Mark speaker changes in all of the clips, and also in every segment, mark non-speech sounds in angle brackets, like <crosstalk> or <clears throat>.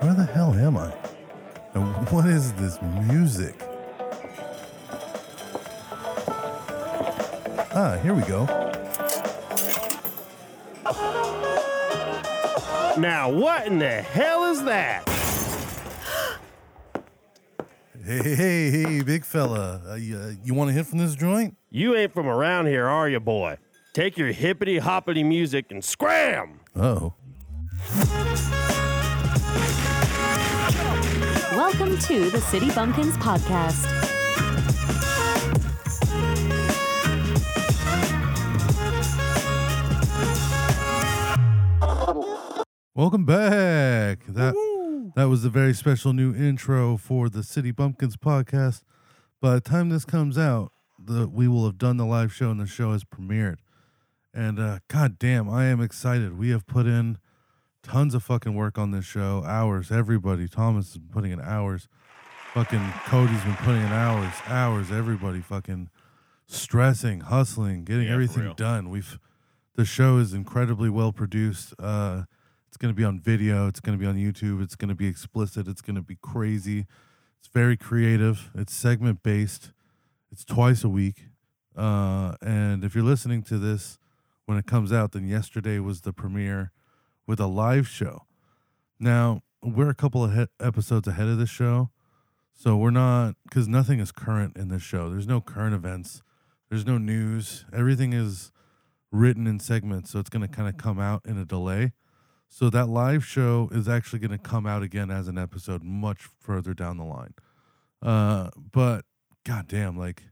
Speaker 1: Where the hell am I? And what is this music? Ah, here we go.
Speaker 2: Now, what in the hell is that?
Speaker 1: Hey, hey, hey, big fella. Uh, you, uh, you want a hit from this joint?
Speaker 2: You ain't from around here, are you, boy? Take your hippity hoppity music and scram!
Speaker 1: Oh.
Speaker 3: Welcome to the City Bumpkins podcast.
Speaker 1: Welcome back. That that was a very special new intro for the City Bumpkins podcast. By the time this comes out, the we will have done the live show and the show has premiered. And uh, god damn, I am excited. We have put in tons of fucking work on this show. Hours, everybody. Thomas has been putting in hours. Fucking Cody's been putting in hours, hours. Everybody fucking stressing, hustling, getting
Speaker 4: for
Speaker 1: everything
Speaker 4: real.
Speaker 1: done. We've the show is incredibly well produced. Uh, it's going to be on video. It's going to be on YouTube. It's going to be explicit. It's going to be crazy. It's very creative. It's segment based. It's twice a week. Uh, and if you're listening to this when it comes out, then yesterday was the premiere with a live show. Now, we're a couple of he- episodes ahead of this show. So we're not, because nothing is current in this show. There's no current events, there's no news. Everything is written in segments. So it's going to kind of come out in a delay. So that live show is actually going to come out again as an episode much further down the line. Uh, but goddamn, like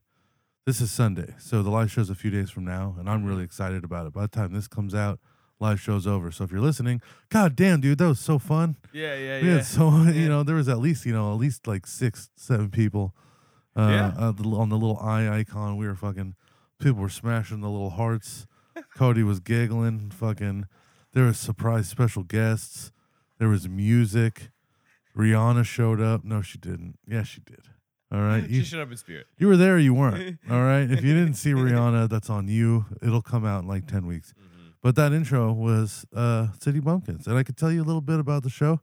Speaker 1: this is Sunday, so the live show's a few days from now, and I'm really excited about it. By the time this comes out, live show's over. So if you're listening, goddamn, dude, that was so fun.
Speaker 4: Yeah, yeah,
Speaker 1: We
Speaker 4: yeah.
Speaker 1: had so you know there was at least you know at least like six seven people. Uh,
Speaker 4: Yeah.
Speaker 1: uh, the- on the little eye icon, we were fucking. People were smashing the little hearts.
Speaker 4: <laughs>
Speaker 1: Cody was giggling. Fucking. There was surprise special guests. There was music. Rihanna showed up. No, she didn't. Yeah, she did. All
Speaker 4: <laughs>
Speaker 1: right.
Speaker 4: she
Speaker 1: You,
Speaker 4: showed up in spirit.
Speaker 1: you were there. Or you
Speaker 4: <laughs>
Speaker 1: weren't. All right. If you didn't see Rihanna, that's on you. It'll come out in like ten weeks.
Speaker 4: Mm-hmm.
Speaker 1: But that intro was uh, City Bumpkins, and I could tell you a little bit about the show.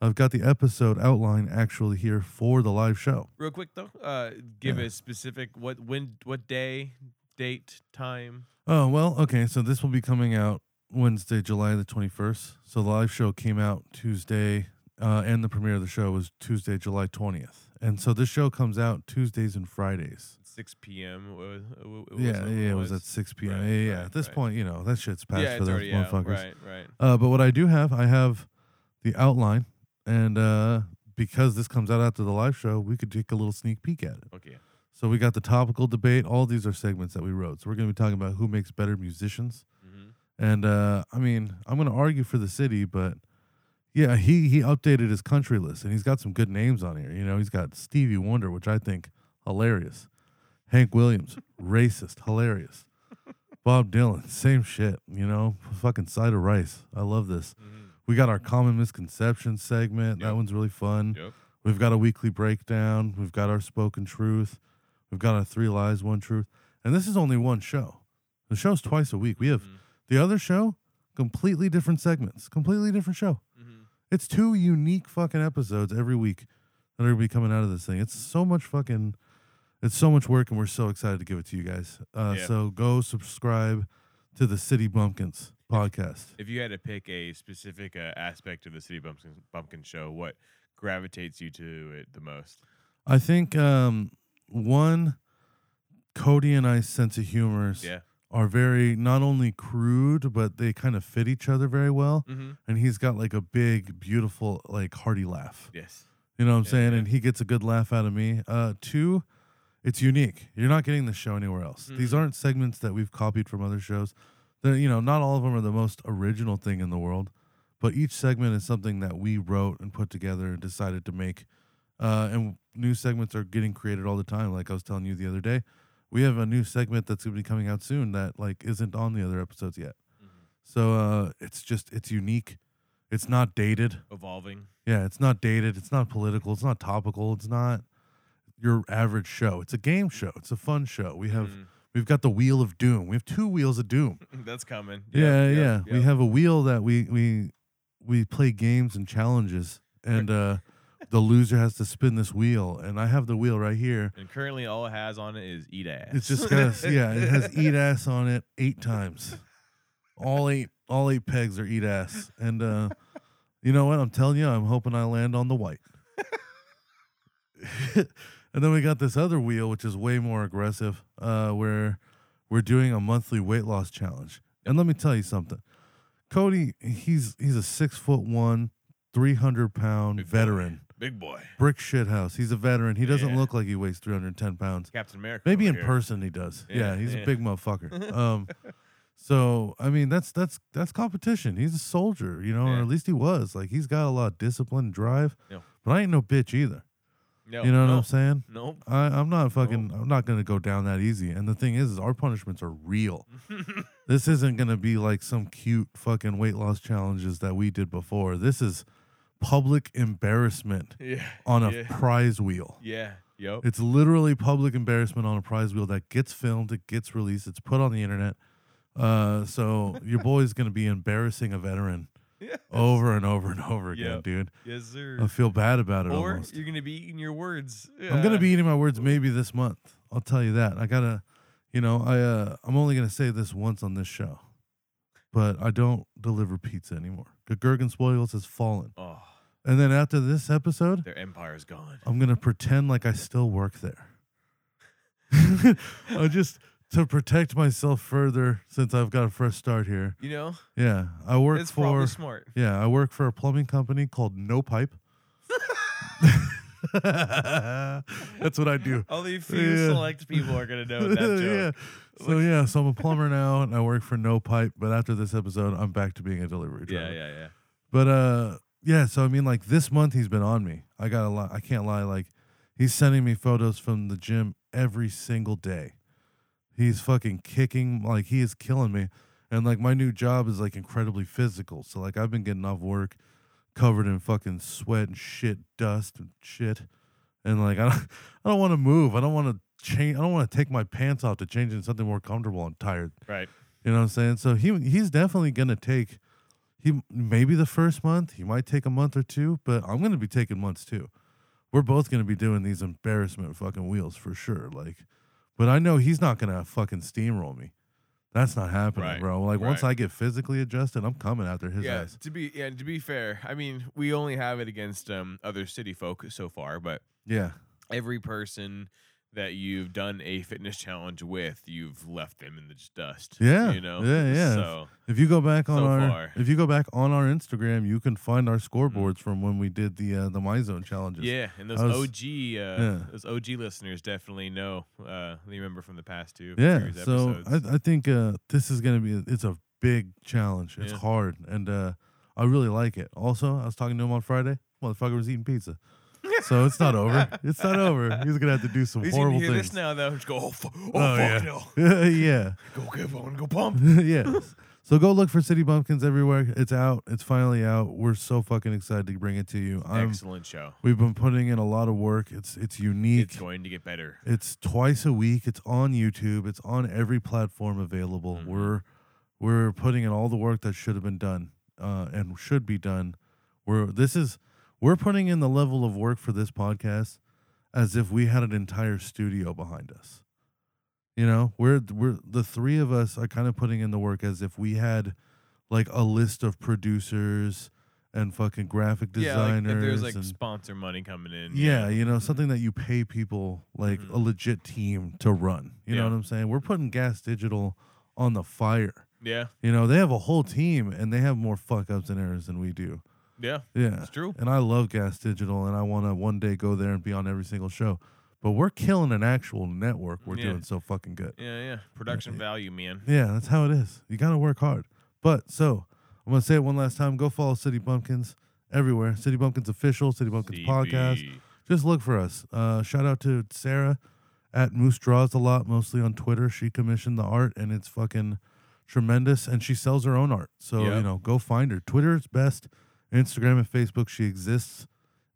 Speaker 1: I've got the episode outline actually here for the live show.
Speaker 4: Real quick though, uh, give
Speaker 1: Yeah.
Speaker 4: a specific what when what day, date, time.
Speaker 1: Oh well, okay. So this will be coming out Wednesday, July the twenty first. So the live show came out Tuesday, uh, and the premiere of the show was Tuesday, July twentieth. And so this show comes out Tuesdays and Fridays.
Speaker 4: 6 p.m. wa- wa- wa- uh, was
Speaker 1: Yeah,
Speaker 4: what
Speaker 1: yeah, it was at six p.m. yeah, yeah.
Speaker 4: right,
Speaker 1: At this
Speaker 4: right.
Speaker 1: point, you know that shit's
Speaker 4: Yeah,
Speaker 1: past for
Speaker 4: it's
Speaker 1: those
Speaker 4: already out.
Speaker 1: motherfuckers.
Speaker 4: Right, right.
Speaker 1: Uh, but what I do have, I have the outline, and uh, because this comes out after the live show, we could take a little sneak peek at it.
Speaker 4: Okay.
Speaker 1: So we got the topical debate. All these are segments that we wrote. So we're going to be talking about who makes better musicians.
Speaker 4: Mhm.
Speaker 1: And uh, I mean, I'm going to argue for the city, but yeah, he he updated his country list, and he's got some good names on here. You know, he's got Stevie Wonder, which I think hilarious. Hank Williams, racist, hilarious. Bob Dylan, same shit. You know, fucking cider rice. I love this. We got our common misconceptions segment. That
Speaker 4: Yep.
Speaker 1: one's really fun.
Speaker 4: Yep.
Speaker 1: We've got a weekly breakdown. We've got our spoken truth. We've got our three lies, one truth. And this is only one show. The show's twice a week. We have the other show, completely different segments, completely different show. It's two unique fucking episodes every week that are gonna be coming out of this thing. It's so much fucking, it's so much work, and we're so excited to give it to you guys. Uh,
Speaker 4: Yeah.
Speaker 1: So go subscribe to the City Bumpkins podcast.
Speaker 4: If you had to pick a specific uh, aspect of the City Bumpkin, Bumpkin show, what gravitates you to it the most?
Speaker 1: I think um, one, Cody and I's sense of humors
Speaker 4: Yeah.
Speaker 1: are very not only crude, but they kind of fit each other very well.
Speaker 4: Mhm.
Speaker 1: And he's got like a big, beautiful, like hearty laugh.
Speaker 4: Yes.
Speaker 1: You know what I'm
Speaker 4: Yeah,
Speaker 1: saying?
Speaker 4: yeah.
Speaker 1: And he gets a good laugh out of me. Uh, two, it's unique. You're not getting this show anywhere else.
Speaker 4: Hmm.
Speaker 1: These aren't segments that we've copied from other shows. The, you know, not all of them are the most original thing in the world, but each segment is something that we wrote and put together and decided to make. Uh, and new segments are getting created all the time. Like I was telling you the other day, we have a new segment that's going to be coming out soon that like isn't on the other episodes yet.
Speaker 4: Mm-hmm.
Speaker 1: So uh, it's just it's unique. It's not dated.
Speaker 4: evolving. <laughs>
Speaker 1: Yeah, it's not dated. It's not political. It's not topical. It's not your average show. It's a game show. It's a fun show. We have we've got the wheel of doom. We have two wheels of doom.
Speaker 4: That's coming.
Speaker 1: <laughs>
Speaker 4: Yep,
Speaker 1: yeah,
Speaker 4: yep,
Speaker 1: yeah. We
Speaker 4: yep.
Speaker 1: have a wheel that we we we play games and challenges, and uh, the loser has to spin this wheel. And I have the wheel right here.
Speaker 4: And currently, all it has on it is eat ass.
Speaker 1: It's just got a- yeah. It has eat ass on it eight times. All eight all eight pegs are eat ass, and uh, you know what? I'm telling you, I'm hoping I land on the white. <laughs> and then we got this other wheel, which is way more aggressive, uh, where we're doing a monthly weight loss challenge. And let me tell you something, Cody. He's he's a six foot one, three hundred pound
Speaker 4: Big boy.
Speaker 1: veteran,
Speaker 4: <laughs> big boy.
Speaker 1: brick shit house. He's a veteran. He doesn't
Speaker 4: Yeah.
Speaker 1: look like he weighs three hundred ten pounds.
Speaker 4: Captain America.
Speaker 1: Maybe in
Speaker 4: over here.
Speaker 1: person he does. Yeah,
Speaker 4: Yeah,
Speaker 1: he's a
Speaker 4: yeah.
Speaker 1: big
Speaker 4: <laughs>
Speaker 1: motherfucker. Um, so I mean that's that's that's competition. He's a soldier, you know, or
Speaker 4: Yeah.
Speaker 1: at least he was. Like he's got a lot of discipline, and drive.
Speaker 4: Yeah.
Speaker 1: But I ain't no bitch either.
Speaker 4: No,
Speaker 1: you know what
Speaker 4: no, Mm-hmm.
Speaker 1: I'm saying?
Speaker 4: Nope. <laughs>
Speaker 1: I, I'm not fucking. I'm not gonna go down that easy. And the thing is, is our punishments are
Speaker 4: <laughs>
Speaker 1: real. this isn't gonna be like some cute fucking weight loss challenges that we did before. This is public
Speaker 4: <laughs>
Speaker 1: embarrassment
Speaker 4: Yeah.
Speaker 1: on a
Speaker 4: Yeah.
Speaker 1: prize wheel.
Speaker 4: Yeah. Yep.
Speaker 1: It's literally public embarrassment on a prize wheel that gets filmed, it gets released, it's put on the internet. Uh, so
Speaker 4: <laughs>
Speaker 1: your boy's gonna be embarrassing a veteran
Speaker 4: Yes.
Speaker 1: over and over and over again,
Speaker 4: Yep.
Speaker 1: dude.
Speaker 4: yes, sir.
Speaker 1: Oh, I feel bad about it
Speaker 4: or
Speaker 1: almost.
Speaker 4: you're gonna be eating your words.
Speaker 1: I'm gonna
Speaker 4: Yeah.
Speaker 1: be eating my words maybe this month. I'll tell you that. I gotta, you know, I uh, I'm only gonna say this once on this show, but I don't deliver pizza anymore. Gergen Spoils has fallen,
Speaker 4: Oh,
Speaker 1: and then after this episode,
Speaker 4: their empire's gone.
Speaker 1: I'm gonna pretend like I still work there.
Speaker 4: <laughs>
Speaker 1: I just to protect myself further since I've got a fresh start here.
Speaker 4: You know,
Speaker 1: Yeah, I work
Speaker 4: it's
Speaker 1: for
Speaker 4: probably smart.
Speaker 1: yeah, I work for a plumbing company called No
Speaker 4: <laughs>
Speaker 1: Pipe. That's what I
Speaker 4: <laughs>
Speaker 1: do.
Speaker 4: Only few
Speaker 1: Yeah.
Speaker 4: select people are gonna know Oh, that joke.
Speaker 1: <laughs> yeah. So yeah, so I'm a plumber now and I work for No Pipe, but after this episode I'm back to being a delivery driver.
Speaker 4: Yeah, yeah, yeah.
Speaker 1: But uh yeah, so I mean like this month he's been on me. I gotta lie I can't lie, like he's sending me photos from the gym every single day. He's fucking kicking like he is killing me. And like my new job is like incredibly physical. So like I've been getting off work covered in fucking sweat and shit, dust and shit. And like <laughs> I don't I don't wanna move. I don't wanna change I don't wanna take my pants off to change into something more comfortable. I'm tired.
Speaker 4: Right.
Speaker 1: You know what I'm saying? So he he's definitely gonna take he maybe the first month, he might take a month or two, but I'm gonna be taking months too. We're both gonna be doing these embarrassment fucking wheels for sure. Like, but I know he's not gonna fucking steamroll me. That's not happening,
Speaker 4: Right,
Speaker 1: bro. Like once
Speaker 4: right.
Speaker 1: I get physically adjusted, I'm coming after his
Speaker 4: yeah.
Speaker 1: ass.
Speaker 4: To be yeah. To be fair, I mean, we only have it against um other city folk so far, but
Speaker 1: Yeah.
Speaker 4: every person that you've done a fitness challenge with, you've left them in the just dust.
Speaker 1: Yeah,
Speaker 4: You know.
Speaker 1: yeah, yeah.
Speaker 4: So
Speaker 1: If you go back on
Speaker 4: So
Speaker 1: our
Speaker 4: far. Mm-hmm.
Speaker 1: if you go back on our Instagram, you can find our scoreboards from when we did the uh, the my zone challenges.
Speaker 4: yeah, and those
Speaker 1: I was-
Speaker 4: OG, uh,
Speaker 1: yeah.
Speaker 4: those OG listeners definitely know. Uh, they remember from the past two.
Speaker 1: yeah
Speaker 4: previous
Speaker 1: so
Speaker 4: episodes.
Speaker 1: I, I think uh, this is gonna be it's a big challenge it's
Speaker 4: Yeah.
Speaker 1: hard and uh, i really like it also i was talking to him on friday motherfucker was eating pizza so it's not over it's not over he's gonna have to do some
Speaker 4: <laughs> At least
Speaker 1: horrible
Speaker 4: you can hear
Speaker 1: things
Speaker 4: this now though. Just go, oh, fu- oh,
Speaker 1: Oh,
Speaker 4: fuck
Speaker 1: yeah.
Speaker 4: no.
Speaker 1: yeah
Speaker 4: Go give on, go pump.
Speaker 1: <laughs> yeah so go look for city bumpkins everywhere it's out it's finally out we're so fucking excited to bring it to you I'm,
Speaker 4: Excellent show.
Speaker 1: we've been putting in a lot of work it's it's unique
Speaker 4: It's going to get better.
Speaker 1: It's twice a week. It's on YouTube. It's on every platform available.
Speaker 4: Mm-hmm.
Speaker 1: We're we're putting in all the work that should have been done uh, and should be done. We're this is we're putting in the level of work for this podcast as if we had an entire studio behind us. You know, we're we're the three of us are kind of putting in the work as if we had like a list of producers and fucking graphic designers.
Speaker 4: yeah, like if there's like
Speaker 1: and-
Speaker 4: sponsor money coming in.
Speaker 1: yeah, you know, something that you pay people like a legit team to run. You know
Speaker 4: Mm-hmm. Yeah.
Speaker 1: what I'm saying? We're putting Gas Digital on the fire.
Speaker 4: yeah,
Speaker 1: You know, they have a whole team and they have more fuck ups and errors than we do.
Speaker 4: Yeah.
Speaker 1: Yeah.
Speaker 4: It's true.
Speaker 1: And I love Gas Digital and I want to one day go there and be on every single show. But we're killing an actual network. We're
Speaker 4: Yeah.
Speaker 1: doing so fucking good.
Speaker 4: Yeah, yeah. Production value, man.
Speaker 1: Yeah, that's how it is. You got to work hard. But so I'm going to say it one last time. Go follow City Bumpkins everywhere. City Bumpkins official, City Bumpkins podcast.
Speaker 4: CB.
Speaker 1: Just look for us. Uh, shout out to Sarah at Moose Draws a lot, mostly on Twitter. She commissioned the art and it's fucking tremendous. And she sells her own art. So, you
Speaker 4: Yep.
Speaker 1: know, go find her. Twitter's best. Instagram and Facebook, she exists.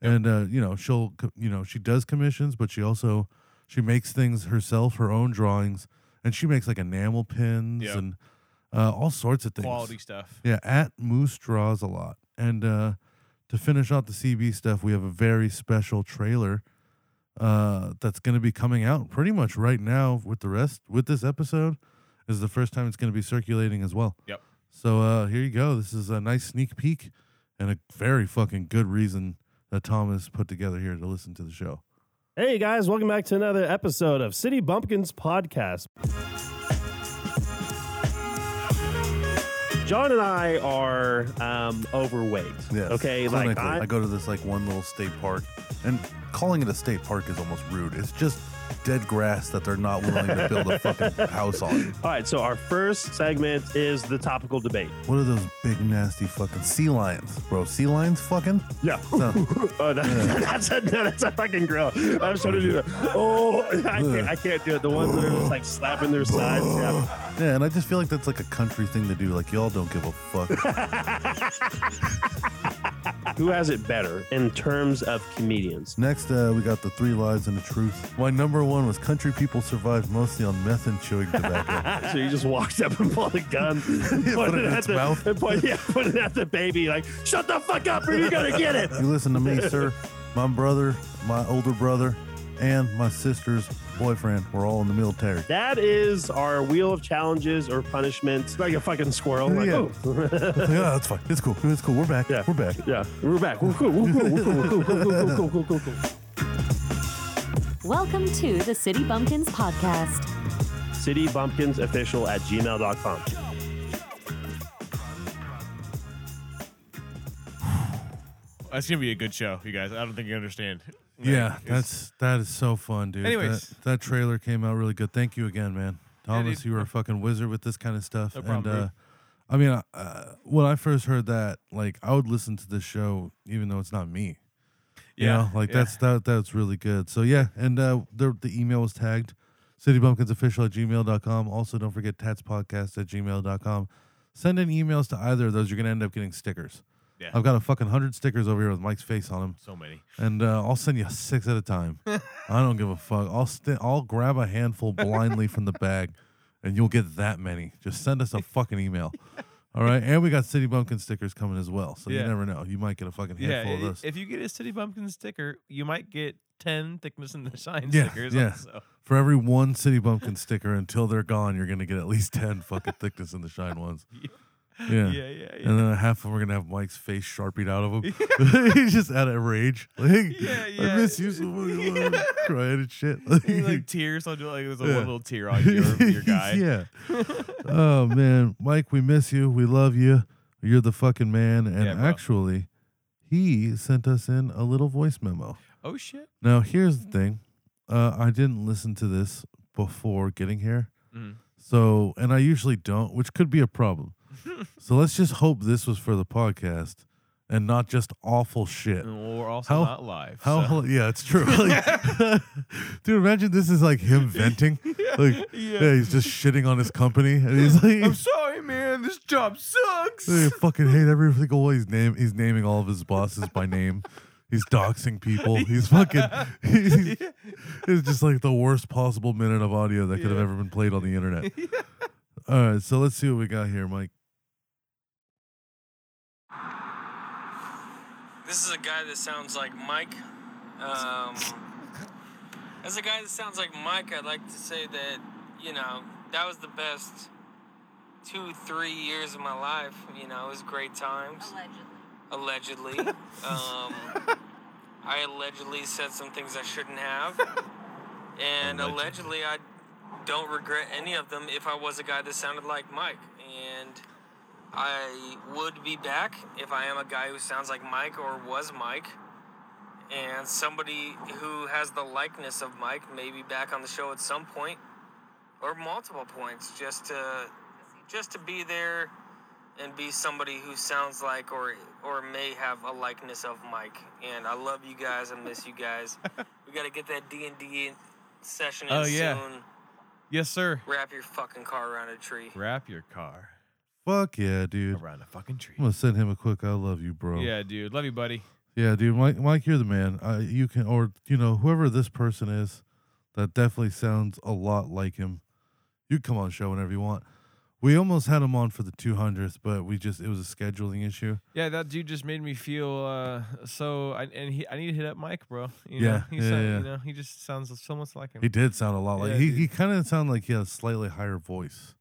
Speaker 1: And, uh, you know, she'll, co- you know, she does commissions, but she also, she makes things herself, her own drawings. And she makes like enamel pins
Speaker 4: Yep.
Speaker 1: and uh, all sorts of things.
Speaker 4: Quality stuff.
Speaker 1: Yeah, at Moose Draws a lot. And uh, to finish out the CB stuff, we have a very special trailer uh, that's going to be coming out pretty much right now with the rest, with this episode. This is the first time it's going to be circulating as well.
Speaker 4: Yep.
Speaker 1: So uh, here you go. This is a nice sneak peek and a very fucking good reason that Thomas put together here to listen to the show.
Speaker 2: Hey guys, welcome back to another episode of City Bumpkins Podcast. John and I are um, overweight. Okay, like
Speaker 1: Clinically, I
Speaker 2: I,
Speaker 1: go to this like one little state park, and calling it a state park is almost rude. It's just dead grass that they're not willing to build
Speaker 2: <laughs>
Speaker 1: a fucking house on.
Speaker 2: all right. So our first segment is the topical debate.
Speaker 1: What are those big nasty fucking sea lions, bro? Sea lions, fucking.
Speaker 2: Yeah.
Speaker 1: No.
Speaker 2: Oh, that, that's a no, that's a fucking grill. I was trying to do that. Oh, I can't, I can't do it. The ones that are just like slapping their sides. Yeah.
Speaker 1: Yeah, and I just feel like that's like a country thing to do. Like y'all don't give a
Speaker 2: <laughs>
Speaker 1: fuck.
Speaker 2: Who has it better in terms of comedians?
Speaker 1: Next, uh, we got the three lies and the truth. My number one was country people survive mostly on meth and chewing tobacco.
Speaker 2: So you just walked up and pulled a gun,
Speaker 1: put it in
Speaker 2: at
Speaker 1: its
Speaker 2: the,
Speaker 1: mouth.
Speaker 2: and point- yeah, put it at the baby. Like, shut the fuck up, or you're gonna get it.
Speaker 1: you listen to
Speaker 4: <laughs>
Speaker 1: me, sir. My brother, my older brother, and my sister's boyfriend were all in the military.
Speaker 2: That is our wheel of challenges or punishments. Like a fucking squirrel. Like,
Speaker 1: Yeah.
Speaker 2: oh.
Speaker 1: <laughs> yeah, that's fine. It's cool. It's cool. We're back.
Speaker 2: Yeah.
Speaker 1: We're back.
Speaker 2: yeah, we're back. Woo, cool, woo, cool, woo, cool, woo, cool, woo, cool, cool, cool, cool, cool.
Speaker 3: Welcome to the City Bumpkins Podcast.
Speaker 2: citybumpkinsofficial at gmail.com.
Speaker 4: That's gonna be a good show, you guys. I don't think you understand. Like,
Speaker 1: Yeah,
Speaker 4: it's-
Speaker 1: that's that is so fun, dude.
Speaker 4: Anyways.
Speaker 1: that, that trailer came out really good. Thank you again, man,
Speaker 4: Yeah, dude.
Speaker 1: Thomas. you were a fucking wizard with this kind of stuff.
Speaker 4: No problem,
Speaker 1: and uh, I mean, uh, when I first heard that, like, I would listen to this show even though it's not me. You
Speaker 4: yeah,
Speaker 1: know? like
Speaker 4: yeah.
Speaker 1: that's that that's really good. So yeah, and uh, the the email was tagged citybumpkinsofficial at gmail.com. Also, don't forget tatspodcast at gmail.com. Send in emails to either of those. You're gonna end up getting stickers.
Speaker 4: Yeah.
Speaker 1: I've got a fucking hundred stickers over here with Mike's face on them
Speaker 4: so many.
Speaker 1: and uh, I'll send you six at a time.
Speaker 4: <laughs>
Speaker 1: I don't give a fuck. I'll st- I'll grab a handful blindly from the bag, and you'll get that many. Just send us a fucking
Speaker 4: <laughs>
Speaker 1: email. All right, and we got City Bumpkin stickers coming as well, so you
Speaker 4: Yeah.
Speaker 1: never know. You might get a fucking
Speaker 4: Yeah,
Speaker 1: handful of
Speaker 4: i-
Speaker 1: those.
Speaker 4: if you get a city bumpkin sticker, you might get ten thickness in the <laughs> shine
Speaker 1: Yeah,
Speaker 4: stickers.
Speaker 1: yeah.
Speaker 4: Also.
Speaker 1: For every one City Bumpkin sticker until they're gone, you're gonna get at least ten fucking thickness in the shine
Speaker 4: <laughs>
Speaker 1: ones. Yeah.
Speaker 4: yeah, yeah, yeah.
Speaker 1: And then half of them are gonna have Mike's face sharpied out of him. <laughs> He's just out of rage. <laughs> Like,
Speaker 4: Yeah,
Speaker 1: I
Speaker 4: yeah.
Speaker 1: miss you so much.
Speaker 4: <laughs>
Speaker 1: Crying and shit. <laughs>
Speaker 4: like <laughs> tears. I'll do like there's a
Speaker 1: Yeah.
Speaker 4: one little tear on your,
Speaker 1: <laughs>
Speaker 4: your guy. <laughs>
Speaker 1: yeah. oh man, Mike, we miss you. We love you. You're the fucking man. And
Speaker 4: Yeah, bro.
Speaker 1: actually, he sent us in a little voice memo.
Speaker 4: Oh shit.
Speaker 1: Now here's the thing. Uh, I didn't listen to this before getting here.
Speaker 4: Mm.
Speaker 1: So, and I usually don't, which could be a
Speaker 4: <laughs>
Speaker 1: problem. so let's just hope this was for the podcast and not just awful shit.
Speaker 4: And we're also
Speaker 1: How-
Speaker 4: not live.
Speaker 1: How?
Speaker 4: Oh, so-
Speaker 1: Yeah, it's true. Like,
Speaker 4: <laughs>
Speaker 1: dude, imagine this is like him venting. Like, yeah. he's just shitting on his company, and <laughs> he's
Speaker 4: <laughs> I'm
Speaker 1: like,
Speaker 4: sorry, man. This job sucks.
Speaker 1: I fucking hate every single one. He's name. He's naming all of his bosses by name. He's doxing
Speaker 4: <laughs>
Speaker 1: people. He's fucking. He's, it's just like the worst possible minute of audio that could have
Speaker 4: Yeah.
Speaker 1: ever been played on the
Speaker 4: <laughs>
Speaker 1: internet. All right, so let's see what we got here, Mike.
Speaker 5: This is a guy that sounds like Mike. Um, as a guy that sounds like Mike, I'd like to say that, you know, that was the best two, three years of my life. You know, it was great times. Allegedly. Allegedly. um, I allegedly said some things I shouldn't have. And allegedly, I don't regret any of them if I was a guy that sounded like Mike. And I would be back if I am a guy who sounds like Mike or was Mike. And somebody who has the likeness of Mike may be back on the show at some point or multiple points just to just to be there and be somebody who sounds like or or may have a likeness of Mike. And I love you guys. I miss you
Speaker 4: <laughs>
Speaker 5: guys. we got to get that D&D session in
Speaker 4: Oh, yeah.
Speaker 5: soon.
Speaker 4: Yes, sir.
Speaker 5: Wrap your fucking car around a tree.
Speaker 4: Wrap your car
Speaker 1: Fuck yeah, dude.
Speaker 4: around a fucking tree.
Speaker 1: I'm gonna send him a quick "I love you, bro."
Speaker 4: Yeah, dude. Love you, buddy.
Speaker 1: Yeah, dude. Mike, Mike, you're the man. Uh, you can, or you know, whoever this person is, that definitely sounds a lot like him. You can come on the show whenever you want. We almost had him on for the 200th, but we just it was a scheduling issue.
Speaker 4: Yeah, that dude just made me feel uh, so. I, and he, I need to hit up Mike, bro. You
Speaker 1: Yeah,
Speaker 4: know, he
Speaker 1: yeah,
Speaker 4: sound-
Speaker 1: yeah.
Speaker 4: You know, he just sounds so much like him.
Speaker 1: He did sound a lot like
Speaker 4: Yeah,
Speaker 1: he.
Speaker 4: dude.
Speaker 1: He kind of sounded like he had a slightly higher voice.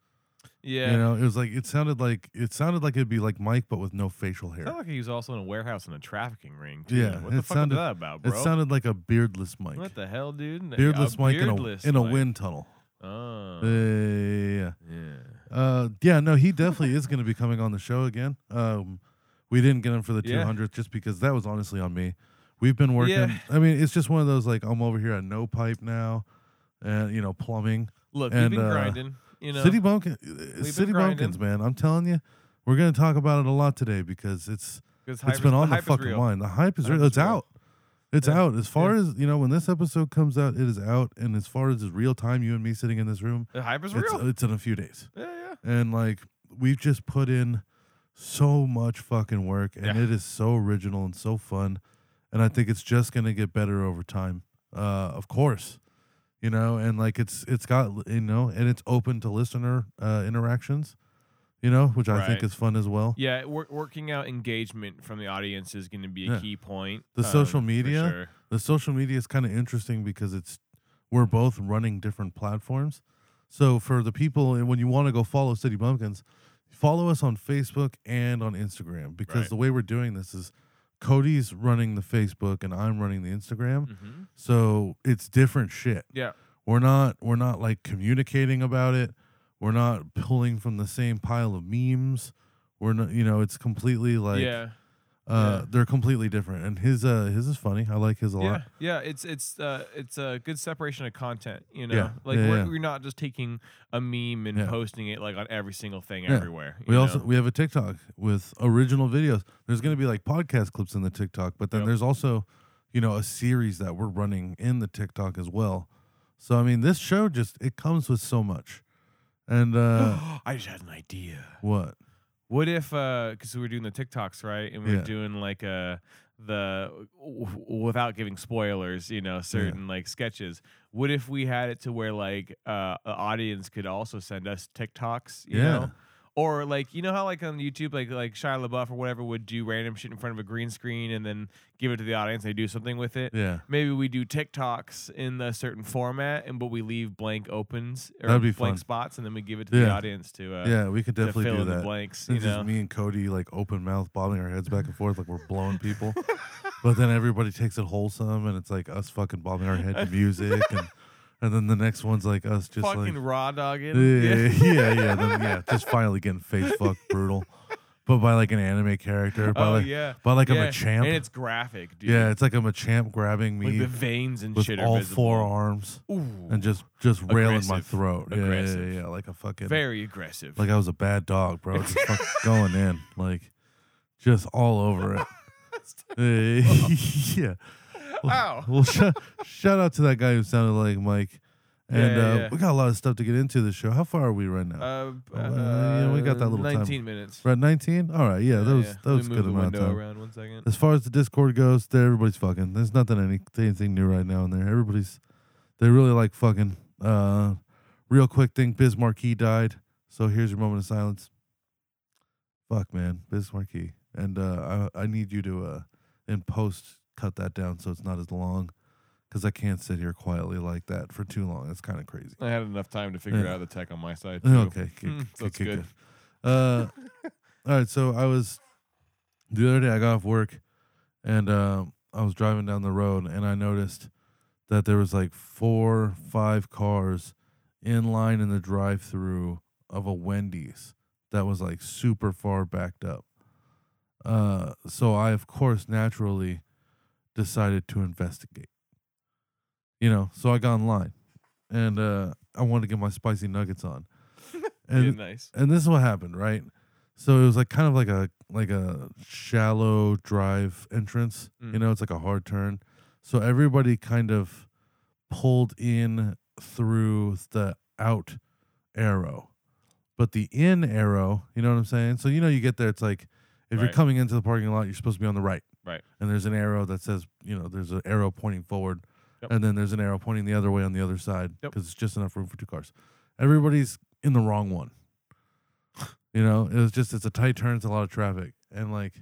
Speaker 4: yeah,
Speaker 1: You know, it was like it sounded like it sounded like it'd be like Mike, but with no facial hair.
Speaker 4: sounded like he was also in a warehouse in a trafficking ring. Too.
Speaker 1: Yeah,
Speaker 4: what the
Speaker 1: it
Speaker 4: fuck
Speaker 1: sounded-
Speaker 4: was that about, bro?
Speaker 1: It sounded like a beardless Mike.
Speaker 4: what the hell, dude? A-
Speaker 1: beardless
Speaker 4: a
Speaker 1: Mike
Speaker 4: beardless
Speaker 1: in a in
Speaker 4: Mike.
Speaker 1: a wind tunnel.
Speaker 4: Oh,
Speaker 1: Yeah, yeah, yeah.
Speaker 4: yeah.
Speaker 1: Uh, yeah, no, he definitely is going to be coming on the show again. Um, we didn't get him for the
Speaker 4: Yeah.
Speaker 1: 200th just because that was honestly on me. We've been working.
Speaker 4: Yeah.
Speaker 1: I mean, it's just one of those like I'm over here at no pipe now, and you know plumbing.
Speaker 4: Look,
Speaker 1: And,
Speaker 4: we've been
Speaker 1: uh,
Speaker 4: grinding. You <laughs> know,
Speaker 1: City Bumpkin, uh,
Speaker 4: been
Speaker 1: City Bumpkins,
Speaker 4: grinding.
Speaker 1: man. I'm telling you, we're going to talk about it a lot today because it's
Speaker 4: 'cause
Speaker 1: it's
Speaker 4: hype
Speaker 1: been
Speaker 4: is-
Speaker 1: on the
Speaker 4: hype is
Speaker 1: fucking
Speaker 4: real.
Speaker 1: mind. The hype is
Speaker 4: Hype
Speaker 1: real.
Speaker 4: is
Speaker 1: It's
Speaker 4: real.
Speaker 1: out. It's
Speaker 4: Yeah.
Speaker 1: out. As far as you know, when this episode comes out, it is out. And as far as it's real time, you and me sitting in this room,
Speaker 4: The hype is
Speaker 1: it's,
Speaker 4: real.
Speaker 1: it's in a few days.
Speaker 4: yeah, yeah.
Speaker 1: and like we've just put in so much fucking work and
Speaker 4: Yeah.
Speaker 1: it is so original and so fun and i think it's just going to get better over time uh of course you know and like it's it's got you know and it's open to listener uh interactions you know which i think
Speaker 4: Right.
Speaker 1: is fun as well
Speaker 4: Yeah, wor- working out engagement from the audience is going to be a
Speaker 1: Yeah.
Speaker 4: key point.
Speaker 1: The
Speaker 4: um,
Speaker 1: social media,
Speaker 4: for sure.
Speaker 1: the social media is kind of interesting because it's we're both running different platforms. So for the people, and when you want to go follow City Bumpkins, follow us on Facebook and on Instagram because
Speaker 4: Right.
Speaker 1: the way we're doing this is Cody's running the Facebook and I'm running the Instagram.
Speaker 4: Mhm.
Speaker 1: So it's different shit.
Speaker 4: Yeah.
Speaker 1: We're not we're not like communicating about it. We're not pulling from the same pile of memes. We're not you know, it's completely like
Speaker 4: yeah.
Speaker 1: uh
Speaker 4: yeah.
Speaker 1: they're completely different. And his uh his is funny. I like his a lot.
Speaker 4: Yeah, yeah, it's it's uh, it's a good separation of content, you know.
Speaker 1: Yeah,
Speaker 4: Like
Speaker 1: yeah,
Speaker 4: we're,
Speaker 1: yeah.
Speaker 4: we're not just taking a meme and
Speaker 1: Yeah.
Speaker 4: posting it like on every single thing
Speaker 1: Yeah.
Speaker 4: everywhere.
Speaker 1: We
Speaker 4: you
Speaker 1: also
Speaker 4: know?
Speaker 1: we have a TikTok with original videos. There's going to be like podcast clips in the TikTok, but then
Speaker 4: Yep.
Speaker 1: there's also, you know, a series that we're running in the TikTok as well. So I mean, this show just it comes with so much. And uh
Speaker 4: <gasps> <sighs> I just had an idea.
Speaker 1: what?
Speaker 4: What if because we were doing the TikToks right, and we
Speaker 1: Yeah.
Speaker 4: were doing like uh the w- w- without giving spoilers, you know, certain like sketches. What if we had it to where like uh, an audience could also send us TikToks, you
Speaker 1: Yeah.
Speaker 4: know? Or like you know how like on YouTube like like Shia LaBeouf or whatever would do random shit in front of a green screen and then give it to the audience. They do something with it.
Speaker 1: Yeah.
Speaker 4: Maybe we do TikToks in a certain format, and but we leave blank opens or
Speaker 1: That'd be
Speaker 4: blank
Speaker 1: fun.
Speaker 4: spots, and then we give it to the
Speaker 1: Yeah.
Speaker 4: audience to uh,
Speaker 1: yeah, we could
Speaker 4: to
Speaker 1: definitely
Speaker 4: fill
Speaker 1: do
Speaker 4: in the
Speaker 1: that.
Speaker 4: blanks. You
Speaker 1: It's just
Speaker 4: know,
Speaker 1: me and Cody like open mouth bobbing our heads back and forth like we're blowing
Speaker 4: <laughs>
Speaker 1: people. but then everybody takes it wholesome and it's like us fucking bobbing our
Speaker 4: <laughs>
Speaker 1: head to music and and then the next one's like us just like
Speaker 4: fucking raw dogging.
Speaker 1: Yeah,
Speaker 4: <laughs>
Speaker 1: yeah, yeah. Then, yeah, just finally getting face fucked brutal, but by like an anime character. By
Speaker 4: Oh
Speaker 1: like,
Speaker 4: yeah.
Speaker 1: By like
Speaker 4: yeah.
Speaker 1: I'm a champ.
Speaker 4: and it's graphic, dude.
Speaker 1: yeah, it's like I'm a champ grabbing
Speaker 4: like
Speaker 1: me
Speaker 4: the veins and
Speaker 1: with
Speaker 4: shit
Speaker 1: all
Speaker 4: are visible.
Speaker 1: four arms
Speaker 4: Ooh,
Speaker 1: and just just railing my
Speaker 4: Aggressive.
Speaker 1: throat. Yeah, yeah, yeah,
Speaker 4: Aggressive.
Speaker 1: yeah, like a fucking
Speaker 4: very aggressive.
Speaker 1: like I was a bad dog, bro. Just
Speaker 4: <laughs>
Speaker 1: fuck going in like just all over
Speaker 4: <laughs>
Speaker 1: it. <laughs> yeah.
Speaker 4: Ow.
Speaker 1: Well, shout, shout out to that guy who sounded like Mike.
Speaker 4: Yeah,
Speaker 1: And
Speaker 4: yeah,
Speaker 1: uh,
Speaker 4: yeah.
Speaker 1: we got a lot of stuff to get into this show. How far are we right now?
Speaker 4: uh, uh,
Speaker 1: yeah, we got that little time.
Speaker 4: 19 minutes.
Speaker 1: We're at 19? All right. Yeah, that was,
Speaker 4: yeah.
Speaker 1: that was a
Speaker 4: Let me
Speaker 1: good
Speaker 4: move the
Speaker 1: amount of
Speaker 4: window
Speaker 1: time.
Speaker 4: around one second.
Speaker 1: As far as the Discord goes, there everybody's fucking. There's nothing any, anything new right now in there. Everybody's they really like fucking. Uh, real quick thing, Biz Marquee died. So here's your moment of silence. Fuck man, Biz Marquee. And uh, I I need you to uh in post cut that down so it's not as long. Cause I can't sit here quietly like that for too long. That's kind of crazy.
Speaker 4: I had enough time to figure
Speaker 1: Yeah.
Speaker 4: out the tech on my side. Too.
Speaker 1: Oh, Okay, good,
Speaker 4: Mm,
Speaker 1: good,
Speaker 4: so it's
Speaker 1: good,
Speaker 4: good.
Speaker 1: good. Uh, <laughs> all right, so I was the other day I got off work, and uh, I was driving down the road, and I noticed that there was like four, five cars in line in the drive-through of a Wendy's that was like super far backed up. Uh, so I, of course, naturally decided to investigate. You know, so I got online and uh, I wanted to get my spicy nuggets on.
Speaker 4: Yeah,
Speaker 1: And
Speaker 4: nice.
Speaker 1: and this is what happened, right? So it was like kind of like a like a shallow drive entrance. You
Speaker 4: Mm.
Speaker 1: know, it's like a hard turn. So everybody kind of pulled in through the out arrow. But the in arrow, you know what I'm saying? So you know you get there, it's like if you're
Speaker 4: Right.
Speaker 1: coming into the parking lot, you're supposed to be on the right.
Speaker 4: Right.
Speaker 1: And there's an arrow that says, you know, there's an arrow pointing forward.
Speaker 4: Yep.
Speaker 1: And then there's an arrow pointing the other way on the other side
Speaker 4: Yep.
Speaker 1: because it's just enough room for two cars. Everybody's in the wrong
Speaker 4: <laughs>
Speaker 1: one. You know, it was just it's a tight turn, it's a lot of traffic, and like,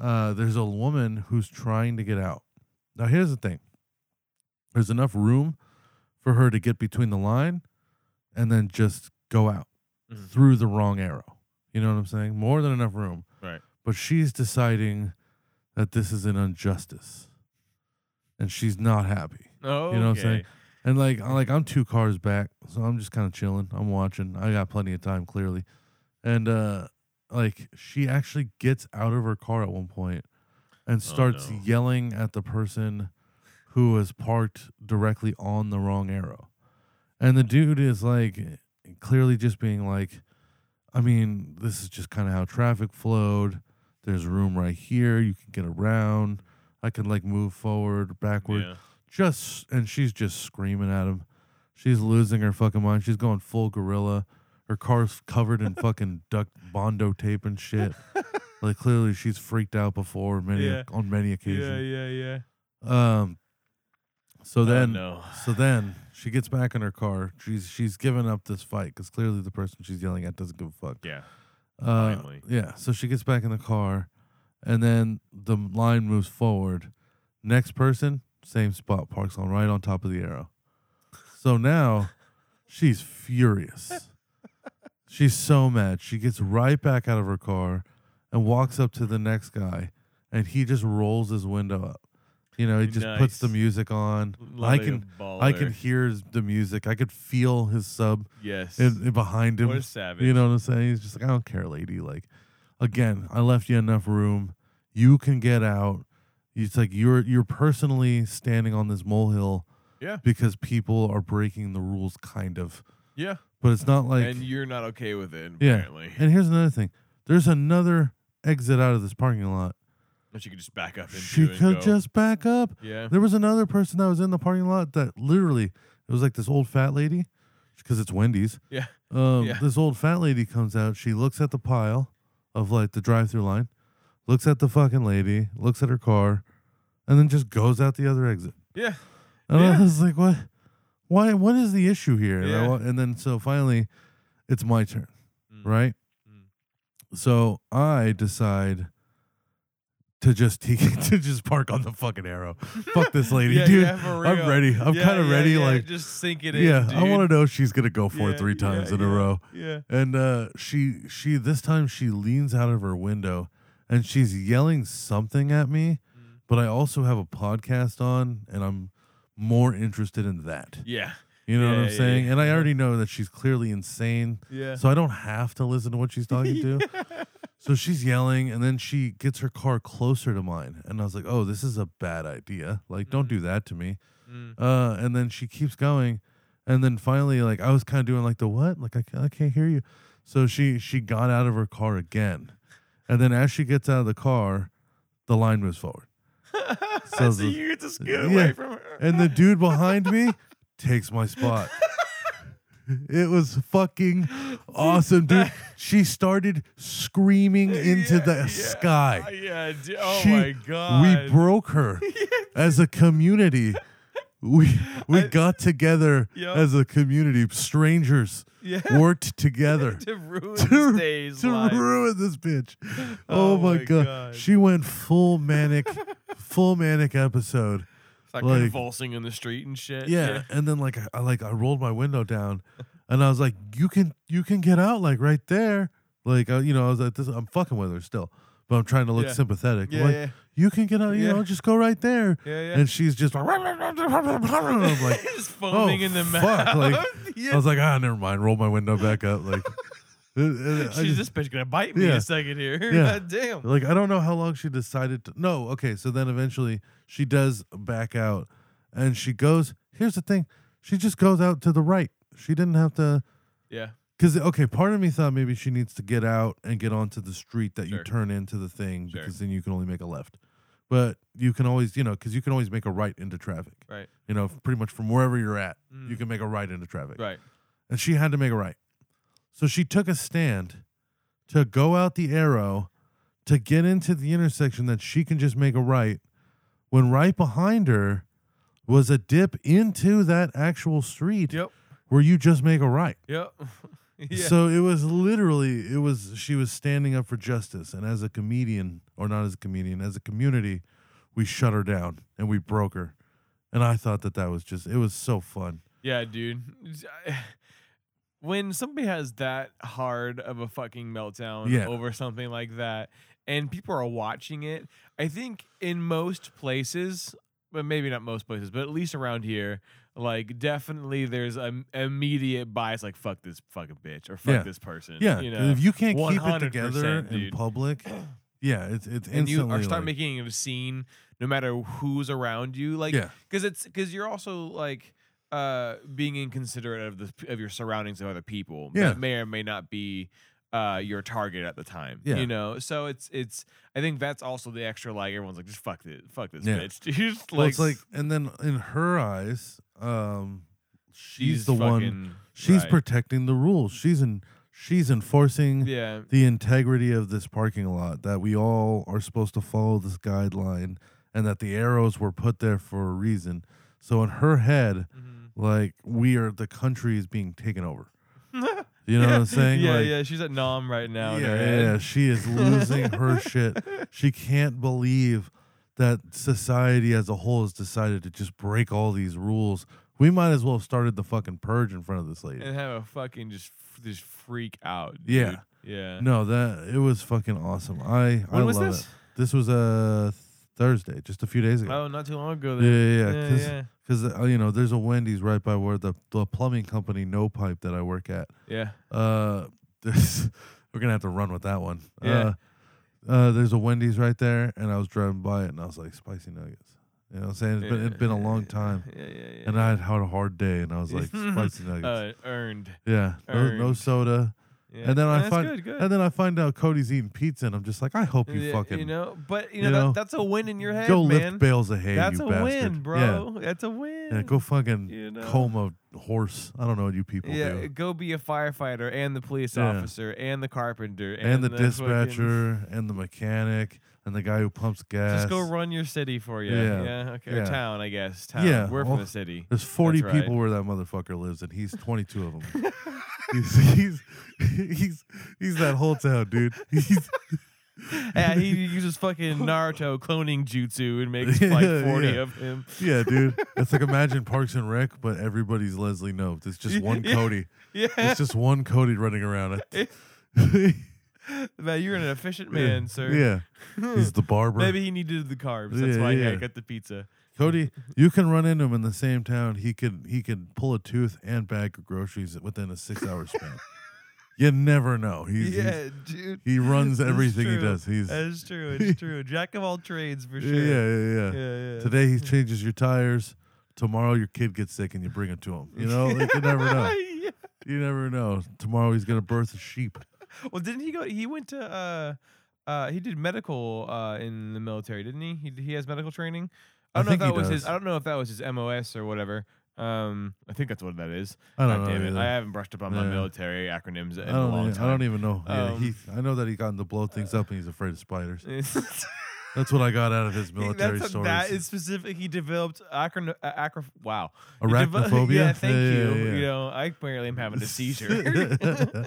Speaker 1: uh, there's a woman who's trying to get out. Now here's the thing: there's enough room for her to get between the line, and then just go out
Speaker 4: Mhm.
Speaker 1: through the wrong arrow. You know what I'm saying? More than enough room.
Speaker 4: Right.
Speaker 1: But she's deciding that this is an injustice, and she's not happy.
Speaker 4: Oh,
Speaker 1: You know what I'm saying? And like, I'm like I'm two cars back, so I'm just kind of chilling. I'm watching. I got plenty of time, clearly. And uh like, she actually gets out of her car at one point and starts
Speaker 4: no.
Speaker 1: yelling at the person who was parked directly on the wrong arrow. And the dude is like, clearly just being like, I mean, this is just kind of how traffic flowed. There's room right here. You can get around. I can like move forward, backward
Speaker 4: Yeah.
Speaker 1: just and she's just screaming at him. She's losing her fucking mind. She's going full gorilla. Her car's covered in
Speaker 4: <laughs>
Speaker 1: fucking duck bondo tape and shit. like clearly she's freaked out before many
Speaker 4: Yeah.
Speaker 1: on many
Speaker 4: yeah,
Speaker 1: occasions.
Speaker 4: yeah, yeah.
Speaker 1: Um so
Speaker 4: Oh,
Speaker 1: then
Speaker 4: no.
Speaker 1: so then she gets back in her car. She's she's giving up this fight cuz clearly the person she's yelling at doesn't give a fuck.
Speaker 4: Yeah.
Speaker 1: Uh,
Speaker 4: Finally.
Speaker 1: yeah. So she gets back in the car, and then the m- line moves forward. Next person, same spot, parks on right on top of the arrow. So
Speaker 4: <laughs>
Speaker 1: now she's furious. she's so mad. She gets right back out of her car and walks up to the next guy, and he just rolls his window up. You know, he just puts the
Speaker 4: Nice.
Speaker 1: music on.
Speaker 4: Love
Speaker 1: I
Speaker 4: it, a
Speaker 1: can, I can
Speaker 4: baller.
Speaker 1: hear his- the music. I could feel his sub
Speaker 4: Yes.
Speaker 1: in, in behind him.
Speaker 4: What a savage.
Speaker 1: You know what I'm saying? He's just like, I don't care, lady. Like, again, I left you enough room. You can get out. It's like you're you're personally standing on this molehill
Speaker 4: Yeah.
Speaker 1: because people are breaking the rules, kind of.
Speaker 4: Yeah.
Speaker 1: But it's not like
Speaker 4: and you're not okay with it,
Speaker 1: Yeah.
Speaker 4: apparently. <laughs>
Speaker 1: And here's another thing. There's another exit out of this parking lot.
Speaker 4: But you could just back up into
Speaker 1: She
Speaker 4: and
Speaker 1: could
Speaker 4: go.
Speaker 1: just back up. <laughs>
Speaker 4: Yeah.
Speaker 1: There was another person that was in the parking lot that literally it was like this old fat lady, because it's Wendy's.
Speaker 4: Yeah.
Speaker 1: Um,
Speaker 4: Yeah.
Speaker 1: This old fat lady comes out. She looks at the pile of like the drive through line, looks at the fucking lady, looks at her car, and then just goes out the other exit.
Speaker 4: Yeah.
Speaker 1: And I
Speaker 4: Yeah.
Speaker 1: was like, what? Why? What is the issue here? And, I
Speaker 4: Yeah.
Speaker 1: wa- and then so finally, it's my turn,
Speaker 4: Mm.
Speaker 1: right? So I decide to just <laughs> to just park on the fucking arrow. Fuck
Speaker 4: <laughs>
Speaker 1: this lady,
Speaker 4: Yeah,
Speaker 1: dude.
Speaker 4: yeah, for
Speaker 1: I'm
Speaker 4: real.
Speaker 1: ready. I'm
Speaker 4: Yeah,
Speaker 1: kind of
Speaker 4: yeah,
Speaker 1: ready.
Speaker 4: yeah,
Speaker 1: Like,
Speaker 4: just sink it in.
Speaker 1: yeah, I
Speaker 4: dude.
Speaker 1: want to know if she's gonna go for
Speaker 4: Yeah,
Speaker 1: it three
Speaker 4: yeah,
Speaker 1: times in a
Speaker 4: yeah,
Speaker 1: row.
Speaker 4: Yeah.
Speaker 1: And uh, she she this time she leans out of her window and she's yelling something at me,
Speaker 4: Mm.
Speaker 1: but I also have a podcast on and I'm more interested in that.
Speaker 4: Yeah.
Speaker 1: You know
Speaker 4: Yeah,
Speaker 1: what
Speaker 4: yeah,
Speaker 1: I'm
Speaker 4: yeah,
Speaker 1: saying? And I already know that she's clearly insane.
Speaker 4: Yeah. <laughs>
Speaker 1: So I don't have to listen to what she's talking to. So she's yelling, and then she gets her car closer to mine. And I was like, oh, this is a bad idea. Like, don't do that to me.
Speaker 4: Mm.
Speaker 1: Uh, and then she keeps going. And then finally, like, I was kind of doing like the what? Like, I, ca- I can't hear you. So she she got out of her car again. And then as she gets out of the car, the line moves
Speaker 4: <laughs>
Speaker 1: forward. So
Speaker 4: so
Speaker 1: the-
Speaker 4: you get to scoot
Speaker 1: yeah.
Speaker 4: away from her.
Speaker 1: and the dude behind me takes my spot. It was fucking awesome, dude. She started screaming into
Speaker 4: Yeah,
Speaker 1: the
Speaker 4: yeah,
Speaker 1: sky.
Speaker 4: <laughs> Yeah. d- Oh
Speaker 1: She-
Speaker 4: my god.
Speaker 1: We broke her as a community. We we got together
Speaker 4: Yup.
Speaker 1: as a community. Strangers
Speaker 4: Yeah.
Speaker 1: worked together
Speaker 4: <laughs> <laughs> to
Speaker 1: <laughs>
Speaker 4: ruin
Speaker 1: to,
Speaker 4: this day's
Speaker 1: to
Speaker 4: life.
Speaker 1: ruin this bitch. Oh,
Speaker 4: Oh
Speaker 1: my
Speaker 4: my
Speaker 1: god.
Speaker 4: God.
Speaker 1: She went full manic, full manic episode.
Speaker 4: It's like,
Speaker 1: like-
Speaker 4: convulsing in the street and <laughs> shit.
Speaker 1: yeah. and then like I- I like I rolled my window down, and I was like, "You can you can get out like right there." Like I, you know, I was like, "This I'm fucking with her still," but I'm trying to look
Speaker 4: Yeah.
Speaker 1: sympathetic. I'm
Speaker 4: Yeah,
Speaker 1: like,
Speaker 4: yeah.
Speaker 1: you can get out. You
Speaker 4: Yeah.
Speaker 1: know, just go right there.
Speaker 4: Yeah, yeah.
Speaker 1: And she's just like, I'm like,
Speaker 4: Just
Speaker 1: oh
Speaker 4: <laughs> foaming in the
Speaker 1: fuck!
Speaker 4: mouth. <laughs>
Speaker 1: Like
Speaker 4: yeah.
Speaker 1: I was like, <laughs> ah, never mind. Roll my window back up. Like I
Speaker 4: She's
Speaker 1: just-
Speaker 4: this bitch gonna bite me in
Speaker 1: Yeah.
Speaker 4: a second here. <laughs>
Speaker 1: Yeah.
Speaker 4: God damn.
Speaker 1: Like I don't know how long she decided to No, okay, so then eventually she does back out and she goes, here's the thing, she just goes out to the right. She didn't have to
Speaker 4: Yeah.
Speaker 1: cuz okay, part of me thought maybe she needs to get out and get onto the street that
Speaker 4: Sure.
Speaker 1: you turn into the thing
Speaker 4: Sure.
Speaker 1: because then you can only make a left. But you can always, you know, cuz you can always make a right into traffic.
Speaker 4: Right.
Speaker 1: You know, pretty much from wherever you're at, you
Speaker 4: Mm.
Speaker 1: can make a right into traffic
Speaker 4: Right.
Speaker 1: and she had to make a right. So she took a stand to go out the arrow to get into the intersection that she can just make a right when right behind her was a dip into that actual street
Speaker 4: Yep.
Speaker 1: where you just make a right.
Speaker 4: Yep. <laughs> yeah.
Speaker 1: So it was literally it was she was standing up for justice and as a comedian or not as a comedian as a community we shut her down and we broke her. And I thought that that was just it was so fun.
Speaker 4: yeah, dude. When somebody has that hard of a fucking meltdown
Speaker 1: Yeah.
Speaker 4: over something like that, and people are watching it, I think in most places, but maybe not most places, but at least around here, like definitely there's an immediate bias, like fuck this fucking bitch or fuck
Speaker 1: Yeah.
Speaker 4: this person.
Speaker 1: Yeah,
Speaker 4: you know?
Speaker 1: if you can't keep it
Speaker 4: 100%,
Speaker 1: together in
Speaker 4: dude.
Speaker 1: public, yeah, it's it's instantly.
Speaker 4: and you are start
Speaker 1: like-
Speaker 4: making it a scene no matter who's around you like
Speaker 1: Yeah.
Speaker 4: because it's because you're also like uh being inconsiderate of the of your surroundings of other people
Speaker 1: Yeah.
Speaker 4: that may or may not be uh your target at the time
Speaker 1: Yeah.
Speaker 4: you know so it's it's i think that's also the extra like everyone's like just fuck this fuck this
Speaker 1: Yeah.
Speaker 4: bitch <laughs> dude like,
Speaker 1: Well, it's like, and then in her eyes, um, she's, the one.
Speaker 4: fucking-
Speaker 1: She's
Speaker 4: right.
Speaker 1: protecting the rules. She's in. She's enforcing
Speaker 4: yeah
Speaker 1: the integrity of this parking lot that we all are supposed to follow this guideline, and that the arrows were put there for a reason. So in her head,
Speaker 4: Mhm.
Speaker 1: like we are the country is being taken
Speaker 4: <laughs>
Speaker 1: over. You know what I'm saying?
Speaker 4: yeah
Speaker 1: like,
Speaker 4: yeah she's at nom right now in her
Speaker 1: Yeah,
Speaker 4: head.
Speaker 1: yeah, she is losing her
Speaker 4: <laughs>
Speaker 1: shit. She can't believe that society as a whole has decided to just break all these rules. We might as well have started the fucking purge in front of this lady.
Speaker 4: and have a fucking just f- just freak out dude.
Speaker 1: Yeah.
Speaker 4: yeah
Speaker 1: No, that it was fucking awesome. I I
Speaker 4: When was
Speaker 1: love
Speaker 4: this?
Speaker 1: it. This was a Thursday, just a few days ago.
Speaker 4: oh not too long ago
Speaker 1: yeah, yeah,
Speaker 4: then. Yeah,
Speaker 1: yeah. Cause,
Speaker 4: yeah.
Speaker 1: 'cause, uh, you know, there's a Wendy's right by where the the plumbing company No Pipe that I work at.
Speaker 4: yeah.
Speaker 1: Uh, <laughs> there's, we're gonna have to run with that one.
Speaker 4: Yeah.
Speaker 1: Uh, uh, there's a Wendy's right there, and I was driving by it, and I was like, spicy nuggets. You know what I'm saying? It's been, it's been a long
Speaker 4: <laughs>
Speaker 1: time,
Speaker 4: Yeah, yeah, yeah.
Speaker 1: and I had had a hard day, and I was
Speaker 4: <laughs>
Speaker 1: like, spicy nuggets.
Speaker 4: uh, earned.
Speaker 1: yeah, no, no
Speaker 4: earned.
Speaker 1: soda.
Speaker 4: Yeah.
Speaker 1: And then I
Speaker 4: That's
Speaker 1: find,
Speaker 4: good, good.
Speaker 1: and then I find out Cody's eating pizza, and I'm just like, I hope you
Speaker 4: Yeah,
Speaker 1: fucking
Speaker 4: you know, but you
Speaker 1: you
Speaker 4: know,
Speaker 1: know,
Speaker 4: that, that's a win in your head,
Speaker 1: go
Speaker 4: man.
Speaker 1: lift bales of hay,
Speaker 4: that's
Speaker 1: you
Speaker 4: a
Speaker 1: bastard.
Speaker 4: win,
Speaker 1: Yeah.
Speaker 4: bro. That's a win.
Speaker 1: Yeah, go fucking
Speaker 4: You know.
Speaker 1: coma horse. I don't know what you people
Speaker 4: Yeah,
Speaker 1: do.
Speaker 4: go be a firefighter and the police
Speaker 1: Yeah.
Speaker 4: officer and the carpenter
Speaker 1: and, the,
Speaker 4: fucking-
Speaker 1: dispatcher and the mechanic and the guy who pumps gas.
Speaker 4: Just go run your city for you. Yeah.
Speaker 1: Yeah.
Speaker 4: okay. Or
Speaker 1: Yeah.
Speaker 4: town, I guess. Town.
Speaker 1: Yeah, Oh.
Speaker 4: We're
Speaker 1: well,
Speaker 4: from
Speaker 1: <laughs>
Speaker 4: the city.
Speaker 1: There's 40
Speaker 4: That's right.
Speaker 1: people where that motherfucker lives, and he's 22 of them. he's, he's he's he's that whole town, dude. He's,
Speaker 4: yeah, he uses fucking Naruto cloning jutsu and
Speaker 1: <laughs>
Speaker 4: makes
Speaker 1: Yeah,
Speaker 4: like 40
Speaker 1: yeah.
Speaker 4: of him. <laughs>
Speaker 1: yeah, dude. It's like imagine Parks and Rec, but everybody's Leslie Nope. It's just one
Speaker 4: Yeah.
Speaker 1: Cody.
Speaker 4: Yeah.
Speaker 1: It's just one Cody running around. <laughs>
Speaker 4: Man, you're an efficient man, sir.
Speaker 1: Yeah, he's the barber.
Speaker 4: Maybe he needed the carbs. That's
Speaker 1: Yeah,
Speaker 4: why
Speaker 1: yeah.
Speaker 4: he got the pizza.
Speaker 1: Cody, you can run into him in the same town. He could he could pull a tooth and bag of groceries within a six hour span. you never know. He's, he's-
Speaker 4: dude.
Speaker 1: he runs
Speaker 4: That's
Speaker 1: everything he
Speaker 4: true.
Speaker 1: does. He's
Speaker 4: That's
Speaker 1: <laughs>
Speaker 4: true. It's true. Jack of all trades for
Speaker 1: yeah,
Speaker 4: sure.
Speaker 1: yeah, yeah,
Speaker 4: Yeah, yeah. <laughs>
Speaker 1: Today he changes your tires. Tomorrow your kid gets sick and you bring it to him. You know, like, you never
Speaker 4: <laughs>
Speaker 1: know.
Speaker 4: Yeah.
Speaker 1: You never know. Tomorrow he's gonna birth a sheep.
Speaker 4: Well, didn't he go? He went to. uh uh, he did medical uh, in the military, didn't he? He, he has medical training. I
Speaker 1: I
Speaker 4: don't know if
Speaker 1: think he
Speaker 4: that was his.
Speaker 1: does.
Speaker 4: I don't know if that was his MOS or whatever. Um, I think that's what that is.
Speaker 1: I don't
Speaker 4: God
Speaker 1: know
Speaker 4: damn it!
Speaker 1: either.
Speaker 4: I haven't brushed up on my
Speaker 1: Yeah.
Speaker 4: military acronyms in
Speaker 1: I
Speaker 4: a
Speaker 1: don't.
Speaker 4: long
Speaker 1: Even,
Speaker 4: time.
Speaker 1: I don't even know. yeah,
Speaker 4: Um,
Speaker 1: he. I know that he got him to blow things up and he's afraid of
Speaker 4: <laughs>
Speaker 1: spiders.
Speaker 4: even.
Speaker 1: That's what I got out of his
Speaker 4: He-
Speaker 1: military
Speaker 4: <laughs> that's
Speaker 1: stories.
Speaker 4: what- That is specific. He developed acron- uh, acro- wow. He <laughs>
Speaker 1: Arachnophobia?
Speaker 4: yeah, thank
Speaker 1: Yeah, yeah,
Speaker 4: you.
Speaker 1: yeah.
Speaker 4: You know, I apparently am having
Speaker 1: <laughs>
Speaker 4: a seizure. <laughs>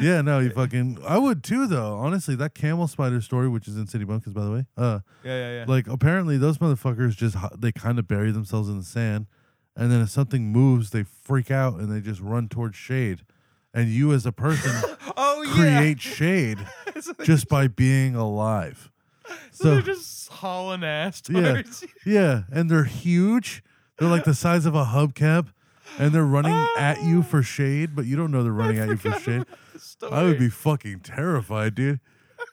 Speaker 1: yeah, no, he fucking. I would too, though. Honestly, that camel spider story, which is in City Bunkers, by the way. Uh,
Speaker 4: yeah, yeah, yeah.
Speaker 1: like apparently those motherfuckers just h- they kind of bury themselves in the sand, and then if something moves, they freak out and they just run towards shade. And you, as a person,
Speaker 4: oh <laughs> yeah.
Speaker 1: create
Speaker 4: <laughs>
Speaker 1: shade
Speaker 4: so they-
Speaker 1: just by being alive.
Speaker 4: <laughs> so they're just hauling ass.
Speaker 1: Yeah.
Speaker 4: <laughs> Towards you.
Speaker 1: Yeah, and they're huge. They're like the size of a hubcap. and they're running at you
Speaker 4: Ah.
Speaker 1: for shade, but you don't
Speaker 4: <laughs>
Speaker 1: know they're running at you for shade. I would be fucking terrified, dude.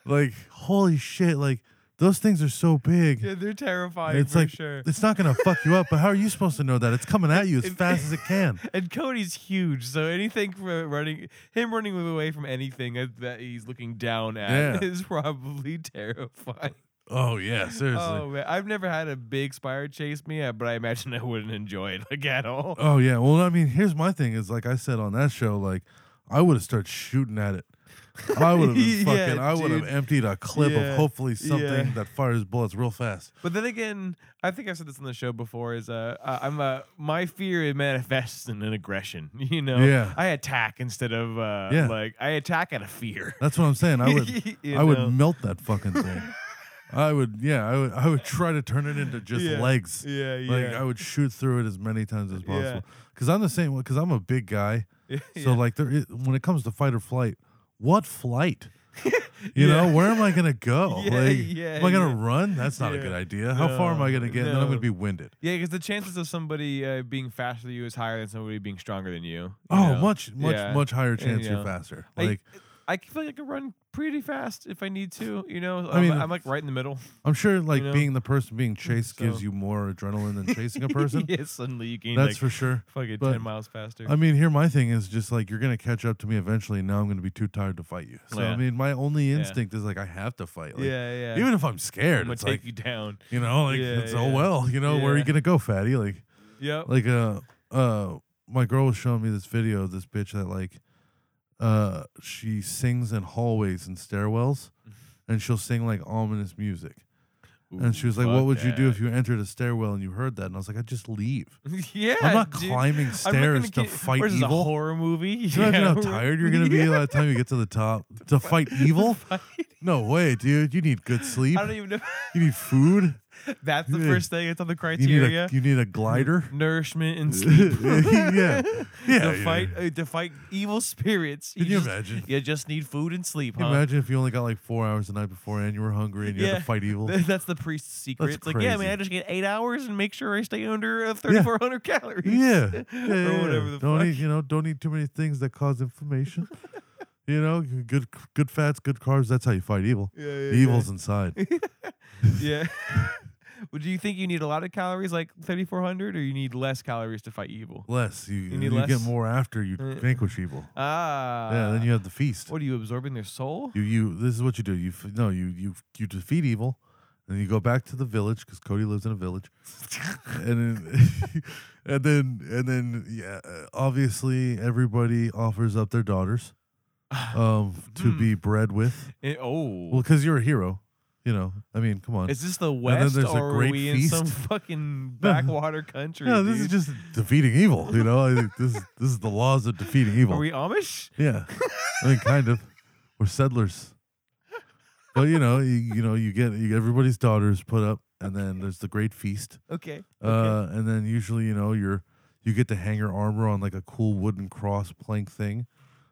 Speaker 1: Like, holy shit! Like those things are so big.
Speaker 4: Yeah, they're terrifying
Speaker 1: it's
Speaker 4: for
Speaker 1: like
Speaker 4: sure.
Speaker 1: it's not gonna fuck you up, but how are you supposed to know that? It's coming at you
Speaker 4: <laughs>
Speaker 1: as
Speaker 4: And-
Speaker 1: fast as it can.
Speaker 4: And Cody's huge, so anything for running him running away from anything that, that he's looking down at
Speaker 1: Yeah.
Speaker 4: <laughs> is probably terrifying.
Speaker 1: Oh yeah, seriously.
Speaker 4: Oh
Speaker 1: Oh,
Speaker 4: man, I've never had a big spider chase me, uh, but I imagine I wouldn't enjoy it like at all.
Speaker 1: Oh, yeah. Well, I mean, here's my thing: is like I said on that show, like I would have started shooting at it. I would have been
Speaker 4: <laughs> Yeah,
Speaker 1: fucking. I would have
Speaker 4: dude.
Speaker 1: emptied a clip
Speaker 4: Yeah,
Speaker 1: of hopefully something
Speaker 4: yeah.
Speaker 1: that fires bullets real fast.
Speaker 4: But then again, I think I've said this on the show before: is uh, I- I'm uh, my fear it manifests in an aggression. <laughs> You know,
Speaker 1: Yeah.
Speaker 4: I attack instead of uh,
Speaker 1: Yeah.
Speaker 4: like I attack out of fear. <laughs>
Speaker 1: That's what I'm saying. I would.
Speaker 4: You
Speaker 1: I would
Speaker 4: know?
Speaker 1: melt that fucking
Speaker 4: <laughs>
Speaker 1: thing. I would. Yeah. I would. I would try to turn it into just
Speaker 4: Yeah,
Speaker 1: legs.
Speaker 4: Yeah, yeah,
Speaker 1: Like I would shoot through it as many times as
Speaker 4: Yeah.
Speaker 1: possible. Because I'm the same way. Because I'm a big guy.
Speaker 4: <laughs> yeah.
Speaker 1: So like there, is, when it comes to fight or flight, what
Speaker 4: <laughs>
Speaker 1: flight? You
Speaker 4: Yeah.
Speaker 1: know, where am I gonna go?
Speaker 4: <laughs> Yeah,
Speaker 1: like,
Speaker 4: yeah,
Speaker 1: am I gonna
Speaker 4: yeah.
Speaker 1: run? That's not a
Speaker 4: Yeah.
Speaker 1: good idea. How far am I
Speaker 4: No,
Speaker 1: gonna get? And then I'm
Speaker 4: no.
Speaker 1: gonna be winded.
Speaker 4: Yeah, because the chances of somebody uh, being faster than you is higher than somebody being stronger than you. you
Speaker 1: Oh,
Speaker 4: know?
Speaker 1: much, much,
Speaker 4: Yeah.
Speaker 1: much higher
Speaker 4: And,
Speaker 1: chance
Speaker 4: you
Speaker 1: you're
Speaker 4: know,
Speaker 1: faster.
Speaker 4: I-
Speaker 1: Like
Speaker 4: I can feel like I can run pretty fast if I need to. You know,
Speaker 1: I
Speaker 4: I
Speaker 1: mean,
Speaker 4: am I'm like right in the middle.
Speaker 1: I'm sure, like
Speaker 4: know?
Speaker 1: being the person being chased
Speaker 4: So-
Speaker 1: gives you more adrenaline than chasing a <laughs> person.
Speaker 4: <laughs> yeah, suddenly you gain
Speaker 1: That's
Speaker 4: like
Speaker 1: for sure.
Speaker 4: fucking
Speaker 1: but-
Speaker 4: ten miles faster.
Speaker 1: I mean, here my thing is just like you're gonna catch up to me eventually. And now I'm gonna be too tired to fight you. So
Speaker 4: Yeah.
Speaker 1: I mean, my only instinct is like I have to fight. Like,
Speaker 4: yeah, yeah.
Speaker 1: Even if I'm scared,
Speaker 4: I'm gonna
Speaker 1: it's
Speaker 4: take
Speaker 1: like
Speaker 4: you down.
Speaker 1: you know, like
Speaker 4: Yeah,
Speaker 1: it's oh
Speaker 4: yeah.
Speaker 1: well, you know, where are
Speaker 4: Yeah.
Speaker 1: you gonna go, fatty? Like
Speaker 4: Yep.
Speaker 1: like uh uh my girl was showing me this video of this bitch that like uh she sings in hallways and
Speaker 4: <laughs>
Speaker 1: stairwells and she'll sing like ominous music. and she was like, What would you do if you entered a stairwell and you heard that? And I was like, I'd just leave.
Speaker 4: you? <laughs> yeah,
Speaker 1: I'm not
Speaker 4: dude.
Speaker 1: climbing
Speaker 4: I'm not gonna
Speaker 1: stairs to
Speaker 4: get-
Speaker 1: fight
Speaker 4: Or is this
Speaker 1: <laughs>
Speaker 4: a
Speaker 1: evil.
Speaker 4: horror
Speaker 1: Can
Speaker 4: movie?
Speaker 1: you imagine how
Speaker 4: Yeah.
Speaker 1: tired you're gonna be
Speaker 4: <laughs>
Speaker 1: by the time you get to the top to fight evil? No way, dude. You need good sleep.
Speaker 4: I don't even know. <laughs>
Speaker 1: You need food.
Speaker 4: That's the
Speaker 1: Yeah.
Speaker 4: first thing. It's on the
Speaker 1: You need
Speaker 4: criteria.
Speaker 1: a you need a
Speaker 4: <laughs>
Speaker 1: glider. <laughs>
Speaker 4: Nourishment and sleep.
Speaker 1: yeah, yeah.
Speaker 4: <laughs> to fight uh, to fight evil spirits.
Speaker 1: Can you
Speaker 4: just,
Speaker 1: imagine?
Speaker 4: You just need food and sleep.
Speaker 1: Can you
Speaker 4: huh?
Speaker 1: imagine if you only got like four hours the night before and you were hungry and you had
Speaker 4: Yeah.
Speaker 1: to fight
Speaker 4: <laughs>
Speaker 1: evil?
Speaker 4: Th- That's the priest's secret.
Speaker 1: That's
Speaker 4: it's like, yeah, man,
Speaker 1: crazy.
Speaker 4: I just get eight hours and make sure I stay under uh, 3,400
Speaker 1: <laughs>
Speaker 4: calories.
Speaker 1: yeah. yeah,
Speaker 4: <laughs> or
Speaker 1: yeah,
Speaker 4: whatever
Speaker 1: yeah.
Speaker 4: the
Speaker 1: don't
Speaker 4: fuck.
Speaker 1: eat, you know, don't eat too many things that cause
Speaker 4: <laughs>
Speaker 1: inflammation. you know, good good fats, good carbs. That's how you fight evil.
Speaker 4: Yeah, yeah,
Speaker 1: The evil's inside.
Speaker 4: <laughs> Yeah. <laughs> Would you think you need a lot of calories, like 3,400, or you need less calories to fight evil?
Speaker 1: Less you,
Speaker 4: need
Speaker 1: you get
Speaker 4: less?
Speaker 1: more after you
Speaker 4: Uh,
Speaker 1: vanquish evil.
Speaker 4: Ah.
Speaker 1: yeah, then you have the feast.
Speaker 4: What are you absorbing their soul? <laughs>
Speaker 1: You you this is what you do. You f- no you you you defeat evil, and you go back to the village because Cody lives in a
Speaker 4: <laughs>
Speaker 1: village, and then <laughs> and then and then yeah. uh, Obviously, everybody offers up their daughters,
Speaker 4: <sighs>
Speaker 1: um, to
Speaker 4: Hmm.
Speaker 1: be bred with.
Speaker 4: Eh, oh.
Speaker 1: Well, because you're a hero, you know. I mean, come on.
Speaker 4: is this the
Speaker 1: then
Speaker 4: West,
Speaker 1: there's a
Speaker 4: or are
Speaker 1: great
Speaker 4: we in some <laughs>
Speaker 1: feast. <laughs>
Speaker 4: fucking backwater country?
Speaker 1: yeah, this is
Speaker 4: dude?
Speaker 1: just defeating evil. You know, I, think this is- this is the laws of defeating evil.
Speaker 4: Are
Speaker 1: <laughs>
Speaker 4: we Amish?
Speaker 1: Yeah, I mean, kind of. We're settlers, but you know, you, you know, you get you, everybody's daughters put up, and then there's the great feast,
Speaker 4: Okay.
Speaker 1: uh, and then usually, you know, you're you get to hang your armor on like a cool wooden cross plank thing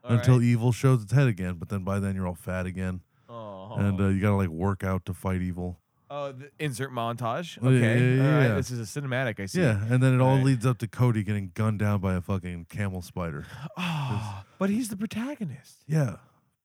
Speaker 1: until evil shows its head again. But then by then, you're all fat again,
Speaker 4: Oh.
Speaker 1: and uh, you gotta like work out to fight evil.
Speaker 4: oh, the insert montage.
Speaker 1: Yeah,
Speaker 4: Okay.
Speaker 1: yeah,
Speaker 4: All right.
Speaker 1: yeah.
Speaker 4: This is a cinematic, I see.
Speaker 1: Yeah, and then it all
Speaker 4: Right.
Speaker 1: leads up to Cody getting gunned down by a fucking camel spider.
Speaker 4: Oh, but he's the protagonist.
Speaker 1: Yeah,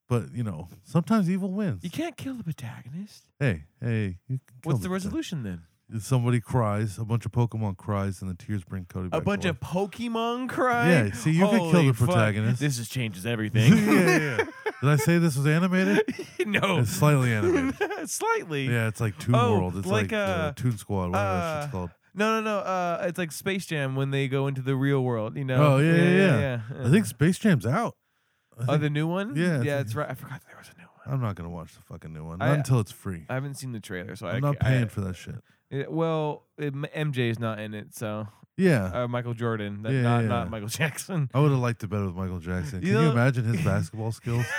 Speaker 1: but you know, sometimes evil wins.
Speaker 4: You can't kill the protagonist.
Speaker 1: Hey, hey, you can kill
Speaker 4: What's
Speaker 1: this
Speaker 4: the
Speaker 1: guy.
Speaker 4: resolution then?
Speaker 1: somebody cries, a bunch of Pokemon cries, and the tears bring Cody back.
Speaker 4: A bunch
Speaker 1: to
Speaker 4: <laughs> of
Speaker 1: life.
Speaker 4: Pokemon cry?
Speaker 1: Yeah, see, you could kill
Speaker 4: Holy
Speaker 1: the
Speaker 4: fuck,
Speaker 1: protagonist.
Speaker 4: This is
Speaker 1: <laughs>
Speaker 4: changes
Speaker 1: yeah,
Speaker 4: everything. <laughs>
Speaker 1: yeah, yeah. Did I say this was animated?
Speaker 4: no,
Speaker 1: It's slightly
Speaker 4: <laughs>
Speaker 1: animated.
Speaker 4: slightly.
Speaker 1: Yeah, it's like Toon
Speaker 4: Oh,
Speaker 1: World. It's like,
Speaker 4: like, uh,
Speaker 1: uh, Toon Squad. Whatever that
Speaker 4: uh,
Speaker 1: shit's called.
Speaker 4: No, no, no. Uh, it's like Space Jam when they go into the real world. You know?
Speaker 1: oh yeah, yeah, yeah, I think Space Jam's out. I
Speaker 4: Oh,
Speaker 1: think-
Speaker 4: the new one.
Speaker 1: yeah, I
Speaker 4: yeah,
Speaker 1: think-
Speaker 4: that's right. I forgot there was a new one.
Speaker 1: I'm not gonna watch the fucking new one
Speaker 4: I-
Speaker 1: not until it's free.
Speaker 4: I haven't seen the trailer, so I
Speaker 1: I'm not
Speaker 4: ca- I-
Speaker 1: paying for that shit.
Speaker 4: <laughs> Yeah, well, it, MJ is not in it, so
Speaker 1: Yeah,
Speaker 4: uh, Michael Jordan, that,
Speaker 1: Yeah,
Speaker 4: not
Speaker 1: yeah,
Speaker 4: not
Speaker 1: yeah.
Speaker 4: Michael Jackson.
Speaker 1: I would have liked it better with Michael Jackson.
Speaker 4: You
Speaker 1: Can you,
Speaker 4: know-
Speaker 1: imagine
Speaker 4: <laughs>
Speaker 1: his basketball skills? <laughs>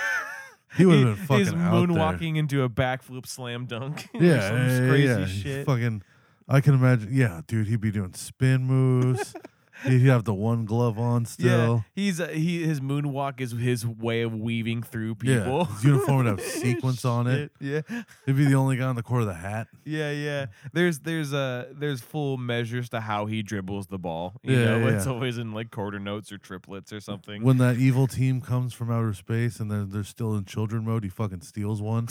Speaker 1: He would have been fucking
Speaker 4: He's
Speaker 1: out there.
Speaker 4: moonwalking into a backflip slam dunk. <laughs> or
Speaker 1: yeah,
Speaker 4: some
Speaker 1: yeah, yeah,
Speaker 4: crazy
Speaker 1: yeah. He's
Speaker 4: shit. <laughs>
Speaker 1: Fucking, I can imagine. Yeah, dude, he'd be doing spin moves. Did he have the one glove on still?
Speaker 4: Yeah, he's uh, he his moonwalk is his way of weaving through people. <laughs>
Speaker 1: his uniform would have sequence on it.
Speaker 4: Shit, Yeah,
Speaker 1: He'd be the only guy on the court of the hat.
Speaker 4: yeah, yeah. There's there's uh there's full measures to how he dribbles the ball. You
Speaker 1: Yeah,
Speaker 4: know,
Speaker 1: yeah,
Speaker 4: it's
Speaker 1: yeah.
Speaker 4: always in like quarter notes or triplets or something.
Speaker 1: When that evil team comes from outer space and they're, they're still in children mode, he fucking steals
Speaker 4: <laughs>
Speaker 1: one.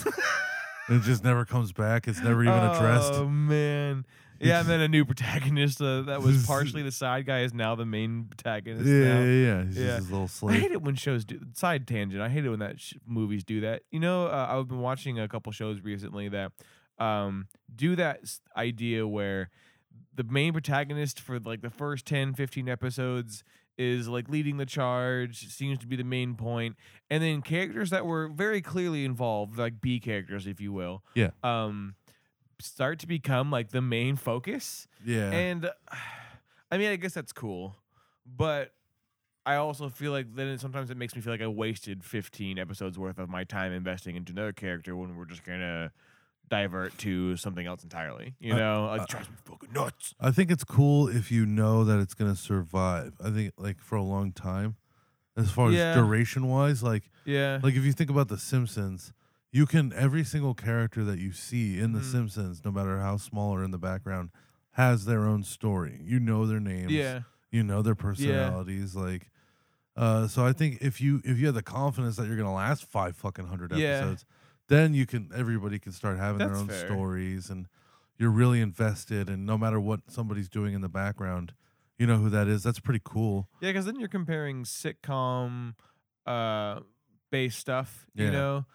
Speaker 1: it just never comes back. It's never even addressed. <laughs>
Speaker 4: Oh man. Yeah, and then a new protagonist uh, that was partially the side guy is now the main protagonist.
Speaker 1: Yeah, yeah,
Speaker 4: now.
Speaker 1: yeah. He's
Speaker 4: Yeah.
Speaker 1: just his little
Speaker 4: <laughs> I
Speaker 1: slave.
Speaker 4: hate it when shows do side tangent. I hate it when that sh- movies do that. You know, uh, I've been watching a couple shows recently that um, do that s- idea where the main protagonist for like the first 10, 15 episodes is like leading the charge, seems to be the main point, and then characters that were very clearly involved, like B characters, if you will,
Speaker 1: Yeah.
Speaker 4: um, start to become like the main focus.
Speaker 1: Yeah.
Speaker 4: And <sighs> uh, I mean, I guess that's cool, but I also feel like then it- sometimes it makes me feel like I wasted 15 episodes worth of my time investing into another character when we're just gonna divert to something else entirely. You
Speaker 1: Uh,
Speaker 4: know, like, drives me fucking nuts.
Speaker 1: I think it's cool if you know that it's gonna survive. I think like for a long time, as far
Speaker 4: Yeah.
Speaker 1: as duration wise, like
Speaker 4: Yeah,
Speaker 1: like if you think about the Simpsons, you can every single character that you see in the
Speaker 4: Mhm.
Speaker 1: Simpsons, no matter how small or in the background, has their own story. You know their names.
Speaker 4: yeah,
Speaker 1: You know their personalities. Like, uh, so I think if you if you have the confidence that you're gonna last five fucking hundred
Speaker 4: Yeah.
Speaker 1: episodes, then you can everybody can start having their
Speaker 4: That's
Speaker 1: own
Speaker 4: fair.
Speaker 1: stories and you're really invested and no matter what somebody's doing in the background, you know who that is. That's pretty cool.
Speaker 4: yeah. Because then you're comparing sitcom uh based stuff,
Speaker 1: Yeah.
Speaker 4: you know,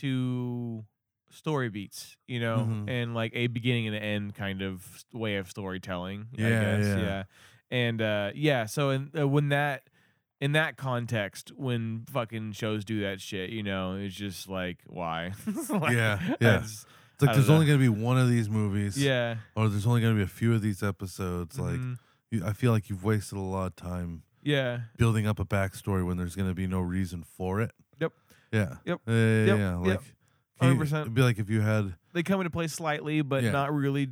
Speaker 4: to story beats, you know,
Speaker 1: Mhm.
Speaker 4: and like a beginning and an end kind of s- way of storytelling. I
Speaker 1: Yeah,
Speaker 4: guess.
Speaker 1: yeah.
Speaker 4: yeah. And uh, yeah, so in, uh, when that in that context, when fucking shows do that shit, you know, it's just like why? <laughs> It's like,
Speaker 1: Yeah, yeah.
Speaker 4: that's-
Speaker 1: It's like
Speaker 4: I don't
Speaker 1: there's only
Speaker 4: know.
Speaker 1: gonna be one of these movies.
Speaker 4: yeah.
Speaker 1: or there's only going to be a few of these episodes. Like,
Speaker 4: mhm,
Speaker 1: you, I feel like you've wasted a lot of time
Speaker 4: yeah.
Speaker 1: building up a backstory when there's going to be no reason for it.
Speaker 4: Yep.
Speaker 1: Yeah.
Speaker 4: Yep.
Speaker 1: Yeah. yeah,
Speaker 4: Yep.
Speaker 1: yeah.
Speaker 4: Yep.
Speaker 1: Like, can you-
Speaker 4: 100%.
Speaker 1: it'd be like if you had,
Speaker 4: They come into play slightly, but
Speaker 1: Yeah.
Speaker 4: not really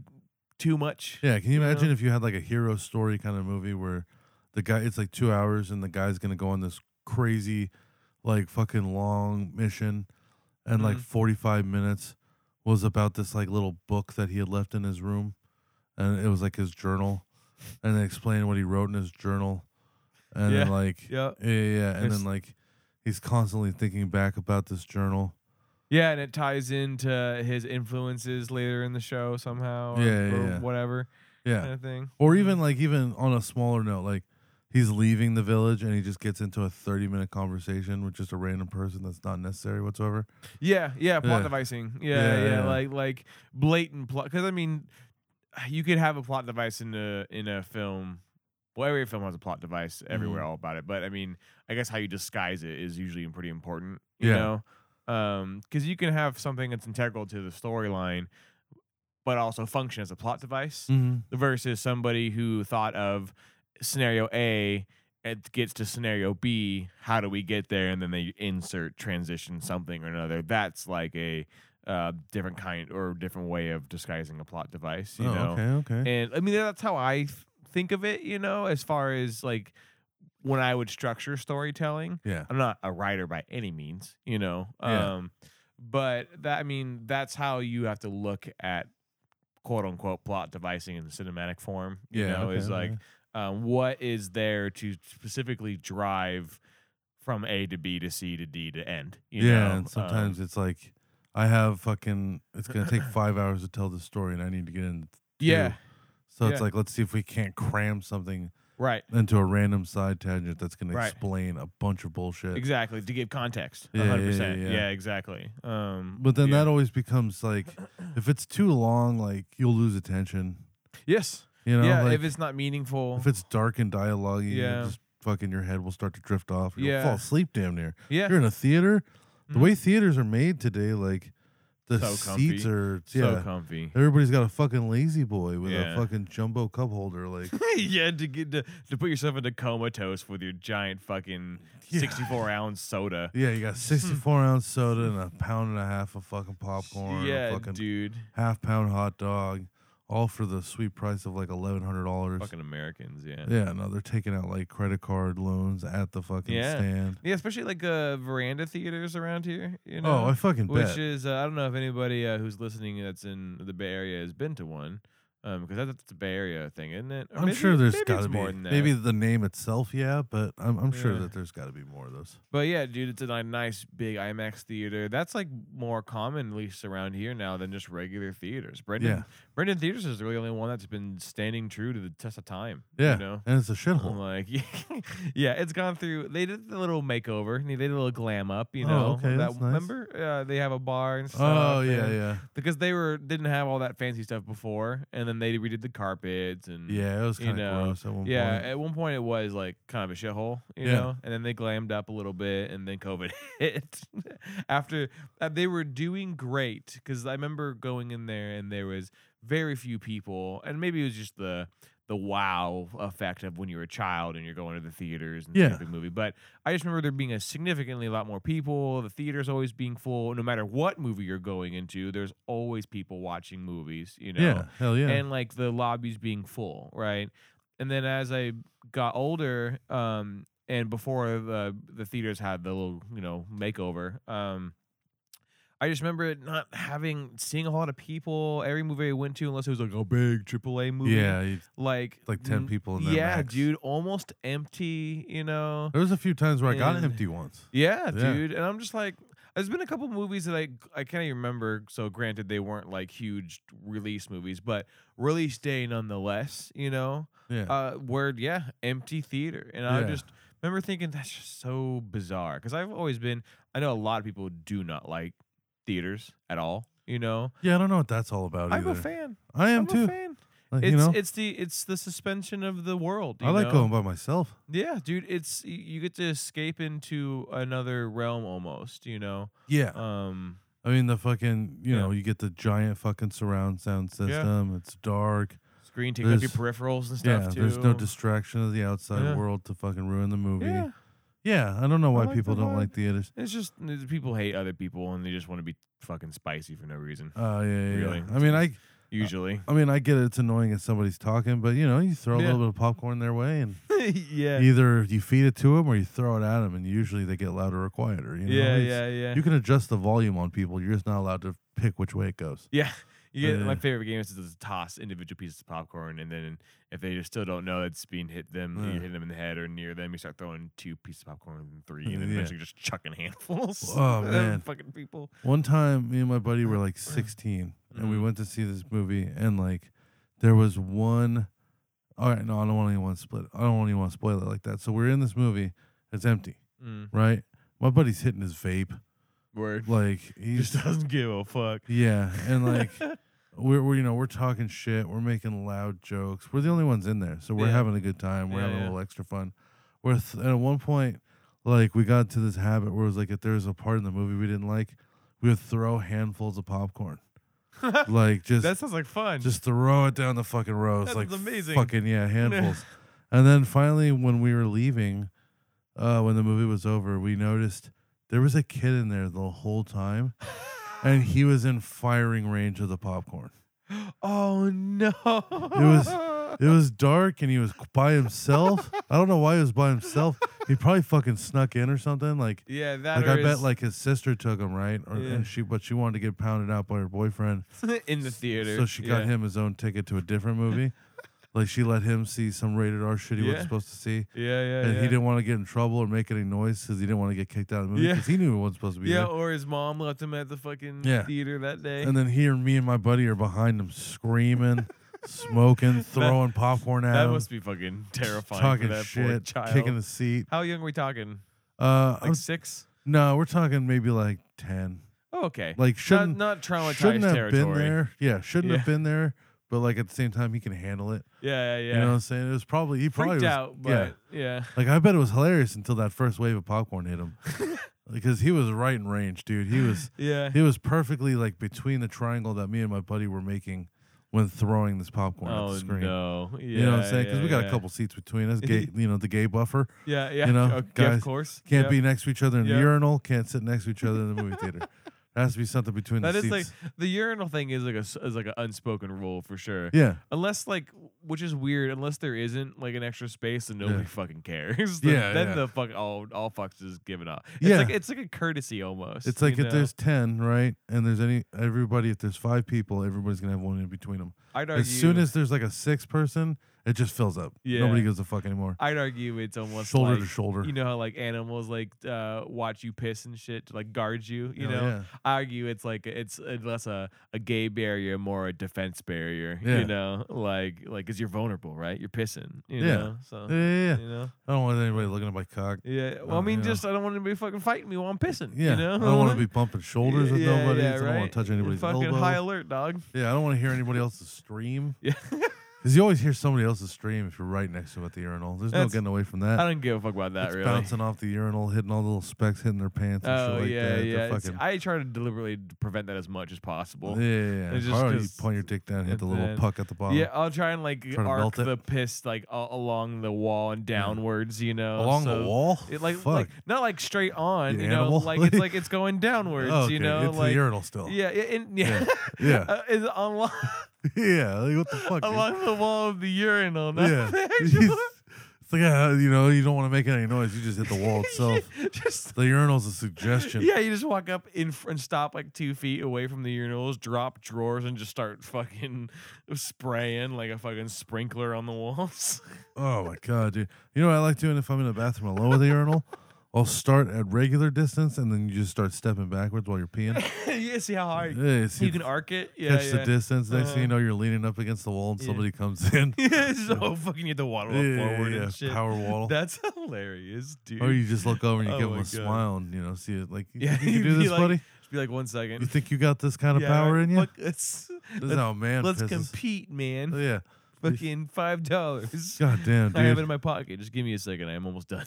Speaker 4: too much.
Speaker 1: yeah. Can you
Speaker 4: You know?
Speaker 1: imagine if you had like a hero story kind of movie where the guy, it's like two hours and the guy's going to go on this crazy, like fucking long mission and like
Speaker 4: Mhm.
Speaker 1: 45 minutes was about this like little book that he had left in his room and it was like his journal and they explained what he wrote in his journal and then
Speaker 4: Yeah.
Speaker 1: like
Speaker 4: Yeah.
Speaker 1: Yeah, yeah, yeah. And
Speaker 4: It's-
Speaker 1: then like he's constantly thinking back about this journal.
Speaker 4: Yeah, and it ties into his influences later in the show somehow. Or,
Speaker 1: Yeah, yeah,
Speaker 4: or
Speaker 1: yeah.
Speaker 4: whatever kind
Speaker 1: Yeah.
Speaker 4: of thing.
Speaker 1: Or even like even on a smaller note, like he's leaving the village and he just gets into a thirty minute conversation with just a random person that's not necessary whatsoever.
Speaker 4: Yeah, yeah, plot
Speaker 1: Yeah.
Speaker 4: devicing.
Speaker 1: Yeah,
Speaker 4: Yeah, yeah,
Speaker 1: yeah.
Speaker 4: like like blatant plot. Because I mean, you could have a plot device in a in a film. Well, every film has a plot device
Speaker 1: Mm-hmm.
Speaker 4: everywhere, all about it. But I mean, I guess how you disguise it is usually pretty important. You
Speaker 1: Yeah.
Speaker 4: know, because you can have something that's integral to the storyline, but also function as a plot device.
Speaker 1: Mm-hmm.
Speaker 4: versus somebody who thought of scenario A it gets to scenario B, how do we get there? And then they insert transition something or another. That's like a uh, different kind or different way of disguising a plot device, you
Speaker 1: oh,
Speaker 4: know.
Speaker 1: okay, okay.
Speaker 4: And I mean that's how I th- think of it, you know, as far as like when I would structure storytelling.
Speaker 1: yeah.
Speaker 4: I'm not a writer by any means, you know.
Speaker 1: Yeah.
Speaker 4: Um but that I mean that's how you have to look at quote unquote plot devicing in cinematic form, you
Speaker 1: Yeah,
Speaker 4: know,
Speaker 1: okay,
Speaker 4: is like
Speaker 1: okay.
Speaker 4: um, what is there to specifically drive from A to B to C to D to end, you
Speaker 1: yeah,
Speaker 4: know? um,
Speaker 1: and sometimes it's like I have fucking it's gonna take five hours to tell the story and I need to get in.
Speaker 4: Yeah,
Speaker 1: two. So it's
Speaker 4: yeah.
Speaker 1: like let's see if we can't cram something
Speaker 4: right.
Speaker 1: into a random side tangent that's gonna
Speaker 4: Right.
Speaker 1: explain a bunch of bullshit.
Speaker 4: Exactly, to give context.
Speaker 1: Yeah, yeah,
Speaker 4: 100%.
Speaker 1: yeah.
Speaker 4: exactly. Um
Speaker 1: But then
Speaker 4: yeah.
Speaker 1: that always becomes like, if it's too long, like you'll lose attention.
Speaker 4: Yes.
Speaker 1: You know,
Speaker 4: yeah,
Speaker 1: like,
Speaker 4: if it's not meaningful.
Speaker 1: if it's dark and dialogue, yeah,
Speaker 4: Yeah.
Speaker 1: just fucking your head will start to drift off. You'll
Speaker 4: Yeah.
Speaker 1: fall asleep damn near.
Speaker 4: yeah.
Speaker 1: You're in a theater. The
Speaker 4: Mhm.
Speaker 1: way theaters are made today, like the
Speaker 4: So comfy.
Speaker 1: seats are
Speaker 4: so
Speaker 1: yeah.
Speaker 4: comfy.
Speaker 1: Everybody's got a fucking lazy boy with a
Speaker 4: Yeah.
Speaker 1: fucking jumbo cup holder. Like,
Speaker 4: <laughs> yeah, to get to, to put yourself into comatose with your giant fucking
Speaker 1: <laughs> Yeah.
Speaker 4: 64 ounce soda.
Speaker 1: <laughs> yeah, you got 64 ounce soda and a pound and a half of fucking popcorn. a
Speaker 4: yeah,
Speaker 1: fucking
Speaker 4: dude.
Speaker 1: half pound hot dog, all for the sweet price of like eleven hundred dollars.
Speaker 4: Fucking Americans, yeah.
Speaker 1: Yeah, no, they're taking out like credit card loans at the fucking
Speaker 4: Yeah.
Speaker 1: stand.
Speaker 4: Yeah, especially like uh, veranda theaters around here. You know,
Speaker 1: oh, I fucking
Speaker 4: which
Speaker 1: bet.
Speaker 4: is uh, I don't know if anybody uh, who's listening that's in the Bay Area has been to one, um, because that's a Bay Area thing, isn't it? Or
Speaker 1: I'm
Speaker 4: maybe-
Speaker 1: sure there's
Speaker 4: maybe
Speaker 1: got
Speaker 4: it's
Speaker 1: to be
Speaker 4: more than that.
Speaker 1: maybe the name itself, yeah, but I'm, I'm sure
Speaker 4: Yeah.
Speaker 1: that there's got to be more of those.
Speaker 4: But yeah, dude, it's a ni- nice big IMAX theater. That's like more common, at least around here now, than just regular theaters. Brendan,
Speaker 1: Yeah.
Speaker 4: Brendan Theaters is really the only one that's been standing true to the test of time.
Speaker 1: Yeah, Oh.
Speaker 4: you know.
Speaker 1: and it's a
Speaker 4: I'm
Speaker 1: shithole.
Speaker 4: like, <laughs> yeah, it's gone through. They did the little makeover. They did a little glam up, you
Speaker 1: Oh,
Speaker 4: know.
Speaker 1: okay,
Speaker 4: that,
Speaker 1: that's nice.
Speaker 4: Remember, uh, they have a bar and stuff.
Speaker 1: Oh yeah,
Speaker 4: and-
Speaker 1: yeah,
Speaker 4: Because they were didn't have all that fancy stuff before, and then they redid the carpets and
Speaker 1: yeah. It was
Speaker 4: you
Speaker 1: kind of
Speaker 4: know,
Speaker 1: gross at one
Speaker 4: yeah,
Speaker 1: point.
Speaker 4: at one point it was like kind of a shithole, you
Speaker 1: Yeah.
Speaker 4: know, and then they glammed up a little bit, and then COVID <laughs> hit. After uh, they were doing great, because I remember going in there and there was very few people, and maybe it was just the the wow effect of when you were a child and you're going to the theaters and seeing
Speaker 1: Yeah.
Speaker 4: a big movie. But I just remember there being a significantly a lot more people. The theaters always being full, no matter what movie you're going into. There's always people watching movies, you know
Speaker 1: yeah, hell yeah.
Speaker 4: and like the lobbies being full, right? And then as I got older, um, and before the the theaters had the little you know makeover, um, I just remember it not having seeing a whole lot of people. Every movie I went to, unless it was like a big AAA movie,
Speaker 1: yeah, you-
Speaker 4: like
Speaker 1: Like 10
Speaker 4: n-
Speaker 1: people in there
Speaker 4: Yeah,
Speaker 1: max.
Speaker 4: dude, almost empty. You know,
Speaker 1: there was a few times where I got
Speaker 4: and-
Speaker 1: empty once.
Speaker 4: yeah,
Speaker 1: Yeah.
Speaker 4: dude. And I'm just like, there's been a couple movies that I I can't even remember. So granted, they weren't like huge release movies, but release day nonetheless. You know,
Speaker 1: Yeah,
Speaker 4: uh, where yeah, empty theater, and I
Speaker 1: Yeah.
Speaker 4: just remember thinking that's just so bizarre because I've always been. I know a lot of people do not like theaters at all. You know,
Speaker 1: yeah. I don't know what that's all about
Speaker 4: I'm
Speaker 1: either.
Speaker 4: a fan.
Speaker 1: I am
Speaker 4: I'm
Speaker 1: too.
Speaker 4: a fan.
Speaker 1: Like,
Speaker 4: It's
Speaker 1: you know,
Speaker 4: it's the it's the suspension of the world.
Speaker 1: I
Speaker 4: you
Speaker 1: like
Speaker 4: know?
Speaker 1: going by myself.
Speaker 4: Yeah, dude. It's y- you get to escape into another realm almost. You know.
Speaker 1: Yeah,
Speaker 4: Um.
Speaker 1: I mean the fucking you
Speaker 4: yeah.
Speaker 1: know you get the giant fucking surround sound system. It's dark.
Speaker 4: Screen takes up your
Speaker 1: There's-
Speaker 4: peripherals and stuff
Speaker 1: yeah,
Speaker 4: too.
Speaker 1: there's no distraction of the outside
Speaker 4: Yeah.
Speaker 1: world to fucking ruin the movie.
Speaker 4: Yeah,
Speaker 1: Yeah, I don't know why
Speaker 4: like the
Speaker 1: people don't
Speaker 4: vibe.
Speaker 1: like theaters.
Speaker 4: it's just it's- people hate other people and they just want to be fucking spicy for no reason.
Speaker 1: Oh yeah, yeah, yeah.
Speaker 4: Really?
Speaker 1: I mean, I,
Speaker 4: Usually,
Speaker 1: I mean, I get it. It's annoying if somebody's talking, but you know, you throw a
Speaker 4: Yeah.
Speaker 1: little bit of popcorn their way, and
Speaker 4: <laughs> yeah,
Speaker 1: either you feed it to them or you throw it at them, and usually they get louder or quieter. You know?
Speaker 4: yeah,
Speaker 1: It's-
Speaker 4: yeah, yeah.
Speaker 1: You can adjust the volume on people. You're just not allowed to pick which way it goes.
Speaker 4: yeah. You get,
Speaker 1: Uh,
Speaker 4: my favorite game is to toss individual pieces of popcorn, and then if they just still don't know it's being hit them,
Speaker 1: Yeah.
Speaker 4: you hit them in the head or near them. You start throwing two pieces of popcorn and three, and then
Speaker 1: Uh, Yeah.
Speaker 4: eventually just chucking <laughs> handfuls.
Speaker 1: Oh,
Speaker 4: at
Speaker 1: man.
Speaker 4: fucking people.
Speaker 1: One time, me and my buddy were like 16, and we
Speaker 4: Mhm.
Speaker 1: went to see this movie, and like, there was one. All right, no, I don't want anyone to split. I don't want anyone to spoil it like that. So we're in this movie. It's empty,
Speaker 4: Mm,
Speaker 1: right? My buddy's hitting his vape.
Speaker 4: word.
Speaker 1: Like he's
Speaker 4: Just <laughs> doesn't give a fuck.
Speaker 1: yeah, and
Speaker 4: <laughs>
Speaker 1: like we're, we're you know we're talking shit, we're making loud jokes. We're the only ones in there, so we're
Speaker 4: Yeah.
Speaker 1: having a good time. We're
Speaker 4: Yeah,
Speaker 1: having
Speaker 4: yeah.
Speaker 1: a little extra fun. We're th- and at one point, like we got to this habit where it was like if there was a part in the movie we didn't like, we would throw handfuls of
Speaker 4: <laughs>
Speaker 1: popcorn, like just
Speaker 4: That sounds like fun.
Speaker 1: just throw it down the fucking rows.
Speaker 4: That
Speaker 1: like
Speaker 4: is amazing.
Speaker 1: Fucking
Speaker 4: <laughs>
Speaker 1: yeah, handfuls. and then finally, when we were leaving, uh, when the movie was over, we noticed there was a kid in there the whole time, and he was in firing range of the popcorn.
Speaker 4: oh no. <laughs>
Speaker 1: It was dark, and he was by himself. I don't know why he was by himself. He probably fucking snuck in or something. Like,
Speaker 4: Yeah, that
Speaker 1: like
Speaker 4: or
Speaker 1: I bet
Speaker 4: is
Speaker 1: like his sister took him right, or
Speaker 4: Yeah.
Speaker 1: and she but she wanted to get pounded out by her boyfriend.
Speaker 4: <laughs> in the theater.
Speaker 1: So she got
Speaker 4: yeah.
Speaker 1: him his own ticket to a different
Speaker 4: <laughs>
Speaker 1: movie. like she let him see some rated R shit he
Speaker 4: Yeah.
Speaker 1: wasn't supposed to see.
Speaker 4: Yeah, yeah,
Speaker 1: And
Speaker 4: yeah.
Speaker 1: he didn't want to get in trouble or make any noise because he didn't want to get kicked out of the movie
Speaker 4: Yeah.
Speaker 1: because he knew he wasn't supposed to be
Speaker 4: Yeah, or his mom left him at the fucking
Speaker 1: Yeah.
Speaker 4: theater that day.
Speaker 1: there. And then here, me and my buddy are behind him
Speaker 4: <laughs>
Speaker 1: screaming, smoking, throwing popcorn at
Speaker 4: that
Speaker 1: him,
Speaker 4: must be fucking terrifying
Speaker 1: talking
Speaker 4: for that poor
Speaker 1: shit,
Speaker 4: child.
Speaker 1: kicking the seat.
Speaker 4: How young are we talking?
Speaker 1: Uh,
Speaker 4: Like
Speaker 1: I'm-
Speaker 4: six?
Speaker 1: no, we're talking maybe like ten.
Speaker 4: Oh, okay.
Speaker 1: Like
Speaker 4: not,
Speaker 1: shouldn't
Speaker 4: not traumatized
Speaker 1: shouldn't have
Speaker 4: territory.
Speaker 1: been there. Yeah, shouldn't
Speaker 4: Yeah.
Speaker 1: have been there. But like at the same time, he can handle it.
Speaker 4: Yeah, yeah, yeah.
Speaker 1: You know what I'm saying? It was probably he probably
Speaker 4: Freaked
Speaker 1: was,
Speaker 4: out,
Speaker 1: yeah.
Speaker 4: but yeah.
Speaker 1: Like I bet it was hilarious until that first wave of popcorn hit him, <laughs> because he was right in range, dude. He was
Speaker 4: Yeah.
Speaker 1: he was perfectly like between the triangle that me and my buddy were making when throwing this popcorn at
Speaker 4: Oh
Speaker 1: the screen.
Speaker 4: no! Yeah,
Speaker 1: You know what I'm saying?
Speaker 4: Because
Speaker 1: Because we got a couple seats between us.
Speaker 4: <laughs>
Speaker 1: Gay, you know the gay buffer
Speaker 4: Yeah, yeah.
Speaker 1: you know,
Speaker 4: okay,
Speaker 1: guys
Speaker 4: of course.
Speaker 1: can't
Speaker 4: yeah.
Speaker 1: be next to each other in the
Speaker 4: Yeah. <laughs>
Speaker 1: urinal. Can't sit next to each other in the movie theater. has to be something between
Speaker 4: That
Speaker 1: the
Speaker 4: is
Speaker 1: seats.
Speaker 4: like the urinal thing is like a s- is like an unspoken rule for sure.
Speaker 1: yeah,
Speaker 4: Unless like, which is weird. Unless there isn't like an extra space, then nobody
Speaker 1: Yeah.
Speaker 4: fucking cares. <laughs> Then-
Speaker 1: Yeah,
Speaker 4: Then
Speaker 1: yeah.
Speaker 4: the fuck all all fucks just give it up. It's
Speaker 1: Yeah.
Speaker 4: like it's like a courtesy almost.
Speaker 1: it's like
Speaker 4: you
Speaker 1: if
Speaker 4: know?
Speaker 1: there's ten, right, and there's any everybody, if there's five people, everybody's gonna have one in between them.
Speaker 4: I'd argue
Speaker 1: As soon as there's like a sixth person, it just fills up.
Speaker 4: Yeah.
Speaker 1: Nobody gives a fuck anymore.
Speaker 4: I'd argue it's almost
Speaker 1: shoulder
Speaker 4: like,
Speaker 1: to shoulder.
Speaker 4: You know how like animals like uh, watch you piss and shit to like guard you. You
Speaker 1: Oh,
Speaker 4: know,
Speaker 1: yeah.
Speaker 4: I argue it's like it's it's less a, a gay barrier, more a defense barrier.
Speaker 1: Yeah.
Speaker 4: You know, like like because you're vulnerable, right? You're pissing. You
Speaker 1: Yeah.
Speaker 4: know, so
Speaker 1: Yeah, yeah, yeah.
Speaker 4: you know,
Speaker 1: I don't want anybody looking at my cock.
Speaker 4: yeah. Well,
Speaker 1: Oh,
Speaker 4: I mean,
Speaker 1: yeah.
Speaker 4: just I don't want anybody fucking fighting me while I'm pissing.
Speaker 1: Yeah,
Speaker 4: you know,
Speaker 1: I don't want to be
Speaker 4: <laughs>
Speaker 1: bumping shoulders with
Speaker 4: Yeah,
Speaker 1: nobody.
Speaker 4: yeah,
Speaker 1: I don't want
Speaker 4: right?
Speaker 1: to touch anybody's
Speaker 4: fucking
Speaker 1: elbow.
Speaker 4: high alert, dog.
Speaker 1: yeah, I don't want to hear anybody else's stream
Speaker 4: <laughs> Yeah,
Speaker 1: because you always hear somebody else's stream if you're right next to them at the urinal. There's no
Speaker 4: That's-
Speaker 1: getting away from
Speaker 4: I
Speaker 1: that.
Speaker 4: don't give a fuck about that.
Speaker 1: It's
Speaker 4: really,
Speaker 1: bouncing off the urinal, hitting all the little specks, hitting their pants and
Speaker 4: Oh
Speaker 1: shit like
Speaker 4: yeah,
Speaker 1: that.
Speaker 4: yeah.
Speaker 1: They're
Speaker 4: It's-
Speaker 1: Fucking,
Speaker 4: I try to deliberately prevent that as much as possible.
Speaker 1: yeah, yeah, yeah.
Speaker 4: it's just
Speaker 1: Why don't you
Speaker 4: 'cause-
Speaker 1: point your dick down, hit
Speaker 4: and
Speaker 1: the little
Speaker 4: then-
Speaker 1: puck at the bottom?
Speaker 4: Yeah, I'll try and like
Speaker 1: to
Speaker 4: arc
Speaker 1: melt it.
Speaker 4: the piss like a- along the wall and downwards, you know.
Speaker 1: along
Speaker 4: so
Speaker 1: the wall.
Speaker 4: It, like,
Speaker 1: fuck.
Speaker 4: like not like straight on,
Speaker 1: You
Speaker 4: you, know,
Speaker 1: animal. <laughs>
Speaker 4: like it's like it's going downwards,
Speaker 1: oh, okay.
Speaker 4: you know,
Speaker 1: it's
Speaker 4: like
Speaker 1: the urinal still.
Speaker 4: yeah, yeah, <laughs> and, yeah,
Speaker 1: <laughs> yeah, <laughs>
Speaker 4: uh, it's along,
Speaker 1: yeah. Like,
Speaker 4: <laughs>
Speaker 1: what the fuck? dude?
Speaker 4: along the wall of the urinal. Not
Speaker 1: yeah. <laughs>
Speaker 4: the
Speaker 1: It's
Speaker 4: actual-
Speaker 1: like uh, you know, you don't want to make any noise. You just hit the
Speaker 4: <laughs>
Speaker 1: wall itself.
Speaker 4: <laughs> just
Speaker 1: The urinal's a suggestion.
Speaker 4: <laughs> yeah, you just walk up in fr- and stop like two feet away from the urinals, drop drawers, and just start fucking <laughs> spraying like a fucking sprinkler on the walls. <laughs>
Speaker 1: Oh my god, dude. You know what I like doing if I'm in a bathroom alone with a urinal? I'll start at regular distance and then you just start stepping backwards while you're
Speaker 4: <laughs>
Speaker 1: peeing.
Speaker 4: yeah, see how hard
Speaker 1: Yeah, see,
Speaker 4: you can arc it. Yeah,
Speaker 1: catch
Speaker 4: yeah.
Speaker 1: the distance. Next thing you
Speaker 4: Uh-huh.
Speaker 1: know, you're leaning up against the wall and
Speaker 4: Yeah.
Speaker 1: somebody comes in.
Speaker 4: <laughs>
Speaker 1: <laughs>
Speaker 4: Yeah, so fucking you have to waddle up forward
Speaker 1: yeah,
Speaker 4: and shit.
Speaker 1: power wall.
Speaker 4: <laughs> That's hilarious, dude.
Speaker 1: or you just look over and you
Speaker 4: Oh
Speaker 1: give them
Speaker 4: my
Speaker 1: a
Speaker 4: God.
Speaker 1: smile and you know, see it like you
Speaker 4: <laughs> yeah,
Speaker 1: think
Speaker 4: <laughs>
Speaker 1: you
Speaker 4: you'd
Speaker 1: can do
Speaker 4: be
Speaker 1: this,
Speaker 4: like,
Speaker 1: buddy?
Speaker 4: Just be like one
Speaker 1: You
Speaker 4: second.
Speaker 1: think you got this kind of
Speaker 4: Yeah,
Speaker 1: power in you?
Speaker 4: Look, let's <laughs>
Speaker 1: this is how a man
Speaker 4: let's
Speaker 1: pisses.
Speaker 4: compete, man.
Speaker 1: Oh,
Speaker 4: <laughs>
Speaker 1: yeah.
Speaker 4: Fucking five dollars.
Speaker 1: <laughs> God damn,
Speaker 4: I have it
Speaker 1: dude.
Speaker 4: in my pocket. Just give me a second. I am almost done.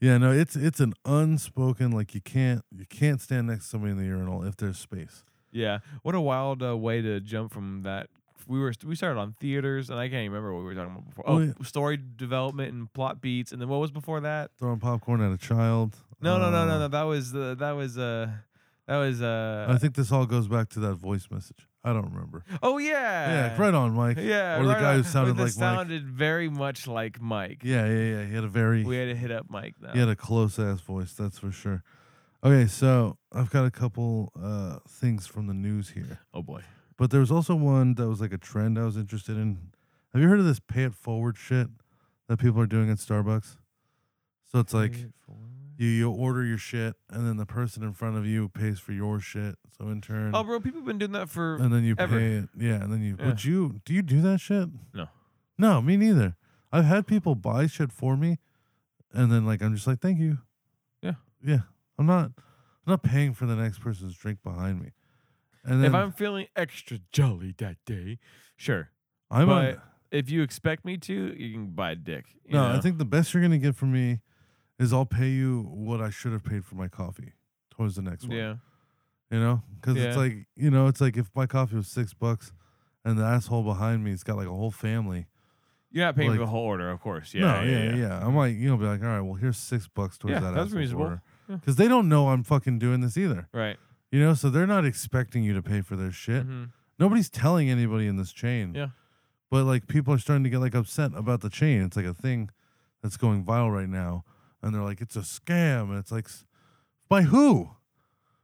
Speaker 1: Yeah, no, it's it's an unspoken like you can't you can't stand next to somebody in the urinal if there's space.
Speaker 4: Yeah. What a wild uh, way to jump from that. We were we started on theaters, and I can't even remember what we were talking about before. Oh,
Speaker 1: Oh, yeah.
Speaker 4: story development and plot beats, and then what was before that?
Speaker 1: Throwing popcorn at a child.
Speaker 4: No, no, no,
Speaker 1: Uh,
Speaker 4: no, no. That was uh, that was uh that was uh.
Speaker 1: I think this all goes back to that voice message. I don't
Speaker 4: <laughs>
Speaker 1: remember.
Speaker 4: oh yeah.
Speaker 1: Uh, yeah, right on, Mike.
Speaker 4: Yeah,
Speaker 1: or the
Speaker 4: right
Speaker 1: guy
Speaker 4: on. <laughs>
Speaker 1: who
Speaker 4: But
Speaker 1: sounded
Speaker 4: that
Speaker 1: like Mike.
Speaker 4: sounded very much like Mike.
Speaker 1: Yeah, yeah, yeah. He had a very
Speaker 4: we had to hit up Mike though.
Speaker 1: he had a close ass voice, that's for sure. Okay, so I've got a couple uh, things from the news here,
Speaker 4: Oh boy.
Speaker 1: but there was also one that was like a trend I was interested in. Have you heard of this pay it forward shit that people are doing at Starbucks? So it's like you you order your shit, and then the person in front of you pays for your shit. So in turn,
Speaker 4: Oh, bro, people have been doing that for.
Speaker 1: and then you
Speaker 4: Ever.
Speaker 1: pay it. Yeah, and then you
Speaker 4: Yeah.
Speaker 1: would you do you do that shit?
Speaker 4: No.
Speaker 1: No, me neither. I've had people buy shit for me, and then like I'm just like, thank you.
Speaker 4: Yeah.
Speaker 1: Yeah. I'm not I'm not paying for the next person's drink behind me. And then
Speaker 4: if I'm feeling extra jolly that day, sure.
Speaker 1: I'm on-
Speaker 4: but if you expect me to, you can buy a dick. you
Speaker 1: no, I
Speaker 4: know?
Speaker 1: think the best you're gonna get from me is I'll pay you what I should have paid for my coffee towards the next one.
Speaker 4: Yeah.
Speaker 1: You know, because it's
Speaker 4: Yeah.
Speaker 1: like you know, it's like if my coffee was six bucks, and the asshole behind me's got like a whole family.
Speaker 4: You're not paying for
Speaker 1: Like-
Speaker 4: the whole order, of course. Yeah.
Speaker 1: no, yeah, yeah, I might, you know, be like, all right, well, here's six bucks towards
Speaker 4: Yeah,
Speaker 1: that.
Speaker 4: that's
Speaker 1: asshole
Speaker 4: reasonable.
Speaker 1: order.
Speaker 4: Yeah.
Speaker 1: Because they don't know I'm fucking doing this either.
Speaker 4: Right.
Speaker 1: You know, so they're not expecting you to pay for their shit.
Speaker 4: Mhm.
Speaker 1: Nobody's telling anybody in this chain.
Speaker 4: Yeah.
Speaker 1: But like people are starting to get like upset about the chain. It's like a thing that's going viral right now. And they're like, it's a scam. And it's like, s- by who?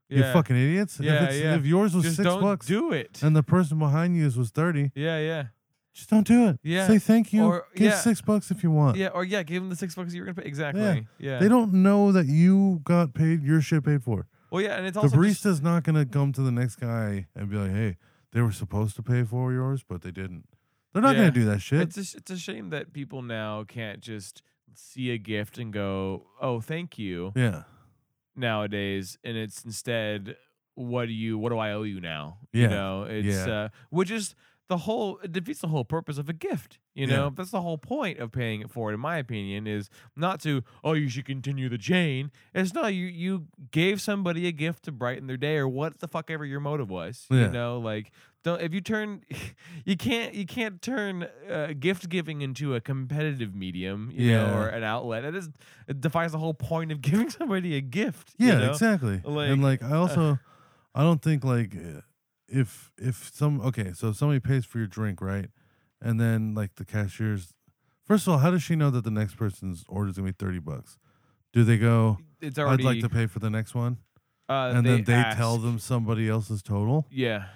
Speaker 4: Yeah.
Speaker 1: You fucking idiots.
Speaker 4: Yeah,
Speaker 1: if, it's,
Speaker 4: yeah.
Speaker 1: if yours was
Speaker 4: Just
Speaker 1: 6
Speaker 4: don't
Speaker 1: bucks
Speaker 4: do it.
Speaker 1: and the person behind you was 30,
Speaker 4: yeah, yeah,
Speaker 1: just don't do it.
Speaker 4: Yeah.
Speaker 1: Say thank you.
Speaker 4: Or-
Speaker 1: Give
Speaker 4: yeah.
Speaker 1: six bucks if you want.
Speaker 4: yeah. Or yeah, give them the six bucks you were gonna pay. Exactly. Yeah.
Speaker 1: They don't know that you got paid your shit paid for.
Speaker 4: Well, yeah, and it's
Speaker 1: The
Speaker 4: also just-
Speaker 1: barista's not gonna come to the next guy and be like, "Hey, they were supposed to pay for yours, but they didn't." They're not
Speaker 4: Yeah.
Speaker 1: gonna do that shit.
Speaker 4: It's a, sh- it's a shame that people now can't just see a gift and go, "Oh, thank you."
Speaker 1: yeah,
Speaker 4: Nowadays, and it's instead, "What do you? What do I owe you now?"
Speaker 1: Yeah.
Speaker 4: You know, it's
Speaker 1: Yeah.
Speaker 4: uh, which is the whole it defeats the whole purpose of a gift. You
Speaker 1: Yeah.
Speaker 4: know, that's the whole point of paying it forward, in my opinion, is not to oh you should continue the chain. It's not you you gave somebody a gift to brighten their day or what the fuck ever your motive was.
Speaker 1: Yeah.
Speaker 4: You know, like don't if you turn <laughs> you can't you can't turn uh, gift giving into a competitive medium you know,
Speaker 1: Yeah.
Speaker 4: or an outlet that is <laughs> it defies the whole point of giving somebody a gift you
Speaker 1: yeah,
Speaker 4: know?
Speaker 1: exactly.
Speaker 4: Like, uh,
Speaker 1: and like, I also, I don't think like uh, if if some okay, so somebody pays for your drink, right? And then like the cashier's first of all, how does she know that the next person's order's gonna be thirty bucks? Do they go?
Speaker 4: It's already.
Speaker 1: I'd like to pay for the next one,
Speaker 4: uh,
Speaker 1: and then they tell
Speaker 4: ask.
Speaker 1: them somebody else's total.
Speaker 4: Yeah.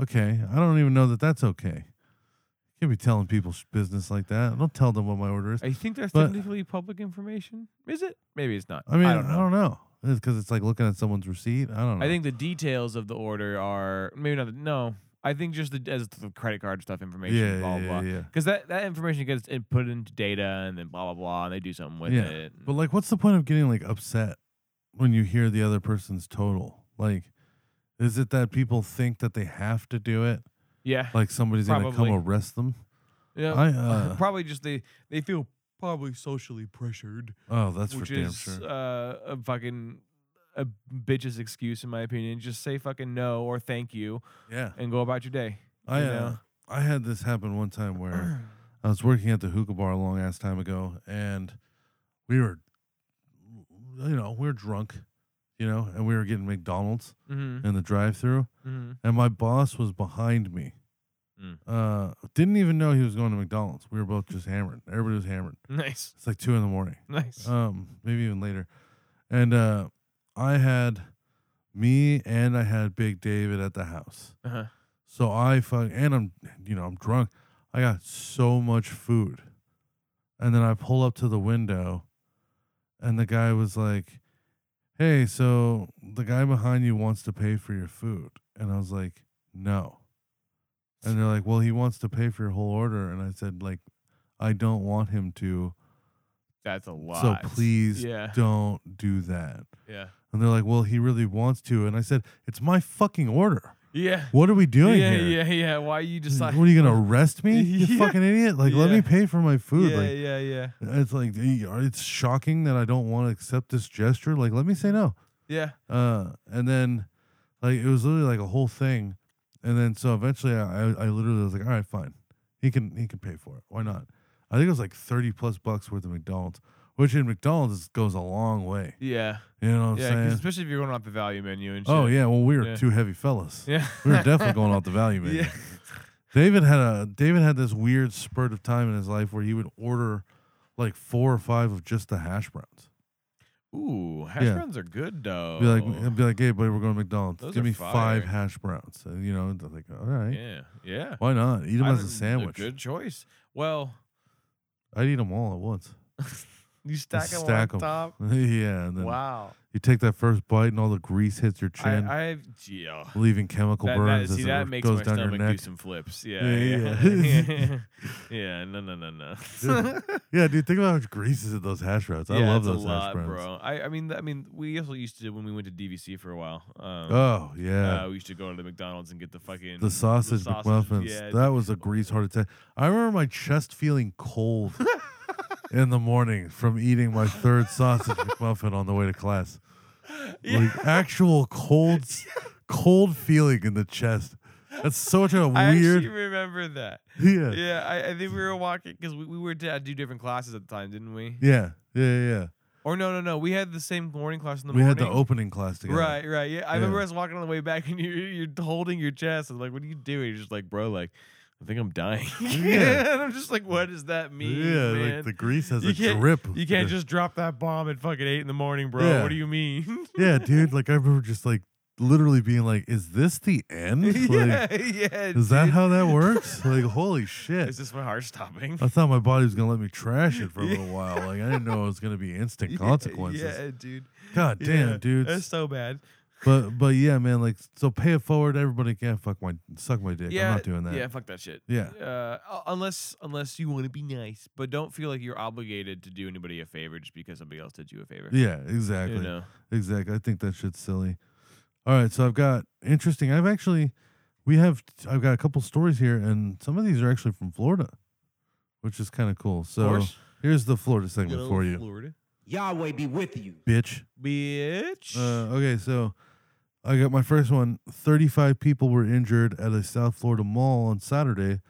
Speaker 1: Okay, I don't even know that that's okay. You can't be telling people sh- business like that. Don't tell them what my order is.
Speaker 4: I think that's
Speaker 1: But-
Speaker 4: technically public information. Is it? Maybe it's not.
Speaker 1: I mean,
Speaker 4: I don't know.
Speaker 1: because it's like looking at someone's receipt. I don't know.
Speaker 4: I think the details of the order are maybe not. The, no, I think just the as the credit card stuff information.
Speaker 1: Yeah,
Speaker 4: blah
Speaker 1: yeah,
Speaker 4: blah.
Speaker 1: yeah.
Speaker 4: Because that that information gets input into data and then blah blah blah, and they do something with
Speaker 1: Yeah,
Speaker 4: it.
Speaker 1: But like, what's the point of getting like upset when you hear the other person's total? Like, is it that people think that they have to do it?
Speaker 4: yeah,
Speaker 1: Like somebody's gonna
Speaker 4: Probably.
Speaker 1: come arrest them?
Speaker 4: yeah. <laughs>
Speaker 1: I, uh,
Speaker 4: probably just they they feel probably socially pressured,
Speaker 1: Oh, that's
Speaker 4: which
Speaker 1: for damn
Speaker 4: is
Speaker 1: sure.
Speaker 4: uh, a fucking a bitch's excuse in my opinion. Just say fucking no or thank you
Speaker 1: yeah,
Speaker 4: and go about your day. <clears throat> Mm-hmm,
Speaker 1: I
Speaker 4: you
Speaker 1: uh,
Speaker 4: know.
Speaker 1: I had this happen one time where I was working at the hookah bar a long ass time ago, and we were, you know, we were drunk, you know, and we were getting McDonald's
Speaker 4: hmm
Speaker 1: in the drive-through,
Speaker 4: hmm
Speaker 1: and my boss was behind me.
Speaker 4: Mm.
Speaker 1: Uh, didn't even know he was going to McDonald's. We were both just hammered. Everybody was hammered.
Speaker 4: <laughs> Nice,
Speaker 1: It's like two in the morning.
Speaker 4: nice.
Speaker 1: Um, maybe even later. And uh, I had me and I had Big David at the house.
Speaker 4: Uh-huh.
Speaker 1: So I fuck and I'm you know I'm drunk. I got so much food, and then I pull up to the window, and the guy was like, "Hey, so the guy behind you wants to pay for your food," and I was like, "No," and they're like, "Well, he wants to pay for your whole order," and I said like. I don't want him to.
Speaker 4: That's a lot.
Speaker 1: So please
Speaker 4: yeah,
Speaker 1: don't do that.
Speaker 4: yeah,
Speaker 1: And they're like, well, he really wants to. And I said, it's my fucking order.
Speaker 4: yeah.
Speaker 1: What are we doing
Speaker 4: yeah,
Speaker 1: here?
Speaker 4: yeah, yeah. Why you decide?
Speaker 1: What are you
Speaker 4: <laughs>
Speaker 1: gonna arrest me? You
Speaker 4: Yeah.
Speaker 1: fucking idiot! Like, let
Speaker 4: Yeah.
Speaker 1: me pay for my food.
Speaker 4: Yeah,
Speaker 1: like,
Speaker 4: yeah, yeah,
Speaker 1: it's like it's shocking that I don't want to accept this gesture. Like, let me say no.
Speaker 4: yeah.
Speaker 1: Uh, and then, like, it was literally like a whole thing. And then, so eventually, I, I, I literally was like, all right, fine. He can he can pay for it. Why not? I think it was like thirty plus bucks worth of McDonald's, which in McDonald's goes a long way.
Speaker 4: Yeah,
Speaker 1: You know what I'm
Speaker 4: yeah, 'cause
Speaker 1: saying?
Speaker 4: especially if you're going off the value menu and shit.
Speaker 1: Oh yeah, well we were
Speaker 4: Yeah.
Speaker 1: two heavy fellas.
Speaker 4: yeah.
Speaker 1: We were definitely going off the value menu.
Speaker 4: <laughs> Yeah.
Speaker 1: David had a David had this weird spurt of time in his life where he would order like four or five of just the hash browns.
Speaker 4: <laughs> Ooh, hash
Speaker 1: Yeah.
Speaker 4: browns are good though.
Speaker 1: Be like, I'd be like, hey buddy, we're going to McDonald's.
Speaker 4: Oh. Those
Speaker 1: Give
Speaker 4: are
Speaker 1: me five
Speaker 4: fire."
Speaker 1: hash browns. And, you know, they're like, all right,
Speaker 4: yeah, yeah.
Speaker 1: why not? Eat them
Speaker 4: I
Speaker 1: as a
Speaker 4: think they're
Speaker 1: sandwich.
Speaker 4: Good choice. Well,
Speaker 1: I'd eat them all at once. <laughs>
Speaker 4: you stack
Speaker 1: Just
Speaker 4: them
Speaker 1: Stack
Speaker 4: on
Speaker 1: 'em.
Speaker 4: top.
Speaker 1: yeah, and then
Speaker 4: Wow.
Speaker 1: you take that first bite and all the grease hits your
Speaker 4: I,
Speaker 1: chin,
Speaker 4: I yeah.
Speaker 1: leaving chemical
Speaker 4: That, that,
Speaker 1: burns
Speaker 4: see,
Speaker 1: as
Speaker 4: that
Speaker 1: it
Speaker 4: makes
Speaker 1: goes
Speaker 4: my
Speaker 1: down your
Speaker 4: stomach do
Speaker 1: neck.
Speaker 4: some flips. Yeah,
Speaker 1: Yeah,
Speaker 4: yeah,
Speaker 1: yeah. <laughs>
Speaker 4: yeah. <laughs> no, no, no, no. <laughs>
Speaker 1: Dude, yeah, dude, think about how much grease is in those hash browns. I
Speaker 4: Yeah,
Speaker 1: love
Speaker 4: it's a
Speaker 1: those hash
Speaker 4: lot,
Speaker 1: browns.
Speaker 4: bro. I, I mean, th- I mean, we also used to when we went to DVC for a while. Um,
Speaker 1: Oh yeah,
Speaker 4: uh, we used to go to the McDonald's and get the fucking
Speaker 1: the sausage McMuffins.
Speaker 4: Yeah,
Speaker 1: that was a grease heart attack. I remember my chest feeling
Speaker 4: <laughs>
Speaker 1: cold in the morning from eating my third
Speaker 4: <laughs>
Speaker 1: sausage McMuffin on the way to class. Like actual cold,
Speaker 4: <laughs>
Speaker 1: s- cold feeling in the chest. That's such a
Speaker 4: I
Speaker 1: weird.
Speaker 4: actually
Speaker 1: <laughs>
Speaker 4: remember that.
Speaker 1: yeah, yeah,
Speaker 4: Yeah, I, I think we were walking because we, we were to do different classes at the time, didn't we?
Speaker 1: yeah, yeah. yeah.
Speaker 4: Or no, no, no. We had the same morning class in the
Speaker 1: We had
Speaker 4: morning.
Speaker 1: the opening class together.
Speaker 4: Right, right. Yeah, I remember
Speaker 1: Yeah.
Speaker 4: us walking on the way back, and <laughs> you're you're holding your chest, and like, what are you doing? You're just like, bro, like, I think I'm dying. <laughs>
Speaker 1: Yeah.
Speaker 4: and I'm just like, what does that mean?
Speaker 1: yeah,
Speaker 4: man?
Speaker 1: like the grease has
Speaker 4: you
Speaker 1: a
Speaker 4: can't,
Speaker 1: drip.
Speaker 4: You
Speaker 1: <laughs>
Speaker 4: can't
Speaker 1: Yeah.
Speaker 4: just drop that bomb at fucking eight in the morning, bro.
Speaker 1: Yeah.
Speaker 4: What do you mean? <laughs>
Speaker 1: Yeah, dude. Like I remember just like literally being like, "Is this
Speaker 4: <laughs>
Speaker 1: the end? Like,
Speaker 4: yeah, yeah.
Speaker 1: <laughs> is that
Speaker 4: dude.
Speaker 1: how that
Speaker 4: <laughs>
Speaker 1: works? like, holy shit!"
Speaker 4: Is this my heart stopping?
Speaker 1: I thought my body was gonna let me trash it for a
Speaker 4: Yeah.
Speaker 1: little while. Like I didn't know it was gonna be instant
Speaker 4: <laughs> Yeah,
Speaker 1: consequences.
Speaker 4: Yeah, dude.
Speaker 1: God damn,
Speaker 4: Yeah,
Speaker 1: dude.
Speaker 4: That's so bad.
Speaker 1: But but yeah, man. Like so, pay it forward. Everybody can fuck my suck my dick.
Speaker 4: yeah,
Speaker 1: I'm not doing that.
Speaker 4: Yeah, fuck that shit.
Speaker 1: Yeah.
Speaker 4: Uh, u- unless unless you want to be nice, but don't feel like you're obligated to do anybody a favor just because somebody else did you a favor.
Speaker 1: Yeah, exactly.
Speaker 4: You know.
Speaker 1: Exactly. I think that shit's silly. All right, so I've got interesting. I've actually we have I've got a couple stories here and some of these are actually from Florida, which is kind of cool. So
Speaker 4: course.
Speaker 1: here's the Florida segment for you,
Speaker 4: Florida.
Speaker 6: Yahweh be with you.
Speaker 1: bitch.
Speaker 4: Bitch.
Speaker 1: Uh, okay, so I got my first one. 35 people were injured at a South Florida mall on Saturday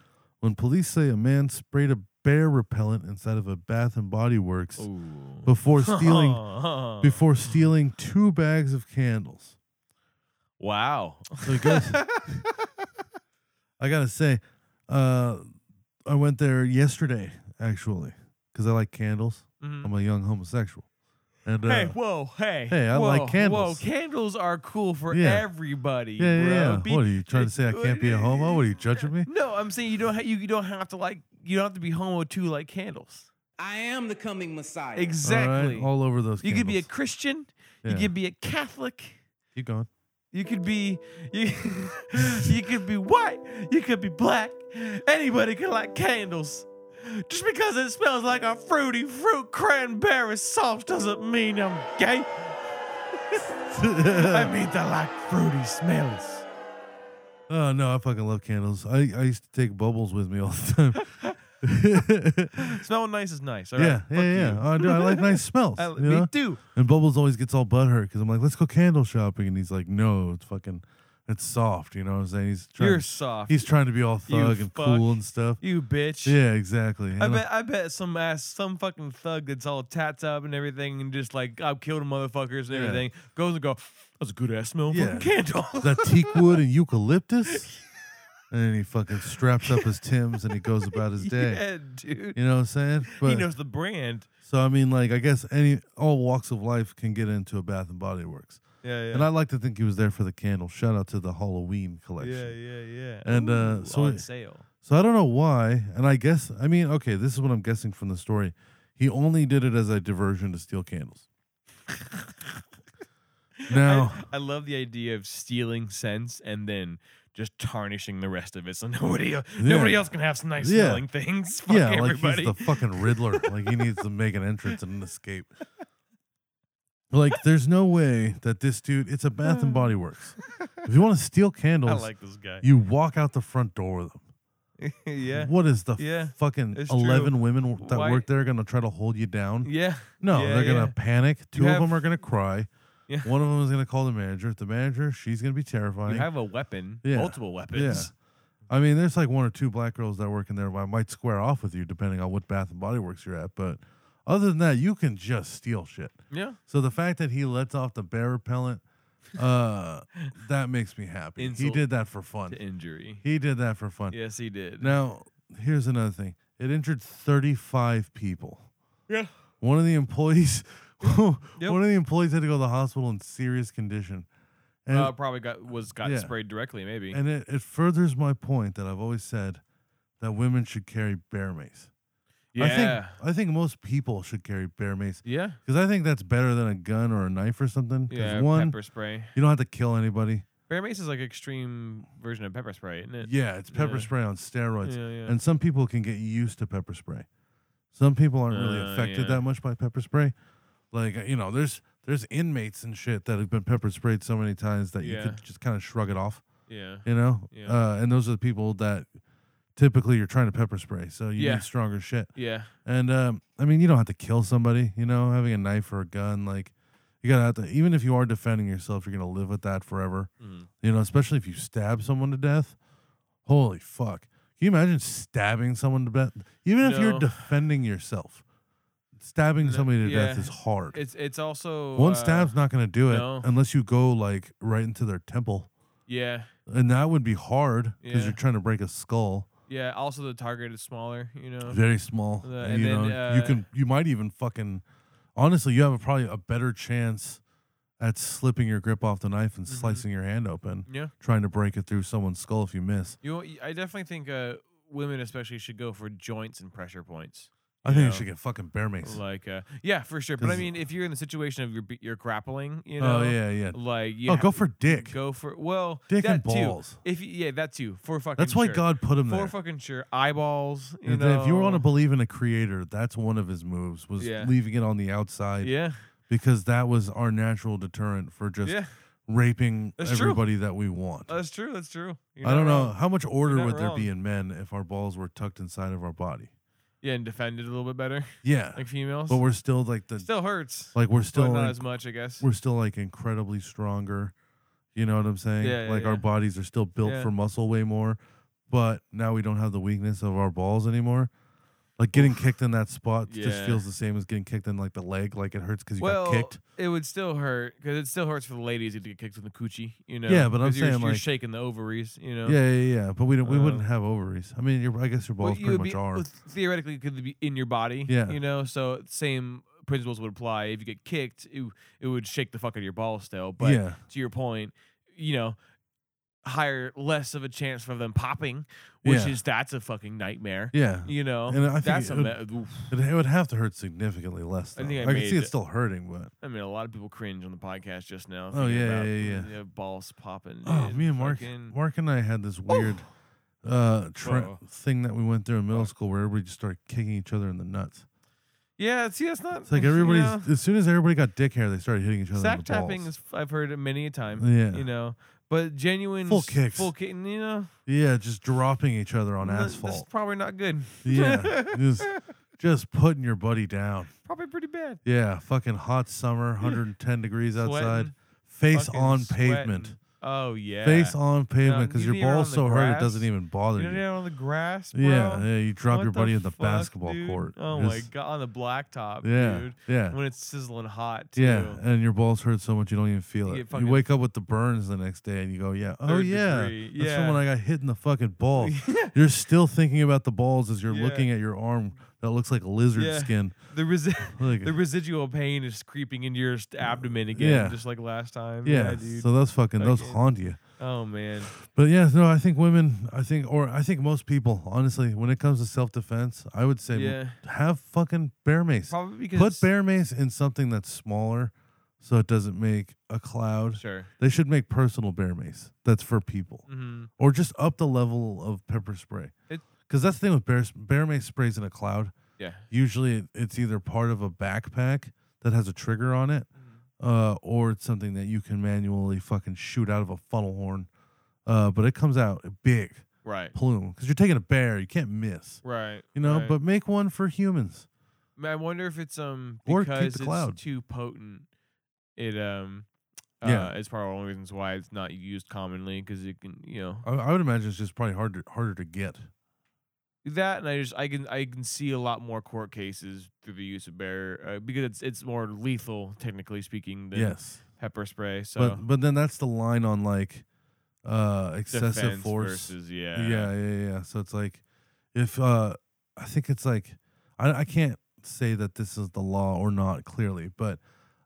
Speaker 1: when police say a man sprayed a bear repellent inside of a Bath and Body Works
Speaker 4: Oh. <laughs>
Speaker 1: before stealing before stealing two bags of candles.
Speaker 4: Wow.
Speaker 1: So it
Speaker 4: <laughs>
Speaker 1: goes. I gotta say, uh, I went there yesterday actually because I like candles.
Speaker 4: Mhm.
Speaker 1: I'm a young homosexual, and Mm-hmm. uh,
Speaker 4: Hey, whoa, hey.
Speaker 1: Hey, I
Speaker 4: whoa,
Speaker 1: like
Speaker 4: Whoa,
Speaker 1: candles.
Speaker 4: candles are cool for
Speaker 1: Yeah.
Speaker 4: everybody.
Speaker 1: yeah,
Speaker 4: bro.
Speaker 1: yeah,
Speaker 4: Be-
Speaker 1: yeah. What are you trying to say? I can't be a homo? What are you judging me?
Speaker 4: No, I'm saying you don't ha- you, you don't have to like you don't have to be homo to like candles.
Speaker 6: I am the coming Messiah.
Speaker 1: All right,
Speaker 4: Exactly.
Speaker 1: all over those.
Speaker 4: you could be a
Speaker 1: candles.
Speaker 4: Christian, you
Speaker 1: Yeah.
Speaker 4: could be a Catholic,
Speaker 1: Keep
Speaker 4: <laughs>
Speaker 1: going.
Speaker 4: you could be you, <laughs> you could be white, you could be black. Anybody could like candles. Just because it smells like a fruity fruit cranberry sauce doesn't mean I'm gay. I mean they like fruity smells.
Speaker 1: Oh no, I fucking love candles. I, I used to take bubbles with me all
Speaker 4: <laughs>
Speaker 1: the <laughs> time.
Speaker 4: Smelling nice is nice. All right.
Speaker 1: yeah, yeah,
Speaker 4: Fuck
Speaker 1: yeah.
Speaker 4: you.
Speaker 1: I do. I
Speaker 4: <laughs>
Speaker 1: like nice smells.
Speaker 4: I-
Speaker 1: you
Speaker 4: me
Speaker 1: know?
Speaker 4: too.
Speaker 1: And Bubbles always gets all butthurt because I'm like, let's go candle shopping, and he's like, no, it's fucking, it's soft. You know what I'm saying? He's trying.
Speaker 4: You're soft.
Speaker 1: he's trying to be all
Speaker 4: You
Speaker 1: thug and
Speaker 4: fuck.
Speaker 1: cool and stuff.
Speaker 4: you
Speaker 1: <laughs>
Speaker 4: bitch.
Speaker 1: Yeah, exactly.
Speaker 4: I
Speaker 1: And
Speaker 4: bet <laughs> I bet some ass some fucking thug that's all tats up and everything and just like I've killed motherfuckers and
Speaker 1: Yeah.
Speaker 4: everything goes and go that's a good ass smell
Speaker 1: Yeah.
Speaker 4: fucking candle. <laughs>
Speaker 1: Is that teak wood and eucalyptus? and then he fucking straps up his Tim's and he goes about
Speaker 4: <laughs>
Speaker 1: his day.
Speaker 4: yeah, dude.
Speaker 1: You know what I'm saying?
Speaker 4: he
Speaker 1: But-
Speaker 4: knows the brand.
Speaker 1: So I mean, like, I guess any all walks of life can get into a Bath and Body Works,
Speaker 4: Yeah, yeah.
Speaker 1: and I like to think he was there for the candle. Shout out to the Halloween collection.
Speaker 4: yeah, yeah, yeah.
Speaker 1: And, uh,
Speaker 4: Ooh,
Speaker 1: so
Speaker 4: on
Speaker 1: it-
Speaker 4: sale.
Speaker 1: So I don't know why, and I guess I mean, okay, this is what I'm guessing from the story. He only did it as a diversion to steal
Speaker 4: <laughs>
Speaker 1: candles. now,
Speaker 4: I, I love the idea of stealing scents and then just tarnishing the rest of it so <laughs> nobody el- nobody
Speaker 1: Yeah.
Speaker 4: else can have some nice
Speaker 1: Yeah.
Speaker 4: smelling things. <laughs> Fuck
Speaker 1: yeah,
Speaker 4: everybody.
Speaker 1: like he's the fucking Riddler. like he needs to make an entrance and an escape. Like, there's no way that this dude. It's a Bath
Speaker 4: <laughs>
Speaker 1: and Body Works. If you want to steal
Speaker 4: <laughs> I
Speaker 1: candles,
Speaker 4: like this guy.
Speaker 1: You walk out the front door with them.
Speaker 4: <laughs> yeah.
Speaker 1: What is the
Speaker 4: Yeah.
Speaker 1: fucking
Speaker 4: It's true.
Speaker 1: 11 women w- that
Speaker 4: Why-
Speaker 1: work there going to try to hold you down?
Speaker 4: Yeah.
Speaker 1: No,
Speaker 4: Yeah,
Speaker 1: they're going
Speaker 4: yeah.
Speaker 1: to panic. Two of
Speaker 4: have-
Speaker 1: them are going to cry.
Speaker 4: Yeah.
Speaker 1: One of them is going to call the manager. If the manager, she's going to be terrifying.
Speaker 4: You have a weapon,
Speaker 1: Yeah.
Speaker 4: multiple weapons.
Speaker 1: I mean, there's like one or two black girls that work in there that might square off with you depending on what Bath and Body Works you're at. But other than that, you can just steal shit.
Speaker 4: Yeah.
Speaker 1: So the fact that he lets off the bear repellent,
Speaker 4: <laughs>
Speaker 1: uh, that makes me happy. He
Speaker 4: Insult
Speaker 1: did that for fun.
Speaker 4: To injury.
Speaker 1: He did that for fun.
Speaker 4: Yes, he did.
Speaker 1: Now, here's another thing. It injured 35 people.
Speaker 4: Yeah.
Speaker 1: One of the employees, <laughs> one of the employees had to go to the hospital in serious condition. And,
Speaker 4: Uh, probably got was got
Speaker 1: Yeah.
Speaker 4: sprayed directly, maybe.
Speaker 1: and it, it furthers my point that I've always said that women should carry bear mace.
Speaker 4: yeah.
Speaker 1: I think I think most people should carry bear mace
Speaker 4: yeah.
Speaker 1: because I think that's better than a gun or a knife or something. Because
Speaker 4: Yeah.
Speaker 1: one,
Speaker 4: pepper spray.
Speaker 1: you don't have to kill anybody.
Speaker 4: Bear mace is like extreme version of pepper spray, isn't it?
Speaker 1: Yeah, it's pepper
Speaker 4: Yeah.
Speaker 1: spray on steroids.
Speaker 4: Yeah, yeah.
Speaker 1: And some people can get used to pepper spray. Some people aren't really
Speaker 4: Uh,
Speaker 1: affected
Speaker 4: yeah.
Speaker 1: that much by pepper spray. Like uh, you know, there's there's inmates and shit that have been pepper sprayed so many times that you
Speaker 4: Yeah.
Speaker 1: could just kind of shrug it off.
Speaker 4: Yeah.
Speaker 1: You know,
Speaker 4: Yeah.
Speaker 1: uh, and those are the people that typically you're trying to pepper spray, so you
Speaker 4: Yeah.
Speaker 1: need stronger shit.
Speaker 4: Yeah.
Speaker 1: And um, I mean, you don't have to kill somebody. You know, having a knife or a gun, like you gotta have to. Even if you are defending yourself, you're gonna live with that forever.
Speaker 4: Mhm.
Speaker 1: You know, especially if you stab someone to death. Holy fuck! Can you imagine stabbing someone to death? Even if you're
Speaker 4: No.
Speaker 1: defending yourself, stabbing
Speaker 4: No,
Speaker 1: somebody to death
Speaker 4: yeah.
Speaker 1: is hard.
Speaker 4: It's it's also
Speaker 1: One
Speaker 4: uh,
Speaker 1: stab's not gonna do it
Speaker 4: no.
Speaker 1: unless you go like right into their temple,
Speaker 4: Yeah.
Speaker 1: and that would be hard because
Speaker 4: Yeah.
Speaker 1: you're trying to break a skull.
Speaker 4: Yeah. Also, the target is smaller. You know.
Speaker 1: very small.
Speaker 4: The-
Speaker 1: and
Speaker 4: and
Speaker 1: you
Speaker 4: then,
Speaker 1: know, you
Speaker 4: uh,
Speaker 1: can you might even fucking honestly, you have a, probably a better chance at slipping your grip off the knife
Speaker 4: Mm-hmm.
Speaker 1: and slicing your hand open,
Speaker 4: yeah.
Speaker 1: trying to break it through someone's skull if you miss.
Speaker 4: You. know, I definitely think uh, women especially should go for joints and pressure points.
Speaker 1: I think
Speaker 4: Yeah.
Speaker 1: you should get fucking bear mace.
Speaker 4: Like, uh, yeah, for sure. But I
Speaker 1: 'Cause-
Speaker 4: mean, if you're in the situation of you're be- you're grappling, you know.
Speaker 1: oh yeah, yeah.
Speaker 4: Like you
Speaker 1: oh,
Speaker 4: ha-
Speaker 1: go for dick.
Speaker 4: Go for well,
Speaker 1: Dick
Speaker 4: that
Speaker 1: and balls.
Speaker 4: Too. If you, yeah, that too. For fucking.
Speaker 1: That's why
Speaker 4: sure.
Speaker 1: God put him
Speaker 4: For
Speaker 1: there.
Speaker 4: fucking sure. Eyeballs. You
Speaker 1: If-
Speaker 4: know.
Speaker 1: if you want to believe in a creator, that's one of his moves was
Speaker 4: Yeah.
Speaker 1: leaving it on the outside
Speaker 4: Yeah.
Speaker 1: because that was our natural deterrent for just
Speaker 4: Yeah.
Speaker 1: raping
Speaker 4: That's true. Uh,
Speaker 1: everybody that we want.
Speaker 4: That's true. That's true. You're
Speaker 1: I
Speaker 4: not
Speaker 1: don't know
Speaker 4: wrong.
Speaker 1: how much order
Speaker 4: not
Speaker 1: would there be
Speaker 4: wrong.
Speaker 1: in men if our balls were tucked inside of our body.
Speaker 4: Yeah, and defended a little bit better,
Speaker 1: Yeah,
Speaker 4: like females.
Speaker 1: but we're still like the
Speaker 4: still hurts.
Speaker 1: like we're
Speaker 4: Still
Speaker 1: still
Speaker 4: not
Speaker 1: like,
Speaker 4: as much, I guess.
Speaker 1: we're still like incredibly stronger. You know what I'm saying?
Speaker 4: Yeah, yeah,
Speaker 1: like
Speaker 4: yeah.
Speaker 1: our bodies are still built
Speaker 4: Yeah.
Speaker 1: for muscle way more, but now we don't have the weakness of our balls anymore. Like getting kicked in that spot just
Speaker 4: Yeah.
Speaker 1: feels the same as getting kicked in like the leg, like it hurts because you got
Speaker 4: well,
Speaker 1: kicked.
Speaker 4: it would still hurt because it still hurts for the ladies to get kicked in the coochie. You know.
Speaker 1: Yeah, but I'm
Speaker 4: 'cause you're,
Speaker 1: saying,
Speaker 4: you're
Speaker 1: like-
Speaker 4: shaking the ovaries. You know.
Speaker 1: Yeah, yeah, yeah. But we don't, we wouldn't
Speaker 4: Uh,
Speaker 1: have ovaries. I mean, your I guess your
Speaker 4: Well,
Speaker 1: balls
Speaker 4: you
Speaker 1: pretty
Speaker 4: would
Speaker 1: much
Speaker 4: be-
Speaker 1: are.
Speaker 4: well, theoretically, it could be in your body.
Speaker 1: Yeah.
Speaker 4: You know, so same principles would apply. If you get kicked, it, w- it would shake the fuck out of your balls still. But
Speaker 1: yeah,
Speaker 4: to your point, you know, higher, less of a chance for them popping, which
Speaker 1: Yeah.
Speaker 4: is that's a fucking nightmare.
Speaker 1: yeah.
Speaker 4: You know,
Speaker 1: And I think
Speaker 4: that's
Speaker 1: it
Speaker 4: a.
Speaker 1: would-
Speaker 4: me- oof.
Speaker 1: It, it would have to hurt significantly less.
Speaker 4: I
Speaker 1: though.
Speaker 4: think I
Speaker 1: can
Speaker 4: made
Speaker 1: see
Speaker 4: it.
Speaker 1: it's still hurting, but
Speaker 4: I mean, a lot of people cringe on the podcast just now.
Speaker 1: Oh,
Speaker 4: thinking
Speaker 1: yeah,
Speaker 4: about,
Speaker 1: yeah, yeah.
Speaker 4: you know, balls popping.
Speaker 1: oh,
Speaker 4: dude,
Speaker 1: me and Mark,
Speaker 4: fucking- Oh!
Speaker 1: Mark and I had this weird uh tra-
Speaker 4: Whoa.
Speaker 1: thing that we went through in middle school where everybody just started kicking each other in the nuts.
Speaker 4: Yeah, see, that's not.
Speaker 1: It's like <laughs>
Speaker 4: you
Speaker 1: everybody's
Speaker 4: know,
Speaker 1: as soon as everybody got dick hair, they started hitting each other. in
Speaker 4: sack
Speaker 1: the
Speaker 4: tapping
Speaker 1: balls.
Speaker 4: is. I've heard it many a time.
Speaker 1: Yeah.
Speaker 4: you know, but genuine
Speaker 1: Full
Speaker 4: s-
Speaker 1: kicks.
Speaker 4: full kick, you know,
Speaker 1: Yeah, just dropping each other on
Speaker 4: n- That's
Speaker 1: asphalt.
Speaker 4: <laughs> probably not good.
Speaker 1: Yeah, just just putting your buddy down.
Speaker 4: <laughs> probably pretty bad.
Speaker 1: Yeah, fucking hot summer, 110 degrees outside,
Speaker 4: Sweating,
Speaker 1: face
Speaker 4: fucking
Speaker 1: on
Speaker 4: sweating.
Speaker 1: pavement,
Speaker 4: Oh yeah,
Speaker 1: face on pavement
Speaker 4: No,
Speaker 1: because
Speaker 4: you
Speaker 1: your
Speaker 4: know you're
Speaker 1: balls
Speaker 4: on the
Speaker 1: so hard it
Speaker 4: grass.
Speaker 1: doesn't even bother
Speaker 4: You
Speaker 1: you.
Speaker 4: know, down on the grass, bro.
Speaker 1: yeah, yeah, you drop
Speaker 4: What
Speaker 1: your buddy in the
Speaker 4: fuck,
Speaker 1: basketball
Speaker 4: dude?
Speaker 1: court.
Speaker 4: Oh my
Speaker 1: Just-
Speaker 4: god, on the blacktop,
Speaker 1: Yeah,
Speaker 4: dude.
Speaker 1: yeah.
Speaker 4: when it's sizzling hot. Too.
Speaker 1: Yeah, and your balls hurt so much you don't even feel
Speaker 4: You
Speaker 1: it.
Speaker 4: get
Speaker 1: You
Speaker 4: fucking-
Speaker 1: wake up with the burns the next day and you go, yeah, oh
Speaker 4: Third
Speaker 1: yeah,
Speaker 4: degree,
Speaker 1: that's
Speaker 4: yeah.
Speaker 1: from when I got hit in the
Speaker 4: <laughs>
Speaker 1: fucking ball. you're still thinking about the balls as you're
Speaker 4: Yeah.
Speaker 1: looking at your arm that looks like lizard
Speaker 4: Yeah.
Speaker 1: skin.
Speaker 4: The resi- <laughs>
Speaker 1: Like-
Speaker 4: the residual pain is creeping into your st- abdomen again,
Speaker 1: Yeah.
Speaker 4: just like last time.
Speaker 1: Yeah,
Speaker 4: dude.
Speaker 1: so those fucking those
Speaker 4: Fucking-
Speaker 1: haunt you.
Speaker 4: oh man,
Speaker 1: But yeah, no, I think women, I think, or I think most people, honestly, when it comes to self defense, I would say
Speaker 4: Yeah.
Speaker 1: have fucking bear mace.
Speaker 4: probably because
Speaker 1: Put bear mace in something that's smaller, so it doesn't make a cloud.
Speaker 4: Sure.
Speaker 1: They should make personal bear mace that's for people,
Speaker 4: hmm
Speaker 1: or just up the level of pepper spray.
Speaker 4: It-
Speaker 1: Because that's the thing with bear bear mace sprays in a cloud.
Speaker 4: Yeah.
Speaker 1: Usually, it, it's either part of a backpack that has a trigger on it,
Speaker 4: Mm.
Speaker 1: uh, or it's something that you can manually fucking shoot out of a funnel horn. Uh, but it comes out big
Speaker 4: Right.
Speaker 1: plume because you're taking a bear, you can't miss.
Speaker 4: Right.
Speaker 1: You know,
Speaker 4: right.
Speaker 1: but make one for humans.
Speaker 4: I mean, I wonder if it's um
Speaker 1: Or keep
Speaker 4: because
Speaker 1: the
Speaker 4: it's
Speaker 1: cloud.
Speaker 4: too potent. It um uh,
Speaker 1: Yeah.
Speaker 4: it's probably one of the reasons why it's not used commonly because it can you know
Speaker 1: I, I would imagine it's just probably harder harder to get.
Speaker 4: that and I just I can I can see a lot more court cases through the use of bear uh, because it's it's more lethal technically speaking than
Speaker 1: Yes.
Speaker 4: pepper spray so
Speaker 1: But but then that's the line on like uh excessive
Speaker 4: defense
Speaker 1: force.
Speaker 4: versus
Speaker 1: yeah.
Speaker 4: yeah
Speaker 1: yeah, yeah, So it's like if uh I think it's like I I can't say that this is the law or not clearly, but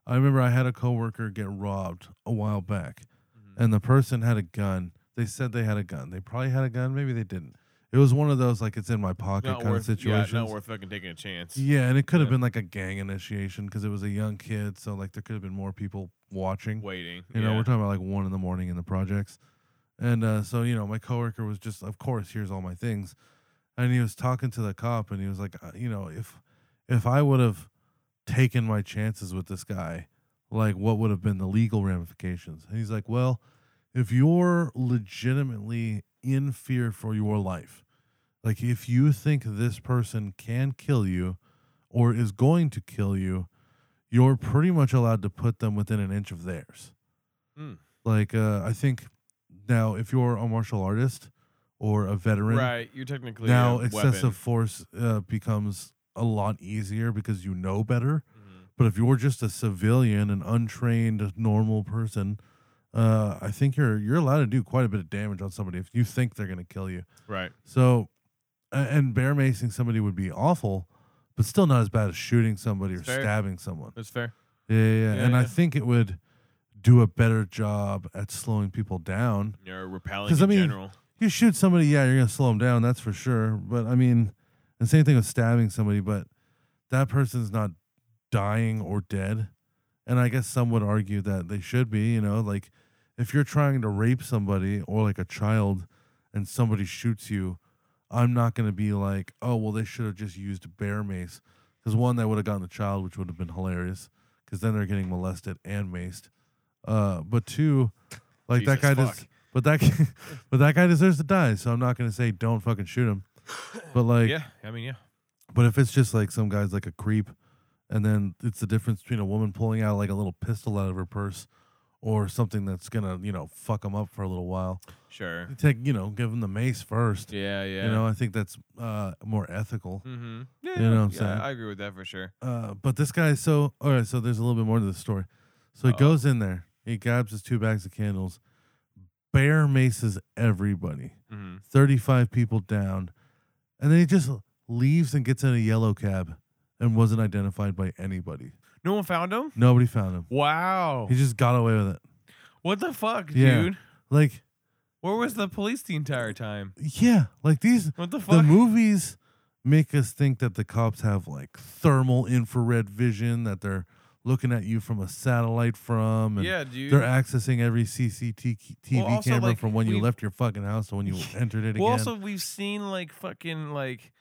Speaker 1: I remember I had a coworker get robbed a while back
Speaker 4: Mm-hmm.
Speaker 1: and the person had a gun. They said they had a gun. They probably had a gun, maybe they didn't. It was one of those like it's in my pocket
Speaker 4: not
Speaker 1: kind
Speaker 4: worth
Speaker 1: of situations.
Speaker 4: yeah not worth fucking taking a chance
Speaker 1: Yeah, and it could have
Speaker 4: Yeah.
Speaker 1: been like a gang initiation because it was a young kid, so like there could have been more people watching.
Speaker 4: waiting
Speaker 1: You know,
Speaker 4: yeah.
Speaker 1: we're talking about like one in the morning in the projects. And uh, so, you know, my coworker was just, of course, here's all my things. And he was talking to the cop and he was like, "Uh, you know, if if I would have taken my chances with this guy, like what would have been the legal ramifications? And he's like, well, if you're legitimately in fear for your life, like if you think this person can kill you or is going to kill you, you're pretty much allowed to put them within an inch of theirs.
Speaker 4: Mm.
Speaker 1: Like uh, I think now, if you're a martial artist or a veteran,
Speaker 4: right you're technically
Speaker 1: now
Speaker 4: a
Speaker 1: excessive
Speaker 4: weapon.
Speaker 1: force uh, becomes a lot easier because you know better.
Speaker 4: Mhm.
Speaker 1: But if you're just a civilian, an untrained normal person, uh, I think you're you're allowed to do quite a bit of damage on somebody if you think they're gonna kill you.
Speaker 4: right
Speaker 1: So, a- and bear macing somebody would be awful, but still not as bad as shooting somebody or
Speaker 4: It's fair.
Speaker 1: stabbing someone.
Speaker 4: that's fair
Speaker 1: Yeah, yeah, yeah.
Speaker 4: Yeah,
Speaker 1: and I
Speaker 4: yeah.
Speaker 1: think it would do a better job at slowing people down.
Speaker 4: you're repelling
Speaker 1: 'Cause,
Speaker 4: in
Speaker 1: I mean,
Speaker 4: general
Speaker 1: You shoot somebody, yeah, you're gonna slow them down, that's for sure. But I mean, the same thing with stabbing somebody, but that person's not dying or dead. And I guess some would argue that they should be, you know, like if you're trying to rape somebody or like a child and somebody shoots you, I'm not gonna be like, oh well, they should have just used bear mace. Because one, that would have gotten the child, which would have been hilarious. Because then they're getting molested and maced. Uh, but two, like that
Speaker 4: Jesus,
Speaker 1: guy
Speaker 4: fuck.
Speaker 1: does, but that, guy- <laughs> but that guy deserves to die. So I'm not gonna say don't fucking shoot him.
Speaker 4: <laughs>
Speaker 1: But like,
Speaker 4: yeah I mean yeah
Speaker 1: but if it's just like some guy's like a creep, and then it's the difference between a woman pulling out like a little pistol out of her purse, or something that's gonna you know fuck them up for a little while.
Speaker 4: Sure.
Speaker 1: You take you know give them the mace first.
Speaker 4: Yeah, yeah.
Speaker 1: You know I think that's uh, more ethical.
Speaker 4: Mm-hmm. Yeah,
Speaker 1: You know what I'm
Speaker 4: yeah,
Speaker 1: saying?
Speaker 4: I agree with that for sure.
Speaker 1: Uh, but this guy, so all right, so there's a little bit more to the story. So he
Speaker 4: Uh-oh.
Speaker 1: goes in there, he grabs his two bags of candles, bear maces everybody,
Speaker 4: Mm-hmm.
Speaker 1: 35 people down, and then he just leaves and gets in a yellow cab and wasn't identified by anybody.
Speaker 4: No one found him.
Speaker 1: Nobody found him.
Speaker 4: Wow.
Speaker 1: He just got away with it.
Speaker 4: What the fuck,
Speaker 1: Yeah.
Speaker 4: dude?
Speaker 1: Like,
Speaker 4: Where was the police the entire time?
Speaker 1: yeah, like these
Speaker 4: What the
Speaker 1: the
Speaker 4: fuck?
Speaker 1: movies make us think that the cops have like thermal infrared vision that they're looking at you from a satellite from and
Speaker 4: yeah, dude.
Speaker 1: They're accessing every CCTV TV
Speaker 4: Well, also,
Speaker 1: camera
Speaker 4: like,
Speaker 1: from when you
Speaker 4: we've-
Speaker 1: left your fucking house to when
Speaker 4: <laughs>
Speaker 1: you entered it again.
Speaker 4: well, also we've seen like fucking like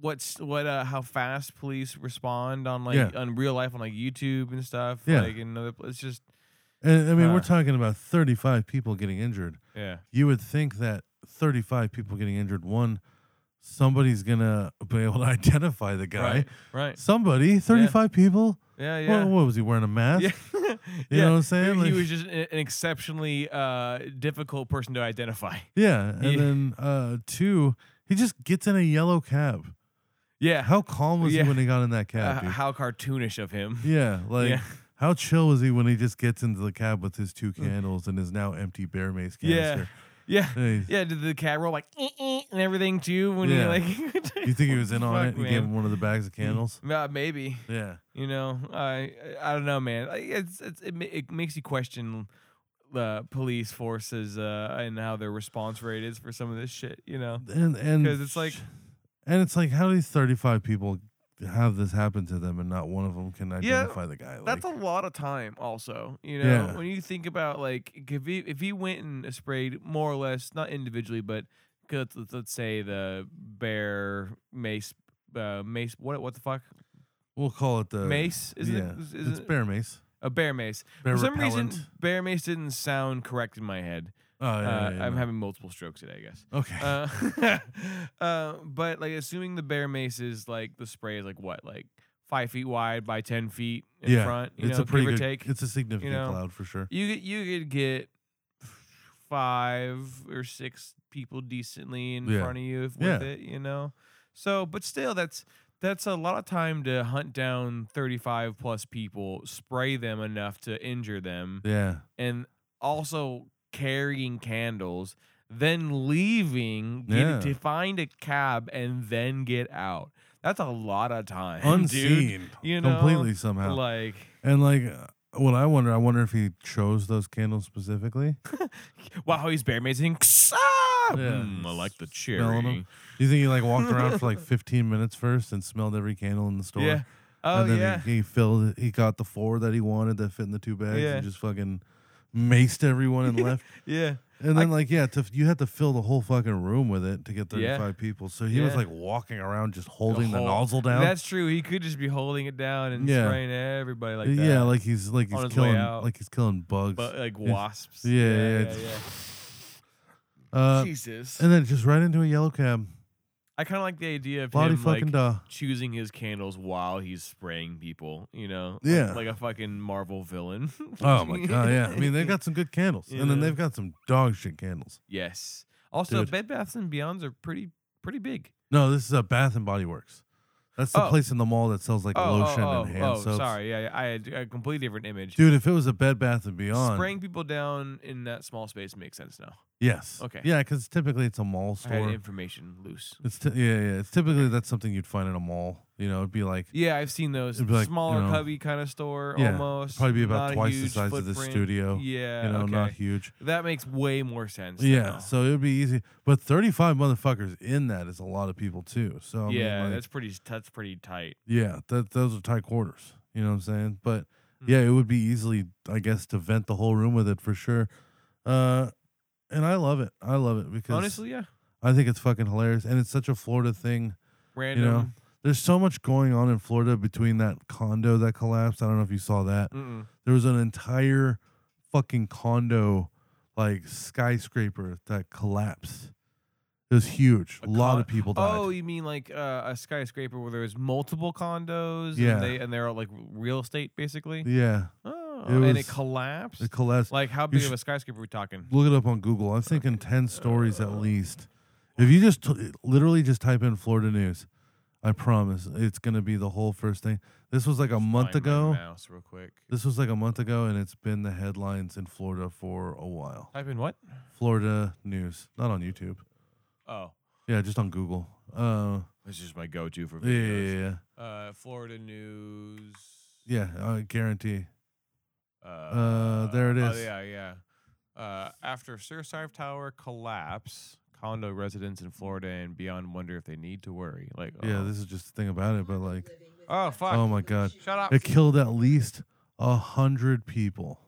Speaker 4: what's what uh how fast police respond on like
Speaker 1: Yeah.
Speaker 4: on real life on like YouTube and stuff.
Speaker 1: Yeah.
Speaker 4: Like in other pla- it's just
Speaker 1: and, I mean, we're
Speaker 4: uh,
Speaker 1: talking about 35 people getting injured.
Speaker 4: yeah.
Speaker 1: You would think that 35 people getting injured, one, somebody's going to be able to <laughs> identify the guy.
Speaker 4: Right. Right.
Speaker 1: Somebody, 35 people.
Speaker 4: Yeah,
Speaker 1: Wha-
Speaker 4: yeah.
Speaker 1: What, was he wearing a mask? <laughs>
Speaker 4: yeah. yeah.
Speaker 1: know what I'm saying?
Speaker 4: He,
Speaker 1: Like-
Speaker 4: was just a- an exceptionally uh difficult person to identify. <laughs>
Speaker 1: Yeah, and
Speaker 4: Yeah.
Speaker 1: then uh, two, he just gets in a yellow cab.
Speaker 4: Yeah.
Speaker 1: How calm was
Speaker 4: Yeah.
Speaker 1: he when he got in that
Speaker 4: uh,
Speaker 1: cab? dude?
Speaker 4: how cartoonish of him.
Speaker 1: Yeah, like
Speaker 4: Yeah.
Speaker 1: how chill was he when he just gets into the cab with his two candles and his now empty bear mace
Speaker 4: Mm. Yeah.
Speaker 1: canister?
Speaker 4: <laughs> Yeah.
Speaker 1: Hey.
Speaker 4: Yeah. Did the cat roll like "Eh, eh," and everything too when
Speaker 1: Yeah.
Speaker 4: he like <laughs>
Speaker 1: You think he was in on
Speaker 4: Fuck,
Speaker 1: it? You gave
Speaker 4: man.
Speaker 1: him one of the bags of candles.
Speaker 4: Uh, maybe.
Speaker 1: Yeah,
Speaker 4: You know, I I don't know, man. Like, It's, it's, it, ma- it makes you question the police forces uh, and how their response rate is for some of this shit. You know,
Speaker 1: and and
Speaker 4: 'Cause it's like-
Speaker 1: and it's like how do these thirty five people have this happen to them and not one of them can identify the guy? Like,
Speaker 4: that's a lot of time. Also, you know,
Speaker 1: Yeah.
Speaker 4: when you think about like if he if he went and sprayed more or less, not individually, but 'cause let's, let's say the bear mace. Uh, mace, what what the fuck?
Speaker 1: we'll call it the
Speaker 4: Mace, isn't it?
Speaker 1: yeah,
Speaker 4: Is- isn't
Speaker 1: it's
Speaker 4: it?
Speaker 1: bear mace.
Speaker 4: A bear mace.
Speaker 1: Bear
Speaker 4: For some reason,
Speaker 1: repellent.
Speaker 4: bear mace didn't sound correct in my head.
Speaker 1: Oh yeah,
Speaker 4: uh,
Speaker 1: yeah, yeah,
Speaker 4: I'm
Speaker 1: no.
Speaker 4: having multiple strokes today, I guess.
Speaker 1: okay.
Speaker 4: Uh, <laughs> uh, but like assuming the bear mace is like the spray is like what like five feet wide by ten feet in
Speaker 1: yeah,
Speaker 4: front. You
Speaker 1: it's
Speaker 4: know,
Speaker 1: a pretty
Speaker 4: give or
Speaker 1: good.
Speaker 4: take.
Speaker 1: It's a significant
Speaker 4: know?
Speaker 1: cloud for sure.
Speaker 4: you could- you could get five or six people decently in
Speaker 1: Yeah.
Speaker 4: front of you if, with
Speaker 1: Yeah.
Speaker 4: it. You know, so but still that's. That's a lot of time to hunt down 35 plus people, spray them enough to injure them,
Speaker 1: Yeah,
Speaker 4: and also carrying candles, then leaving get-
Speaker 1: Yeah.
Speaker 4: to find a cab and then get out. That's a lot of time. <laughs> Dude.
Speaker 1: unseen,
Speaker 4: you know,
Speaker 1: completely somehow.
Speaker 4: Like,
Speaker 1: And like, uh, what I wonder, I wonder if he chose those candles specifically.
Speaker 4: wow, he's bare amazing. <laughs> Mm, I like the
Speaker 1: Smelling 'em.
Speaker 4: cherry.
Speaker 1: Do you think he like walked around for like <laughs> 15 minutes first and smelled every candle in the store?
Speaker 4: Yeah. Oh
Speaker 1: and then
Speaker 4: yeah.
Speaker 1: he, he filled. it- He got the four that he wanted that fit in the two bags
Speaker 4: Yeah.
Speaker 1: and just fucking maced everyone and
Speaker 4: <laughs>
Speaker 1: left.
Speaker 4: yeah.
Speaker 1: And then like yeah, to, you had to fill the whole fucking room with it to get 35 people. So he was
Speaker 4: Yeah.
Speaker 1: like walking around just holding the,
Speaker 4: whole-
Speaker 1: nozzle down.
Speaker 4: That's true. He could just be holding it down and
Speaker 1: Yeah.
Speaker 4: spraying everybody like that.
Speaker 1: yeah, like he's like he's
Speaker 4: On his way
Speaker 1: killing
Speaker 4: out.
Speaker 1: like he's killing bugs.
Speaker 4: but like
Speaker 1: It's-
Speaker 4: wasps.
Speaker 1: yeah, yeah,
Speaker 4: yeah.
Speaker 1: it's- <sighs> uh,
Speaker 4: Jesus.
Speaker 1: and then just right into a yellow cab.
Speaker 4: I kind of like the idea of
Speaker 1: Bloody
Speaker 4: him
Speaker 1: fucking
Speaker 4: like
Speaker 1: duh.
Speaker 4: choosing his candles while he's spraying people. You know, Like-
Speaker 1: Yeah.
Speaker 4: like, a fucking Marvel villain.
Speaker 1: Oh my god, yeah. I mean, they've got some good candles, and then
Speaker 4: Yeah.
Speaker 1: they've got some dog shit candles.
Speaker 4: <laughs> yes. Also,
Speaker 1: Dude.
Speaker 4: Bed Baths and Beyonds are pretty pretty big.
Speaker 1: No, this is a Bath and Body Works. That's the
Speaker 4: Oh.
Speaker 1: place in the mall that sells like
Speaker 4: oh,
Speaker 1: lotion
Speaker 4: oh, oh,
Speaker 1: and hand
Speaker 4: oh,
Speaker 1: soaps.
Speaker 4: sorry. Yeah, yeah, I had a completely different image.
Speaker 1: Dude, if it was a Bed Bath and Beyond,
Speaker 4: Spraying people down in that small space makes sense now.
Speaker 1: yes,
Speaker 4: Okay.
Speaker 1: yeah, because typically it's a mall
Speaker 4: I had
Speaker 1: store.
Speaker 4: information loose.
Speaker 1: It's t- yeah, yeah. It's typically that's something you'd find in a mall. You know, it'd be like
Speaker 4: Yeah, I've seen those
Speaker 1: It'd be like, you
Speaker 4: smaller,
Speaker 1: know,
Speaker 4: cubby kind of store
Speaker 1: yeah,
Speaker 4: almost.
Speaker 1: probably be about
Speaker 4: not a
Speaker 1: twice the
Speaker 4: huge
Speaker 1: size of this
Speaker 4: footprint.
Speaker 1: studio.
Speaker 4: Yeah,
Speaker 1: you know,
Speaker 4: okay.
Speaker 1: not huge.
Speaker 4: that makes way more sense.
Speaker 1: Yeah,
Speaker 4: now.
Speaker 1: so it would be easy. But thirty-five motherfuckers in that is a lot of people too. So I mean,
Speaker 4: yeah,
Speaker 1: like-
Speaker 4: that's pretty. That's pretty tight.
Speaker 1: Yeah, that those are tight quarters. You know what I'm saying? But
Speaker 4: Hmm.
Speaker 1: yeah, it would be easily, I guess, to vent the whole room with it for sure. Uh, and I love it. I love it because
Speaker 4: Honestly, yeah.
Speaker 1: I think it's fucking hilarious, and it's such a Florida thing.
Speaker 4: Random.
Speaker 1: You know, there's so much going on in Florida between that condo that collapsed. I don't know if you saw that.
Speaker 4: Mm-mm.
Speaker 1: There was an entire fucking condo, like skyscraper, that collapsed. It was huge. A, lot
Speaker 4: con-
Speaker 1: of people died.
Speaker 4: Oh, you mean like uh, a skyscraper where there's multiple condos?
Speaker 1: Yeah.
Speaker 4: And, they, and they're all like real estate basically.
Speaker 1: yeah.
Speaker 4: Oh, Oh,
Speaker 1: It
Speaker 4: and
Speaker 1: was-
Speaker 4: it collapsed.
Speaker 1: It collapsed.
Speaker 4: like how
Speaker 1: you
Speaker 4: big
Speaker 1: should-
Speaker 4: of a skyscraper are we talking?
Speaker 1: Look it up on Google. I'm thinking 10 stories at least. If you just t- literally just type in Florida news, I promise it's going to be the whole first thing. This was like a month
Speaker 4: Find my
Speaker 1: ago.
Speaker 4: Mouse real quick.
Speaker 1: This was like a month ago, and it's been the headlines in Florida for a while.
Speaker 4: Type in what?
Speaker 1: Florida news, not on YouTube.
Speaker 4: Oh,
Speaker 1: Yeah, just on Google. Uh,
Speaker 4: this is my go-to for
Speaker 1: yeah, yeah,
Speaker 4: videos.
Speaker 1: yeah, yeah.
Speaker 4: Uh, Florida news.
Speaker 1: Yeah, I guarantee.
Speaker 4: Uh,
Speaker 1: there it
Speaker 4: Oh
Speaker 1: is.
Speaker 4: yeah, yeah. Uh, after Surfside Tower collapse, condo residents in Florida and beyond wonder if they need to worry. Like,
Speaker 1: Yeah,
Speaker 4: oh,
Speaker 1: this is just the thing about it, but like,
Speaker 4: oh fuck,
Speaker 1: oh my god,
Speaker 4: <laughs> shut up.
Speaker 1: it killed at least a hundred people.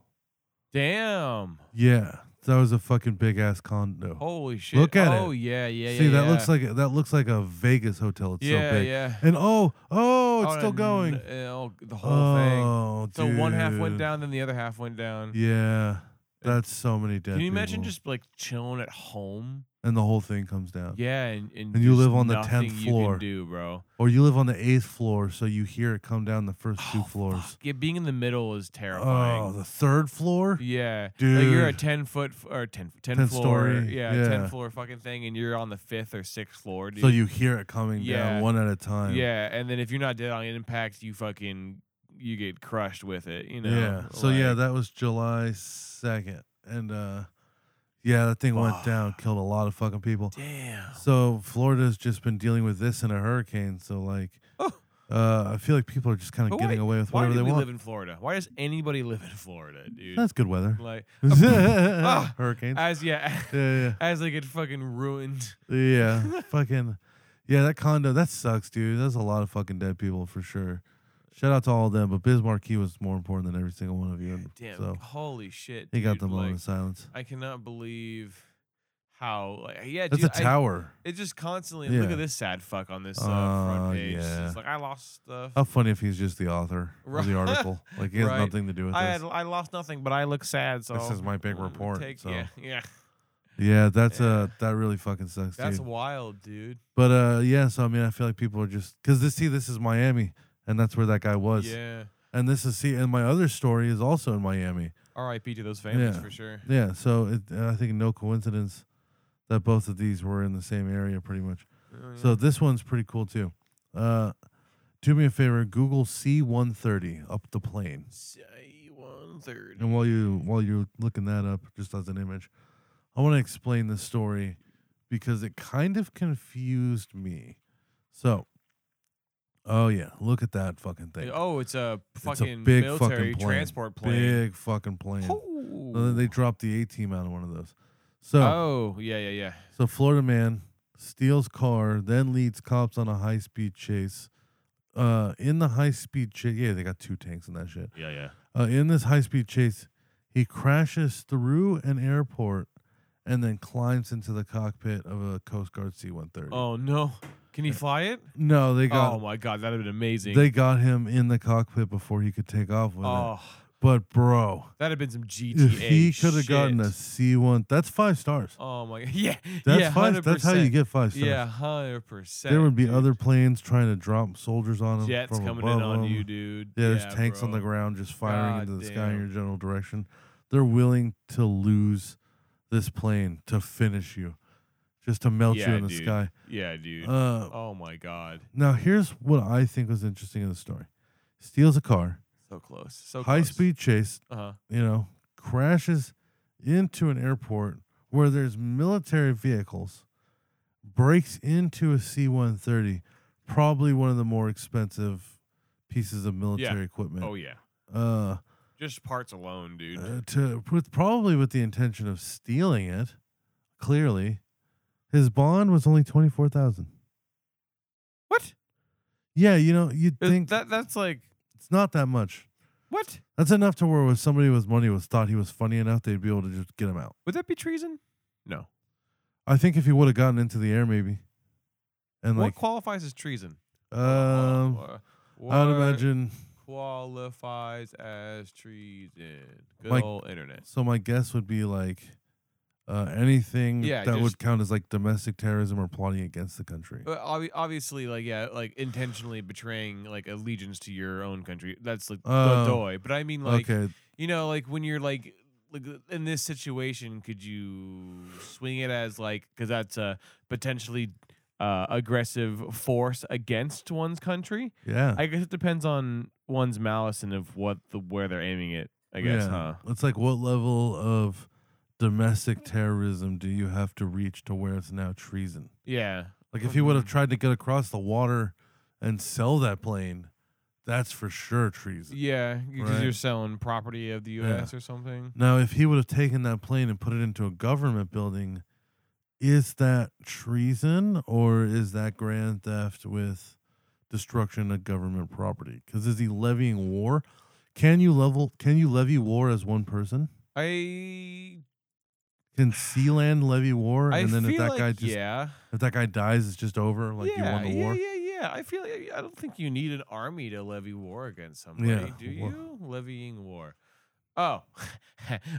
Speaker 4: Damn.
Speaker 1: Yeah, that was a fucking big ass condo.
Speaker 4: Holy shit.
Speaker 1: Look at it.
Speaker 4: oh, yeah, yeah, yeah.
Speaker 1: See, that
Speaker 4: yeah.
Speaker 1: looks like that looks like a Vegas hotel. It's
Speaker 4: yeah,
Speaker 1: so big.
Speaker 4: yeah.
Speaker 1: And oh, oh, it's
Speaker 4: Oh,
Speaker 1: still
Speaker 4: and-
Speaker 1: going.
Speaker 4: and all- the whole thing.
Speaker 1: Oh,
Speaker 4: So one half went
Speaker 1: dude.
Speaker 4: down, then the other half went down.
Speaker 1: Yeah, that's so many dead.
Speaker 4: Can you imagine
Speaker 1: people.
Speaker 4: just like chilling at home?
Speaker 1: and the whole thing comes down?
Speaker 4: Yeah, and and,
Speaker 1: And you
Speaker 4: just
Speaker 1: live on the 10th
Speaker 4: nothing you can
Speaker 1: floor.
Speaker 4: do, bro.
Speaker 1: Or you live on the eighth floor, so you hear it come down the first two floors.
Speaker 4: Yeah, being in the middle is
Speaker 1: Oh,
Speaker 4: Oh, terrifying.
Speaker 1: the third floor.
Speaker 4: yeah, Like you're a
Speaker 1: Dude.
Speaker 4: ten foot f- or 10, 10,
Speaker 1: 10
Speaker 4: floor,
Speaker 1: story,
Speaker 4: yeah,
Speaker 1: yeah.
Speaker 4: ten floor fucking thing, and you're on the fifth or sixth floor, dude.
Speaker 1: So you hear it coming
Speaker 4: Yeah.
Speaker 1: down one at a time.
Speaker 4: yeah, and then if you're not dead on impact, you fucking you get crushed with it, you know.
Speaker 1: yeah. So yeah,
Speaker 4: like-
Speaker 1: that was July second, and uh, yeah, that thing went down, killed a lot of fucking people.
Speaker 4: damn.
Speaker 1: So Florida's just been dealing with this and a hurricane. So like,
Speaker 4: Oh.
Speaker 1: uh, I feel like people are just kind of
Speaker 4: But
Speaker 1: getting
Speaker 4: why,
Speaker 1: away with
Speaker 4: why
Speaker 1: whatever
Speaker 4: do
Speaker 1: they
Speaker 4: we
Speaker 1: want.
Speaker 4: live in Florida? Why does anybody live in Florida, dude?
Speaker 1: That's good weather. <laughs>
Speaker 4: like Ah.
Speaker 1: Hurricanes.
Speaker 4: <laughs> as yeah, <laughs>
Speaker 1: yeah,
Speaker 4: as they get fucking ruined.
Speaker 1: yeah,
Speaker 4: <laughs>
Speaker 1: yeah. fucking, yeah. That condo that sucks, dude. That's a lot of fucking dead people for sure. Shout out to all of them, but Bismarcky was more important than every single one of you. and
Speaker 4: Damn,
Speaker 1: So
Speaker 4: holy shit!
Speaker 1: he got
Speaker 4: dude,
Speaker 1: them all in
Speaker 4: like,
Speaker 1: silence.
Speaker 4: I cannot believe how like yeah,
Speaker 1: That's
Speaker 4: dude,
Speaker 1: a
Speaker 4: I-
Speaker 1: tower.
Speaker 4: it just constantly look
Speaker 1: Yeah.
Speaker 4: at this sad fuck on this uh,
Speaker 1: Uh,
Speaker 4: front page.
Speaker 1: yeah.
Speaker 4: It's like I lost stuff.
Speaker 1: How funny if he's just the author of the
Speaker 4: Right.
Speaker 1: article. Like he has
Speaker 4: Right.
Speaker 1: nothing to do with
Speaker 4: I
Speaker 1: this.
Speaker 4: had I lost nothing, but I look sad. So
Speaker 1: This is my big
Speaker 4: mm,
Speaker 1: report,
Speaker 4: Take,
Speaker 1: so.
Speaker 4: Yeah, <laughs> yeah,
Speaker 1: yeah, that's
Speaker 4: Yeah.
Speaker 1: uh that really fucking sucks,
Speaker 4: that's
Speaker 1: dude.
Speaker 4: wild, dude.
Speaker 1: But uh yeah, so I mean I feel like people are just cause this see, this is Miami and that's where that guy was.
Speaker 4: Yeah,
Speaker 1: And this is see and my other story is also in Miami.
Speaker 4: R.I.P. to those families
Speaker 1: Yeah.
Speaker 4: for sure.
Speaker 1: Yeah, so it, uh, I think no coincidence that both of these were in the same area, pretty much.
Speaker 4: Mm-hmm.
Speaker 1: So this one's pretty cool too. Uh, do me a favor, Google C-130 up the plane,
Speaker 4: Say one third.
Speaker 1: and while you while you're looking that up, just as an image, I want to explain this story because it kind of confused me. So, oh yeah, look at that fucking thing.
Speaker 4: Oh, it's a
Speaker 1: It's
Speaker 4: fucking
Speaker 1: a big
Speaker 4: military
Speaker 1: fucking plane.
Speaker 4: transport plane.
Speaker 1: Big fucking plane. And then
Speaker 4: Oh.
Speaker 1: they dropped the A team out of one of those. So.
Speaker 4: oh, yeah, yeah, yeah.
Speaker 1: So Florida man steals car, then leads cops on a high speed chase. Uh, in the high speed chase, yeah, they got two tanks and that shit.
Speaker 4: Yeah, yeah.
Speaker 1: Uh, in this high speed chase, he crashes through an airport and then climbs into the cockpit of a Coast Guard C-130.
Speaker 4: Oh no. Can he fly it?
Speaker 1: no, they
Speaker 4: Oh
Speaker 1: got
Speaker 4: my god, that'd have been amazing.
Speaker 1: they got him in the cockpit before he could take off with it.
Speaker 4: oh,
Speaker 1: But bro,
Speaker 4: that'd have been some GTA.
Speaker 1: if he could have
Speaker 4: shit.
Speaker 1: gotten a C-1, that's five stars.
Speaker 4: Oh my <laughs> god. Yeah.
Speaker 1: That's
Speaker 4: yeah,
Speaker 1: five. That's how you
Speaker 4: 100%.
Speaker 1: get five stars.
Speaker 4: Yeah, hundred percent.
Speaker 1: There would be other planes trying to drop soldiers on them.
Speaker 4: jets
Speaker 1: from
Speaker 4: coming in
Speaker 1: above
Speaker 4: on
Speaker 1: them.
Speaker 4: you, dude.
Speaker 1: Yeah, there's tanks on the
Speaker 4: bro.
Speaker 1: ground just firing
Speaker 4: God
Speaker 1: into the sky in
Speaker 4: damn.
Speaker 1: your general direction. They're willing to lose this plane to finish you, just to melt you
Speaker 4: Yeah,
Speaker 1: in the
Speaker 4: dude.
Speaker 1: sky.
Speaker 4: Yeah, dude.
Speaker 1: Uh,
Speaker 4: oh my god.
Speaker 1: Now, here's what I think was interesting in the story: steals a car,
Speaker 4: So close. So
Speaker 1: high speed chase.
Speaker 4: Uh huh.
Speaker 1: You know, crashes into an airport where there's military vehicles, breaks into a C-130, probably one of the more expensive pieces of military equipment.
Speaker 4: Oh yeah.
Speaker 1: Uh,
Speaker 4: Just parts alone, dude.
Speaker 1: uh, to with probably with the intention of stealing it. Clearly, his bond was only twenty four thousand.
Speaker 4: what?
Speaker 1: Yeah, you know, you'd
Speaker 4: Is
Speaker 1: think
Speaker 4: that that's like
Speaker 1: it's not that much.
Speaker 4: what?
Speaker 1: That's enough to where if somebody with money was thought he was funny enough, they'd be able to just get him out.
Speaker 4: Would that be treason? No.
Speaker 1: I think if he would have gotten into the air, maybe, and
Speaker 4: what
Speaker 1: like,
Speaker 4: qualifies as treason?
Speaker 1: um,
Speaker 4: What-
Speaker 1: I'd
Speaker 4: what
Speaker 1: imagine.
Speaker 4: qualifies as treason. Good
Speaker 1: Like-
Speaker 4: old internet.
Speaker 1: So my guess would be like, uh, anything
Speaker 4: Yeah,
Speaker 1: that would
Speaker 4: just- Uh,
Speaker 1: count as like domestic terrorism or plotting against the country.
Speaker 4: But obvi- obviously, like yeah, like intentionally betraying like allegiance to your own country. That's like the
Speaker 1: Oh.
Speaker 4: doy. But I mean, like
Speaker 1: okay,
Speaker 4: you know, like when you're like like in this situation, could you swing it as like because that's a potentially uh, aggressive force against one's country?
Speaker 1: Yeah.
Speaker 4: <laughs> I guess it depends on one's malice and of what the where they're aiming it. I guess, huh?
Speaker 1: It's like what level of domestic terrorism do you have to reach to where it's now treason?
Speaker 4: Yeah.
Speaker 1: Like if he would have tried to get across the water and sell that plane, that's for sure treason.
Speaker 4: Yeah, because
Speaker 1: Right.
Speaker 4: you're selling property of the
Speaker 1: Yeah.
Speaker 4: U.S. or something.
Speaker 1: Now, if he would have taken that plane and put it into a government building, is that treason or is that grand theft with destruction of government property? Because is he levying war? Can you level? Can you levy war as one person?
Speaker 4: I
Speaker 1: Can Sealand levy war?
Speaker 4: I
Speaker 1: and then
Speaker 4: feel
Speaker 1: if that
Speaker 4: like
Speaker 1: guy just
Speaker 4: yeah,
Speaker 1: if that guy dies, it's just over. Like
Speaker 4: yeah,
Speaker 1: you won the
Speaker 4: yeah,
Speaker 1: war.
Speaker 4: yeah, yeah. I feel like, I don't think you need an army to levy war against somebody.
Speaker 1: Yeah,
Speaker 4: Do
Speaker 1: wha-
Speaker 4: you levying war? Oh, <laughs>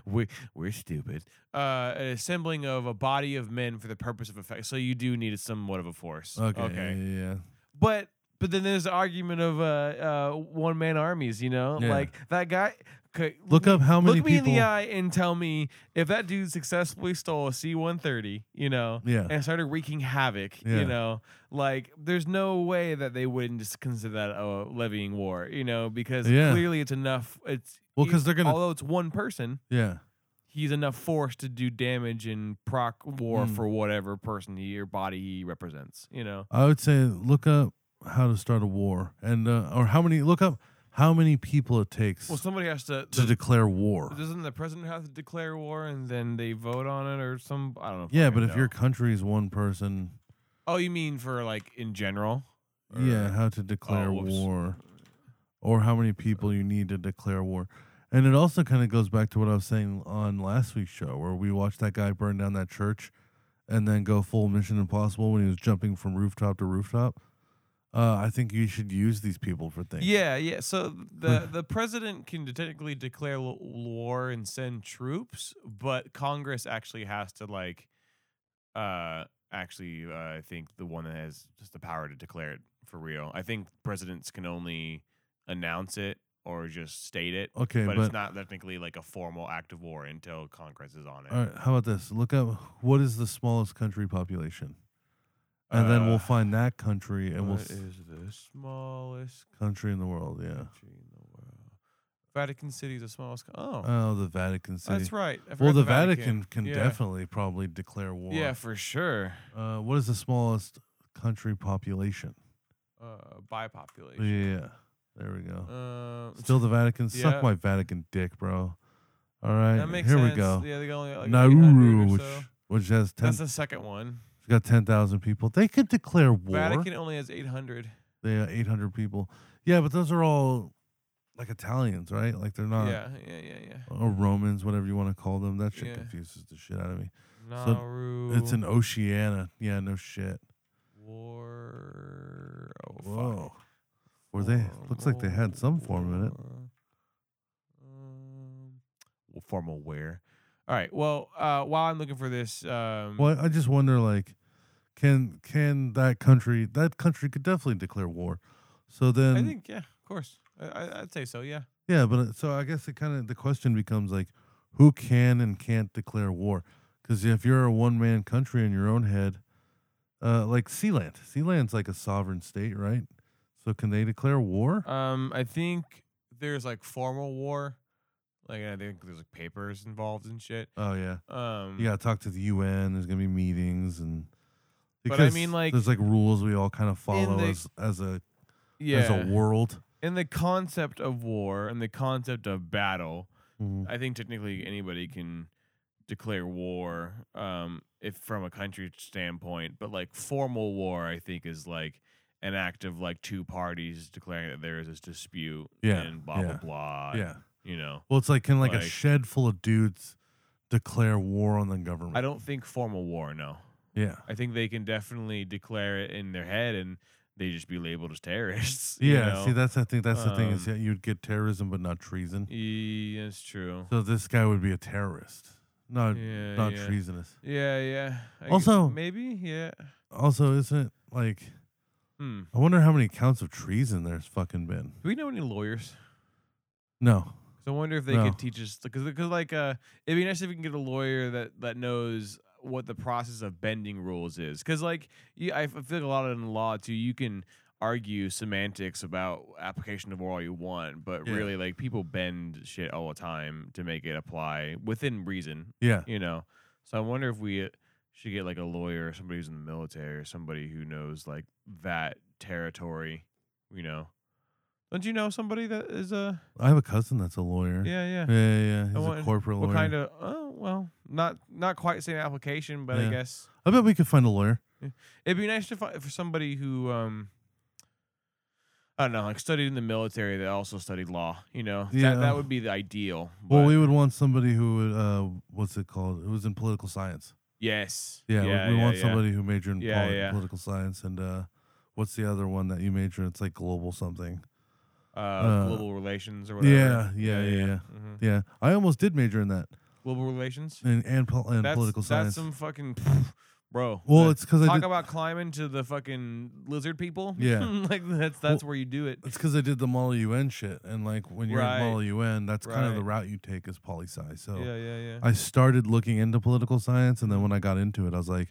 Speaker 4: we we're stupid. Uh, an assembling of a body of men for the purpose of effect. So you do need somewhat of a force.
Speaker 1: Okay. Yeah, yeah, yeah.
Speaker 4: but but then there's the argument of uh, uh, one man armies. You know,
Speaker 1: Yeah.
Speaker 4: like that guy. Okay,
Speaker 1: Look up how many
Speaker 4: look me in the
Speaker 1: people-
Speaker 4: eye and tell me if that dude successfully stole a C-130, you know,
Speaker 1: Yeah.
Speaker 4: and started wreaking havoc,
Speaker 1: Yeah.
Speaker 4: you know, like there's no way that they wouldn't just consider that a levying war, you know, because
Speaker 1: Yeah.
Speaker 4: clearly it's enough. It's
Speaker 1: Well, 'cause they're gonna-
Speaker 4: although it's one person,
Speaker 1: Yeah.
Speaker 4: he's enough force to do damage and proc war
Speaker 1: Mm.
Speaker 4: for whatever person he or body he represents, you know.
Speaker 1: I would say look up how to start a war and uh, or how many look up how many people it takes
Speaker 4: Well, somebody has to.
Speaker 1: to
Speaker 4: the-
Speaker 1: declare war.
Speaker 4: doesn't the president have to declare war and then they vote on it or some? I don't know.
Speaker 1: yeah,
Speaker 4: fucking
Speaker 1: but if
Speaker 4: know.
Speaker 1: your country's one person,
Speaker 4: Oh, you mean for like in general? Or-
Speaker 1: yeah, how to declare
Speaker 4: Oh, whoops.
Speaker 1: war or how many people you need to declare war. And it also kind of goes back to what I was saying on last week's show where we watched that guy burn down that church and then go full Mission Impossible when he was jumping from rooftop to rooftop. Uh, I think you should use these people for things.
Speaker 4: Yeah, yeah. So
Speaker 1: Hmm.
Speaker 4: the the president can technically declare l- war and send troops, but Congress actually has to like, uh, actually, uh, I think the one that has just the power to declare it for real. I think presidents can only announce it or just state it.
Speaker 1: Okay,
Speaker 4: but,
Speaker 1: but
Speaker 4: it's not technically like a formal act of war until Congress is on it.
Speaker 1: All right, how about this? Look up what is the smallest country population, and then
Speaker 4: Uh,
Speaker 1: we'll find that country and we'll
Speaker 4: What
Speaker 1: s-
Speaker 4: is the smallest
Speaker 1: country in the world. Yeah.
Speaker 4: country in the world? Vatican City is the smallest. co- Oh,
Speaker 1: Oh, the Vatican City.
Speaker 4: that's right. I
Speaker 1: Well,
Speaker 4: forgot
Speaker 1: the Vatican, can
Speaker 4: yeah.
Speaker 1: definitely probably declare war.
Speaker 4: Yeah, for sure.
Speaker 1: Uh, what is the smallest country population? Oh,
Speaker 4: Uh, by population.
Speaker 1: Yeah. There we go.
Speaker 4: Uh,
Speaker 1: Still the Vatican.
Speaker 4: yeah.
Speaker 1: Suck my Vatican dick, bro. All right.
Speaker 4: that makes
Speaker 1: here
Speaker 4: sense.
Speaker 1: we go.
Speaker 4: Yeah, they got only like
Speaker 1: Nauru,
Speaker 4: 800 or
Speaker 1: which,
Speaker 4: so.
Speaker 1: which has ten,
Speaker 4: That's the second one.
Speaker 1: it's got ten thousand people. They could declare war.
Speaker 4: Vatican only has 800.
Speaker 1: They uh, 800 people. Yeah, but those are all like Italians, right? Like they're not
Speaker 4: yeah, yeah, yeah, yeah.
Speaker 1: or Romans, whatever you want to call them. That shit
Speaker 4: Yeah.
Speaker 1: confuses the shit out of me. so
Speaker 4: Nauru.
Speaker 1: It's an Oceania. Yeah, no shit.
Speaker 4: war. Oh, fuck.
Speaker 1: Whoa. Were they? Looks like they had some form in it.
Speaker 4: Um, well, formal wear. All right. Well, uh, while I'm looking for this, um,
Speaker 1: Well, I just wonder, like, can can that country that country could definitely declare war? So then,
Speaker 4: I think yeah, of course, I, I, I'd say so. Yeah.
Speaker 1: yeah. But uh, so I guess it kind of the question becomes like, who can and can't declare war? Because if you're a one man country in your own head, uh, like Sealand, Sealand's like a sovereign state, right? So can they declare war?
Speaker 4: Um, I think there's like formal war, like I think there's like papers involved and shit.
Speaker 1: oh yeah,
Speaker 4: Um,
Speaker 1: you gotta talk to the UN. There's gonna be meetings and.
Speaker 4: But I
Speaker 1: because
Speaker 4: mean, like,
Speaker 1: there's like rules we all kind of follow
Speaker 4: the-
Speaker 1: as as a
Speaker 4: yeah.
Speaker 1: as a world.
Speaker 4: in the concept of war and the concept of battle,
Speaker 1: Mhm.
Speaker 4: I think technically anybody can declare war um, if from a country standpoint, but like formal war, I think is like an act of like two parties declaring that there is this dispute
Speaker 1: Yeah,
Speaker 4: and blah
Speaker 1: yeah,
Speaker 4: blah blah.
Speaker 1: Yeah.
Speaker 4: you know,
Speaker 1: Well, it's like can like,
Speaker 4: Like-
Speaker 1: a shed full of dudes declare war on the government?
Speaker 4: I don't think formal war. No,
Speaker 1: Yeah.
Speaker 4: I think they can definitely declare it in their head and they just be labeled as terrorists. <laughs> you
Speaker 1: Yeah.
Speaker 4: know?
Speaker 1: See, that's I think that's the thing is
Speaker 4: Um,
Speaker 1: that you'd get terrorism, but not treason.
Speaker 4: yeah, that's true.
Speaker 1: So this guy would be a terrorist, not
Speaker 4: yeah,
Speaker 1: uh, not
Speaker 4: yeah.
Speaker 1: treasonous.
Speaker 4: Yeah, yeah. I gu-
Speaker 1: Also-
Speaker 4: maybe, yeah.
Speaker 1: Also, isn't it like
Speaker 4: Hmm.
Speaker 1: I wonder how many counts of treason there's fucking been?
Speaker 4: Do we know any lawyers?
Speaker 1: No.
Speaker 4: 'Cause So I wonder if they
Speaker 1: No.
Speaker 4: could teach us because because like uh, it'd be nice if we can get a lawyer that that knows what the process of bending rules is because like you, I f- feel like a lot of in law too you can argue semantics about application of all you want but
Speaker 1: Yeah.
Speaker 4: really like people bend shit all the time to make it apply within reason
Speaker 1: Yeah.
Speaker 4: you know so i wonder if we uh, should get like a lawyer somebody who's in the military or somebody who knows like that territory you know don't you know somebody that is a
Speaker 1: I have a cousin that's a lawyer.
Speaker 4: yeah yeah
Speaker 1: Yeah, yeah. yeah. He's
Speaker 4: want-
Speaker 1: a corporate
Speaker 4: what
Speaker 1: lawyer.
Speaker 4: kind of oh well not not quite same application but i
Speaker 1: Yeah.
Speaker 4: guess
Speaker 1: I bet we could find a lawyer.
Speaker 4: it'd be nice to find for somebody who um i don't know like studied in the military that also studied law you know
Speaker 1: Yeah.
Speaker 4: that, that would be the ideal
Speaker 1: Well,
Speaker 4: but-
Speaker 1: we would want somebody who would, uh, what's it called? It was in political science.
Speaker 4: yes
Speaker 1: Yeah, we- we, want
Speaker 4: yeah.
Speaker 1: somebody who majored in
Speaker 4: Yeah,
Speaker 1: poli-
Speaker 4: yeah.
Speaker 1: political science. And uh, what's the other one that you major? in? It's like global something.
Speaker 4: uh,
Speaker 1: uh,
Speaker 4: global relations or whatever
Speaker 1: Yeah, yeah, yeah, yeah. yeah.
Speaker 4: Mhm.
Speaker 1: I almost did major in that
Speaker 4: global relations
Speaker 1: and and, pol- and political science.
Speaker 4: That's some fucking <sniffs> bro.
Speaker 1: well,
Speaker 4: the-
Speaker 1: it's because I
Speaker 4: talk
Speaker 1: did,
Speaker 4: about climbing to the fucking lizard people.
Speaker 1: Yeah.
Speaker 4: <laughs> like that's that's where you do it.
Speaker 1: it's because I did the Model UN shit, and like when you're
Speaker 4: Right.
Speaker 1: at Model UN, that's kind of the
Speaker 4: Right.
Speaker 1: route you take is poli sci. So
Speaker 4: Yeah, yeah, yeah.
Speaker 1: I started looking into political science, and then when I got into it, I was like,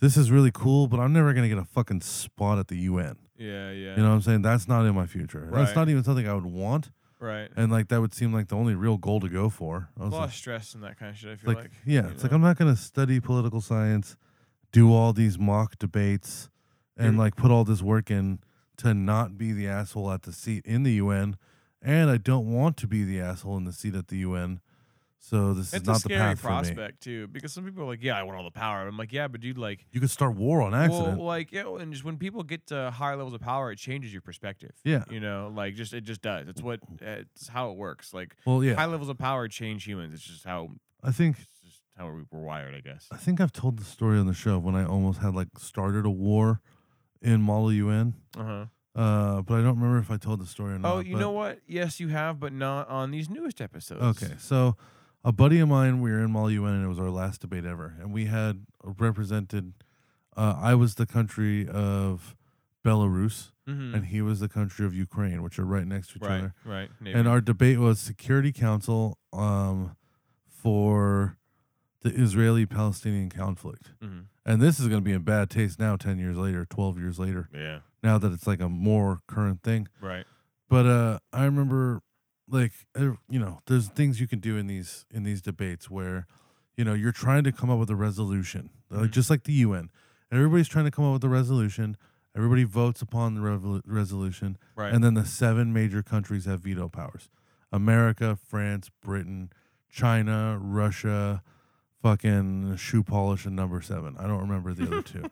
Speaker 1: this is really cool, but I'm never gonna get a fucking spot at the UN.
Speaker 4: yeah, yeah.
Speaker 1: You know what I'm saying? That's not in my future. That's
Speaker 4: Right.
Speaker 1: not even something I would want.
Speaker 4: right.
Speaker 1: And like that would seem like the only real goal to go for. I
Speaker 4: A
Speaker 1: was
Speaker 4: lot
Speaker 1: like,
Speaker 4: of stress and that kind of shit. I feel
Speaker 1: like,
Speaker 4: like,
Speaker 1: yeah,
Speaker 4: you
Speaker 1: it's like
Speaker 4: know?
Speaker 1: I'm not gonna study political science, do all these mock debates, and like put all this work in to not be the asshole at the seat in the UN, and I don't want to be the asshole in the seat at the UN. So this
Speaker 4: It's
Speaker 1: is not
Speaker 4: a scary
Speaker 1: the path for me.
Speaker 4: prospect too, because some people are like, "Yeah, I want all the power." I'm like, "Yeah, but dude, like,
Speaker 1: You could start war on accident.
Speaker 4: well, like, yeah, and just when people get to higher levels of power, it changes your perspective.
Speaker 1: Yeah.
Speaker 4: you know, like, just it just does. It's what it's how it works. Like,
Speaker 1: Well, yeah.
Speaker 4: high levels of power change humans. It's just how
Speaker 1: I think
Speaker 4: it's just how we- we're wired, I guess.
Speaker 1: I think I've told the story on the show of when I almost had like started a war in Model UN.
Speaker 4: Uh huh.
Speaker 1: Uh, but I don't remember if I told the story or not.
Speaker 4: Oh, you
Speaker 1: but-
Speaker 4: know what? Yes, you have, but not on these newest episodes.
Speaker 1: Okay, so a buddy of mine, we were in Mall UN, and it was our last debate ever, and we had represented. Uh, I was the country of Belarus,
Speaker 4: Mm-hmm.
Speaker 1: and he was the country of Ukraine, which are right next to each
Speaker 4: right,
Speaker 1: other.
Speaker 4: right.
Speaker 1: And our debate was Security Council um, for the Israeli-Palestinian conflict,
Speaker 4: mm-hmm.
Speaker 1: and this is going to be in bad taste now, ten years later, twelve years later,
Speaker 4: yeah,
Speaker 1: now that it's like a more current thing.
Speaker 4: right.
Speaker 1: But uh, I remember, like, er- you know, there's things you can do in these in these debates where, you know, you're trying to come up with a resolution, like just like the UN. Everybody's trying to come up with a resolution. Everybody votes upon the revolu- resolution,
Speaker 4: Right.
Speaker 1: and then the seven major countries have veto powers: America, France, Britain, China, Russia, fucking shoe polish, and number seven. I don't remember the other
Speaker 4: <laughs>
Speaker 1: two,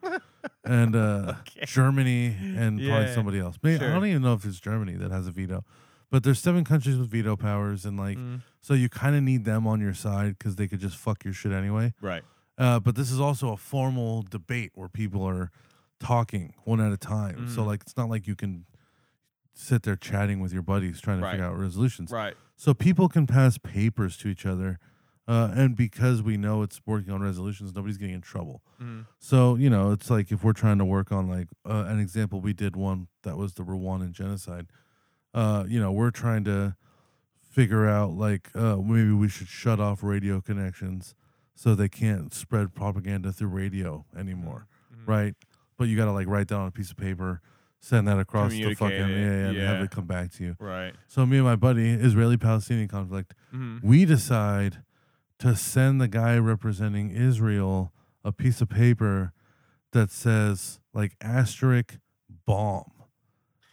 Speaker 1: and uh, Germany, and
Speaker 4: Yeah.
Speaker 1: probably somebody else. Maybe I
Speaker 4: Sure.
Speaker 1: don't even know if it's Germany that has a veto, but there's seven countries with veto powers, and like,
Speaker 4: Mm.
Speaker 1: so you kind of need them on your side because they could just fuck your shit anyway.
Speaker 4: Right.
Speaker 1: Uh, but this is also a formal debate where people are talking one at a time. So
Speaker 4: Mm.
Speaker 1: like it's not like you can sit there chatting with your buddies trying to
Speaker 4: Right.
Speaker 1: figure out resolutions.
Speaker 4: Right.
Speaker 1: So people can pass papers to each other. Uh, and because we know it's working on resolutions, nobody's getting in trouble.
Speaker 4: Mhm.
Speaker 1: So, you know, it's like if we're trying to work on like uh, an example, we did one that was the Rwandan genocide. Uh, you know, we're trying to figure out like uh, maybe we should shut off radio connections so they can't spread propaganda through radio anymore,
Speaker 4: Mm-hmm.
Speaker 1: right? But you got to like write that on a piece of paper, send that across the fucking yeah,
Speaker 4: Communicate it,
Speaker 1: yeah, and have
Speaker 4: yeah.
Speaker 1: it come back to you.
Speaker 4: Right.
Speaker 1: So me and my buddy, Israeli-Palestinian conflict,
Speaker 4: Mhm.
Speaker 1: we decide to send the guy representing Israel a piece of paper that says like asterisk bomb,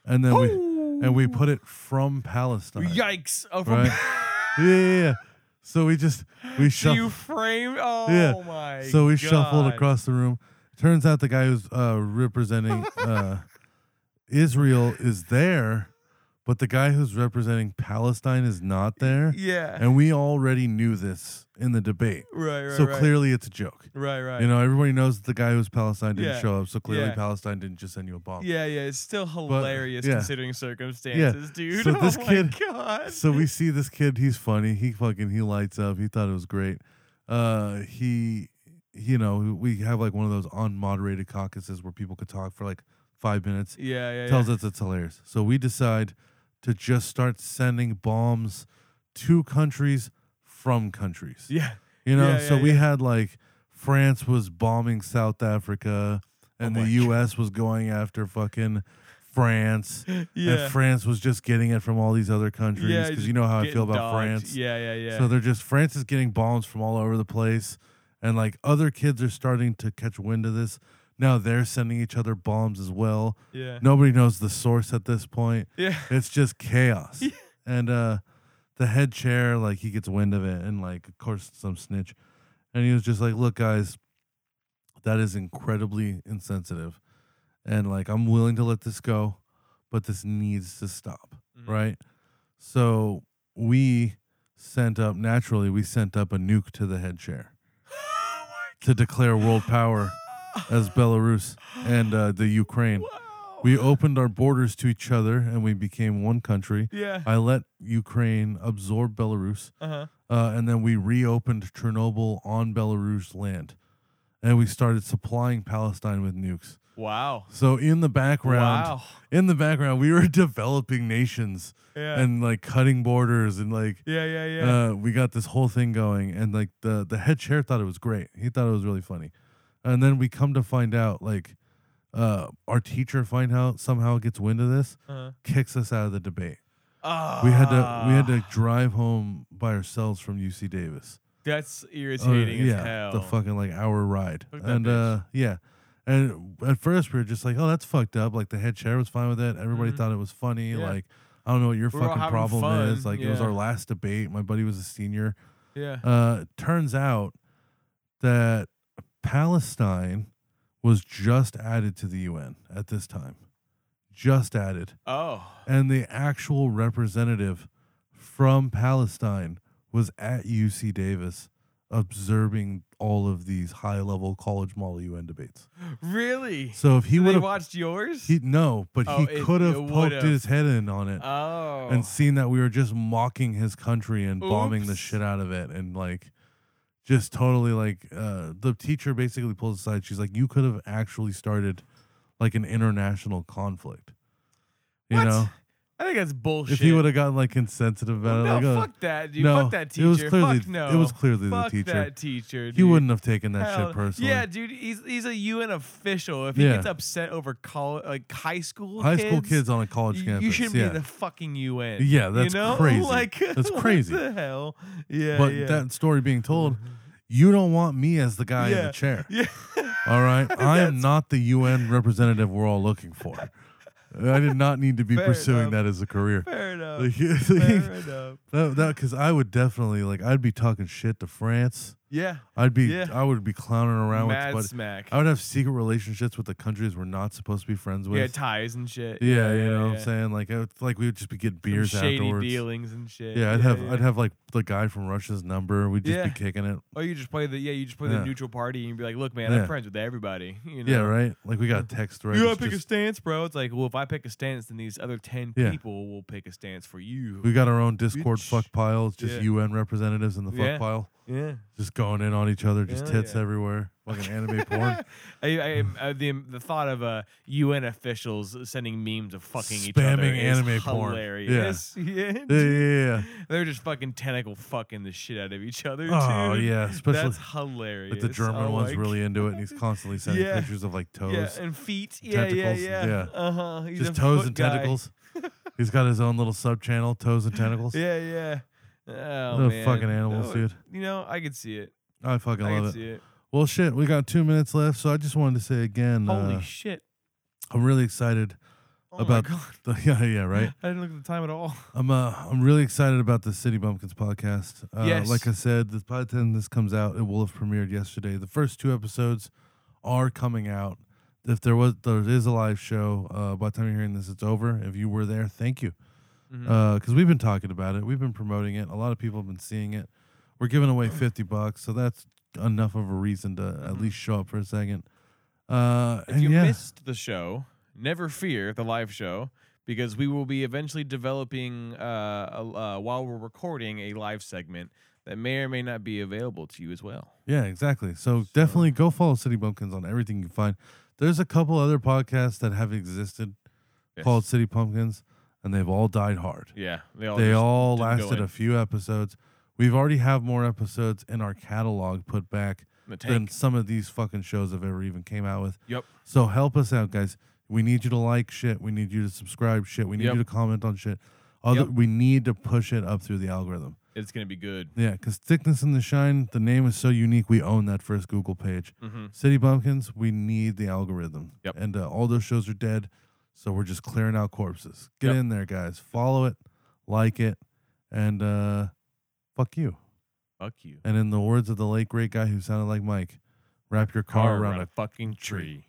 Speaker 1: and then we and we put it from Palestine.
Speaker 4: Yikes! Oh, from <laughs>
Speaker 1: right? yeah, yeah, yeah. So we just we
Speaker 4: so you
Speaker 1: shuffle.
Speaker 4: framed. Oh
Speaker 1: Yeah.
Speaker 4: my.
Speaker 1: So we shuffled
Speaker 4: God.
Speaker 1: across the room. Turns out the guy who's uh,
Speaker 4: <laughs>
Speaker 1: representing uh, Israel is there, but the guy who's representing Palestine is not there.
Speaker 4: Yeah.
Speaker 1: And we already knew this in the debate.
Speaker 4: right. Right.
Speaker 1: so
Speaker 4: right.
Speaker 1: clearly it's a joke.
Speaker 4: Right. Right.
Speaker 1: You know, everybody knows that the guy who's Palestine didn't
Speaker 4: Yeah.
Speaker 1: show up. So clearly
Speaker 4: Yeah.
Speaker 1: Palestine didn't just send you a bomb.
Speaker 4: yeah. Yeah. It's still hilarious
Speaker 1: yeah.
Speaker 4: considering circumstances, dude. <laughs>
Speaker 1: So
Speaker 4: oh
Speaker 1: this
Speaker 4: my
Speaker 1: kid-
Speaker 4: God.
Speaker 1: So we see this kid. He's funny. He fucking he lights up. He thought it was great. Uh, he, you know, we have like one of those unmoderated caucuses where people could talk for like five minutes.
Speaker 4: yeah. Yeah.
Speaker 1: Tells
Speaker 4: yeah.
Speaker 1: us it's hilarious. So we decide to just start sending bombs to countries from countries.
Speaker 4: <laughs> Yeah.
Speaker 1: You know,
Speaker 4: Yeah,
Speaker 1: so
Speaker 4: yeah,
Speaker 1: we
Speaker 4: yeah.
Speaker 1: had like France was bombing South Africa
Speaker 4: Oh
Speaker 1: and the US was going after fucking France.
Speaker 4: <laughs> Yeah.
Speaker 1: And France was just getting it from all these other countries
Speaker 4: Yeah,
Speaker 1: because
Speaker 4: just
Speaker 1: you know how I
Speaker 4: getting
Speaker 1: feel about
Speaker 4: dogged.
Speaker 1: France.
Speaker 4: Yeah, yeah, yeah.
Speaker 1: So they're just France is getting bombs from all over the place, and like other kids are starting to catch wind of this. Now they're sending each other bombs as
Speaker 4: <laughs>
Speaker 1: well.
Speaker 4: Yeah.
Speaker 1: Nobody knows the source at this point.
Speaker 4: Yeah.
Speaker 1: <laughs> It's just chaos. And uh the head chair, like he gets wind of it, and like of course some snitch, and he was just like, "Look, guys, that is incredibly insensitive, and like I'm willing to let this go, but this needs to stop, right?" So we sent up naturally we sent up a nuke to the head chair to declare world power as belarus and uh, the ukraine we opened our borders to each other and we became one country
Speaker 4: Yeah.
Speaker 1: i let ukraine absorb belarus
Speaker 4: Uh-huh.
Speaker 1: uh, and then we reopened chernobyl on belarus land and we started supplying palestine with nukes
Speaker 4: Wow.
Speaker 1: so in the background,
Speaker 4: Wow.
Speaker 1: in the background, we were <laughs> developing nations
Speaker 4: Yeah.
Speaker 1: and like cutting borders and like
Speaker 4: Yeah, yeah, yeah.
Speaker 1: uh, we got this whole thing going, and like the the head chair thought it was great. He thought it was really funny, and then we come to find out like uh, our teacher find out somehow gets wind of this,
Speaker 4: Uh-huh.
Speaker 1: kicks us out of the debate.
Speaker 4: Ah.
Speaker 1: We had to we had to drive home by ourselves from UC Davis.
Speaker 4: That's
Speaker 1: Oh,
Speaker 4: irritating
Speaker 1: yeah,
Speaker 4: as hell.
Speaker 1: the fucking like hour ride,
Speaker 4: Fuck that
Speaker 1: and
Speaker 4: bitch.
Speaker 1: uh, yeah, and at first we were just like, oh, that's fucked up. Like the head chair was fine with it. Everybody thought it was funny.
Speaker 4: Mm-hmm. Yeah.
Speaker 1: Like I don't know what your
Speaker 4: We're all
Speaker 1: fucking
Speaker 4: having
Speaker 1: problem
Speaker 4: fun,
Speaker 1: is. Like it was
Speaker 4: yeah.
Speaker 1: our last debate. My buddy was a senior.
Speaker 4: Yeah.
Speaker 1: Uh, turns out that Palestine was just added to the UN at this time, just added,
Speaker 4: Oh.
Speaker 1: and the actual representative from Palestine was at UC Davis observing all of these high-level college mall UN debates.
Speaker 4: Really?
Speaker 1: So if he
Speaker 4: So
Speaker 1: would
Speaker 4: they
Speaker 1: have,
Speaker 4: watched yours?
Speaker 1: he no, but
Speaker 4: Oh,
Speaker 1: he
Speaker 4: it-
Speaker 1: could have
Speaker 4: it
Speaker 1: poked
Speaker 4: would've.
Speaker 1: his head in on it
Speaker 4: oh.
Speaker 1: and seen that we were just mocking his country and bombing the
Speaker 4: Oops.
Speaker 1: shit out of it and like just totally like uh the teacher basically pulls aside she's like you could have actually started like an international conflict you
Speaker 4: What?
Speaker 1: know
Speaker 4: I think that's bullshit.
Speaker 1: if he would have gotten like insensitive about
Speaker 4: no,
Speaker 1: it like, uh,
Speaker 4: fuck that, dude.
Speaker 1: no,
Speaker 4: fuck that
Speaker 1: it
Speaker 4: teacher.
Speaker 1: was clearly-
Speaker 4: fuck no.
Speaker 1: it was clearly the
Speaker 4: fuck
Speaker 1: teacher.
Speaker 4: That teacher. Dude.
Speaker 1: he wouldn't have taken that
Speaker 4: Hell-
Speaker 1: shit personally
Speaker 4: Yeah, dude, he's he's a UN official. If he
Speaker 1: Yeah.
Speaker 4: gets upset over college, like high school,
Speaker 1: high
Speaker 4: kids,
Speaker 1: school kids on a college
Speaker 4: y-
Speaker 1: campus
Speaker 4: you shouldn't
Speaker 1: yeah.
Speaker 4: be in the fucking UN.
Speaker 1: Yeah, that's
Speaker 4: you know? <laughs>
Speaker 1: crazy.
Speaker 4: Like
Speaker 1: That's
Speaker 4: what
Speaker 1: crazy.
Speaker 4: the hell? Yeah,
Speaker 1: but
Speaker 4: yeah. Mm-hmm.
Speaker 1: that story being told you don't want me as the guy in
Speaker 4: Yeah.
Speaker 1: the chair
Speaker 4: <laughs> yeah.
Speaker 1: All
Speaker 4: <laughs>
Speaker 1: right. I am not the UN representative we're all looking for. I did not need to be
Speaker 4: <laughs> Fair
Speaker 1: pursuing
Speaker 4: enough.
Speaker 1: that as a career.
Speaker 4: Fair enough.
Speaker 1: <laughs> Like,
Speaker 4: Fair enough.
Speaker 1: that that because I would definitely like I'd be talking shit to France.
Speaker 4: Yeah.
Speaker 1: I'd be
Speaker 4: Yeah.
Speaker 1: I would be clowning around
Speaker 4: Mad
Speaker 1: with but
Speaker 4: smack.
Speaker 1: I would have secret relationships with the countries we're not supposed to be friends with.
Speaker 4: yeah, ties and shit.
Speaker 1: Yeah, you know what
Speaker 4: yeah.
Speaker 1: I'm saying? Like I would, like we would just be getting
Speaker 4: Some
Speaker 1: beers
Speaker 4: shady
Speaker 1: afterwards.
Speaker 4: dealings and shit.
Speaker 1: Yeah, I'd have I'd have like the guy from Russia's number. We'd just
Speaker 4: Yeah.
Speaker 1: be kicking it.
Speaker 4: Or you just play the yeah, you just play
Speaker 1: Yeah.
Speaker 4: the neutral party and be like, look, man,
Speaker 1: Yeah.
Speaker 4: I'm friends with everybody. <laughs> You know?
Speaker 1: Yeah, right. Like we got a text right.
Speaker 4: You gotta
Speaker 1: It's
Speaker 4: pick a
Speaker 1: just-
Speaker 4: stance, bro. It's like, well, if I pick a stance, then these other ten
Speaker 1: Yeah.
Speaker 4: people will pick a stance for you.
Speaker 1: We got our own Discord
Speaker 4: Bitch.
Speaker 1: fuck pile. It's just
Speaker 4: Yeah.
Speaker 1: UN representatives in the fuck
Speaker 4: Yeah.
Speaker 1: pile,
Speaker 4: yeah.
Speaker 1: just going in on each other, just
Speaker 4: Hell
Speaker 1: tits
Speaker 4: yeah.
Speaker 1: everywhere, fucking
Speaker 4: <laughs>
Speaker 1: anime porn,
Speaker 4: I, I, I, the, the thought of uh, UN officials sending memes of fucking each other
Speaker 1: Spamming anime
Speaker 4: is
Speaker 1: porn.
Speaker 4: hilarious. <laughs> Yeah.
Speaker 1: yeah, yeah, yeah.
Speaker 4: They're just fucking tentacle fucking the shit out of each other.
Speaker 1: Oh,
Speaker 4: dude.
Speaker 1: yeah, especially-
Speaker 4: That's hilarious.
Speaker 1: Like the German
Speaker 4: Oh,
Speaker 1: one's
Speaker 4: my
Speaker 1: really into it,
Speaker 4: <laughs>
Speaker 1: and he's constantly sending
Speaker 4: Yeah.
Speaker 1: pictures of like toes,
Speaker 4: Yeah, and feet. Yeah,
Speaker 1: tentacles,
Speaker 4: yeah, yeah.
Speaker 1: yeah.
Speaker 4: Uh-huh. He's
Speaker 1: just
Speaker 4: a
Speaker 1: toes
Speaker 4: foot
Speaker 1: and
Speaker 4: guy. <laughs>
Speaker 1: tentacles. he's got his own little sub channel, toes and tentacles.
Speaker 4: Yeah, yeah. Oh,
Speaker 1: Those
Speaker 4: man.
Speaker 1: fucking animals,
Speaker 4: Oh,
Speaker 1: dude.
Speaker 4: You know, I could see it.
Speaker 1: I fucking
Speaker 4: I, could
Speaker 1: love it.
Speaker 4: see it.
Speaker 1: Well, shit, we got two minutes left, so I just wanted to say again,
Speaker 4: Holy
Speaker 1: uh,
Speaker 4: shit.
Speaker 1: I'm really excited <laughs>
Speaker 4: Oh
Speaker 1: about
Speaker 4: my God.
Speaker 1: the yeah, yeah, right.
Speaker 4: <laughs> I didn't look at the time
Speaker 1: <laughs>
Speaker 4: at all.
Speaker 1: I'm uh, I'm really excited about the City Bumpkins podcast. Uh,
Speaker 4: Yes.
Speaker 1: Like I said, this, by the time this comes out, it will have premiered yesterday. The first two episodes are coming out. If there was there is a live show, uh, by the time you're hearing this, it's over. If you were there, thank you, because
Speaker 4: Mm-hmm.
Speaker 1: we've been talking about it, we've been promoting it. A lot of people have been seeing it. We're giving away fifty bucks, so that's enough of a reason to at least show up for a second. Uh,
Speaker 4: If
Speaker 1: and
Speaker 4: you
Speaker 1: yeah,
Speaker 4: missed the show, never fear the live show because we will be eventually developing uh, a, uh, while we're recording a live segment that may or may not be available to you as well.
Speaker 1: Yeah, exactly. So, definitely go follow City Pumpkins on everything you find. There's a couple other podcasts that have existed
Speaker 4: Yes.
Speaker 1: called City Pumpkins, and they've all died hard.
Speaker 4: Yeah, they all
Speaker 1: they
Speaker 4: just
Speaker 1: all
Speaker 4: didn't go
Speaker 1: lasted
Speaker 4: in.
Speaker 1: a few episodes. We've already have more episodes in our catalog put back
Speaker 4: In the
Speaker 1: than
Speaker 4: tank.
Speaker 1: some of these fucking shows have ever even came out with.
Speaker 4: Yep.
Speaker 1: So help us out, guys. We need you to like shit. We need you to subscribe shit. We need
Speaker 4: Yep.
Speaker 1: you to comment on shit. Other,
Speaker 4: Yep.
Speaker 1: we need to push it up through the algorithm.
Speaker 4: It's gonna be good.
Speaker 1: Yeah, because Thickness and the Shine, the name is so unique. We own that first Google page. City Bumpkins, we need the algorithm.
Speaker 4: Yep.
Speaker 1: And uh, all those shows are dead, so we're just clearing out corpses. Get
Speaker 4: Yep.
Speaker 1: in there, guys. Follow it, like it, and uh, fuck you.
Speaker 4: Fuck you.
Speaker 1: And in the words of the late great guy who sounded like Mike, wrap your car, around, a
Speaker 4: fucking tree.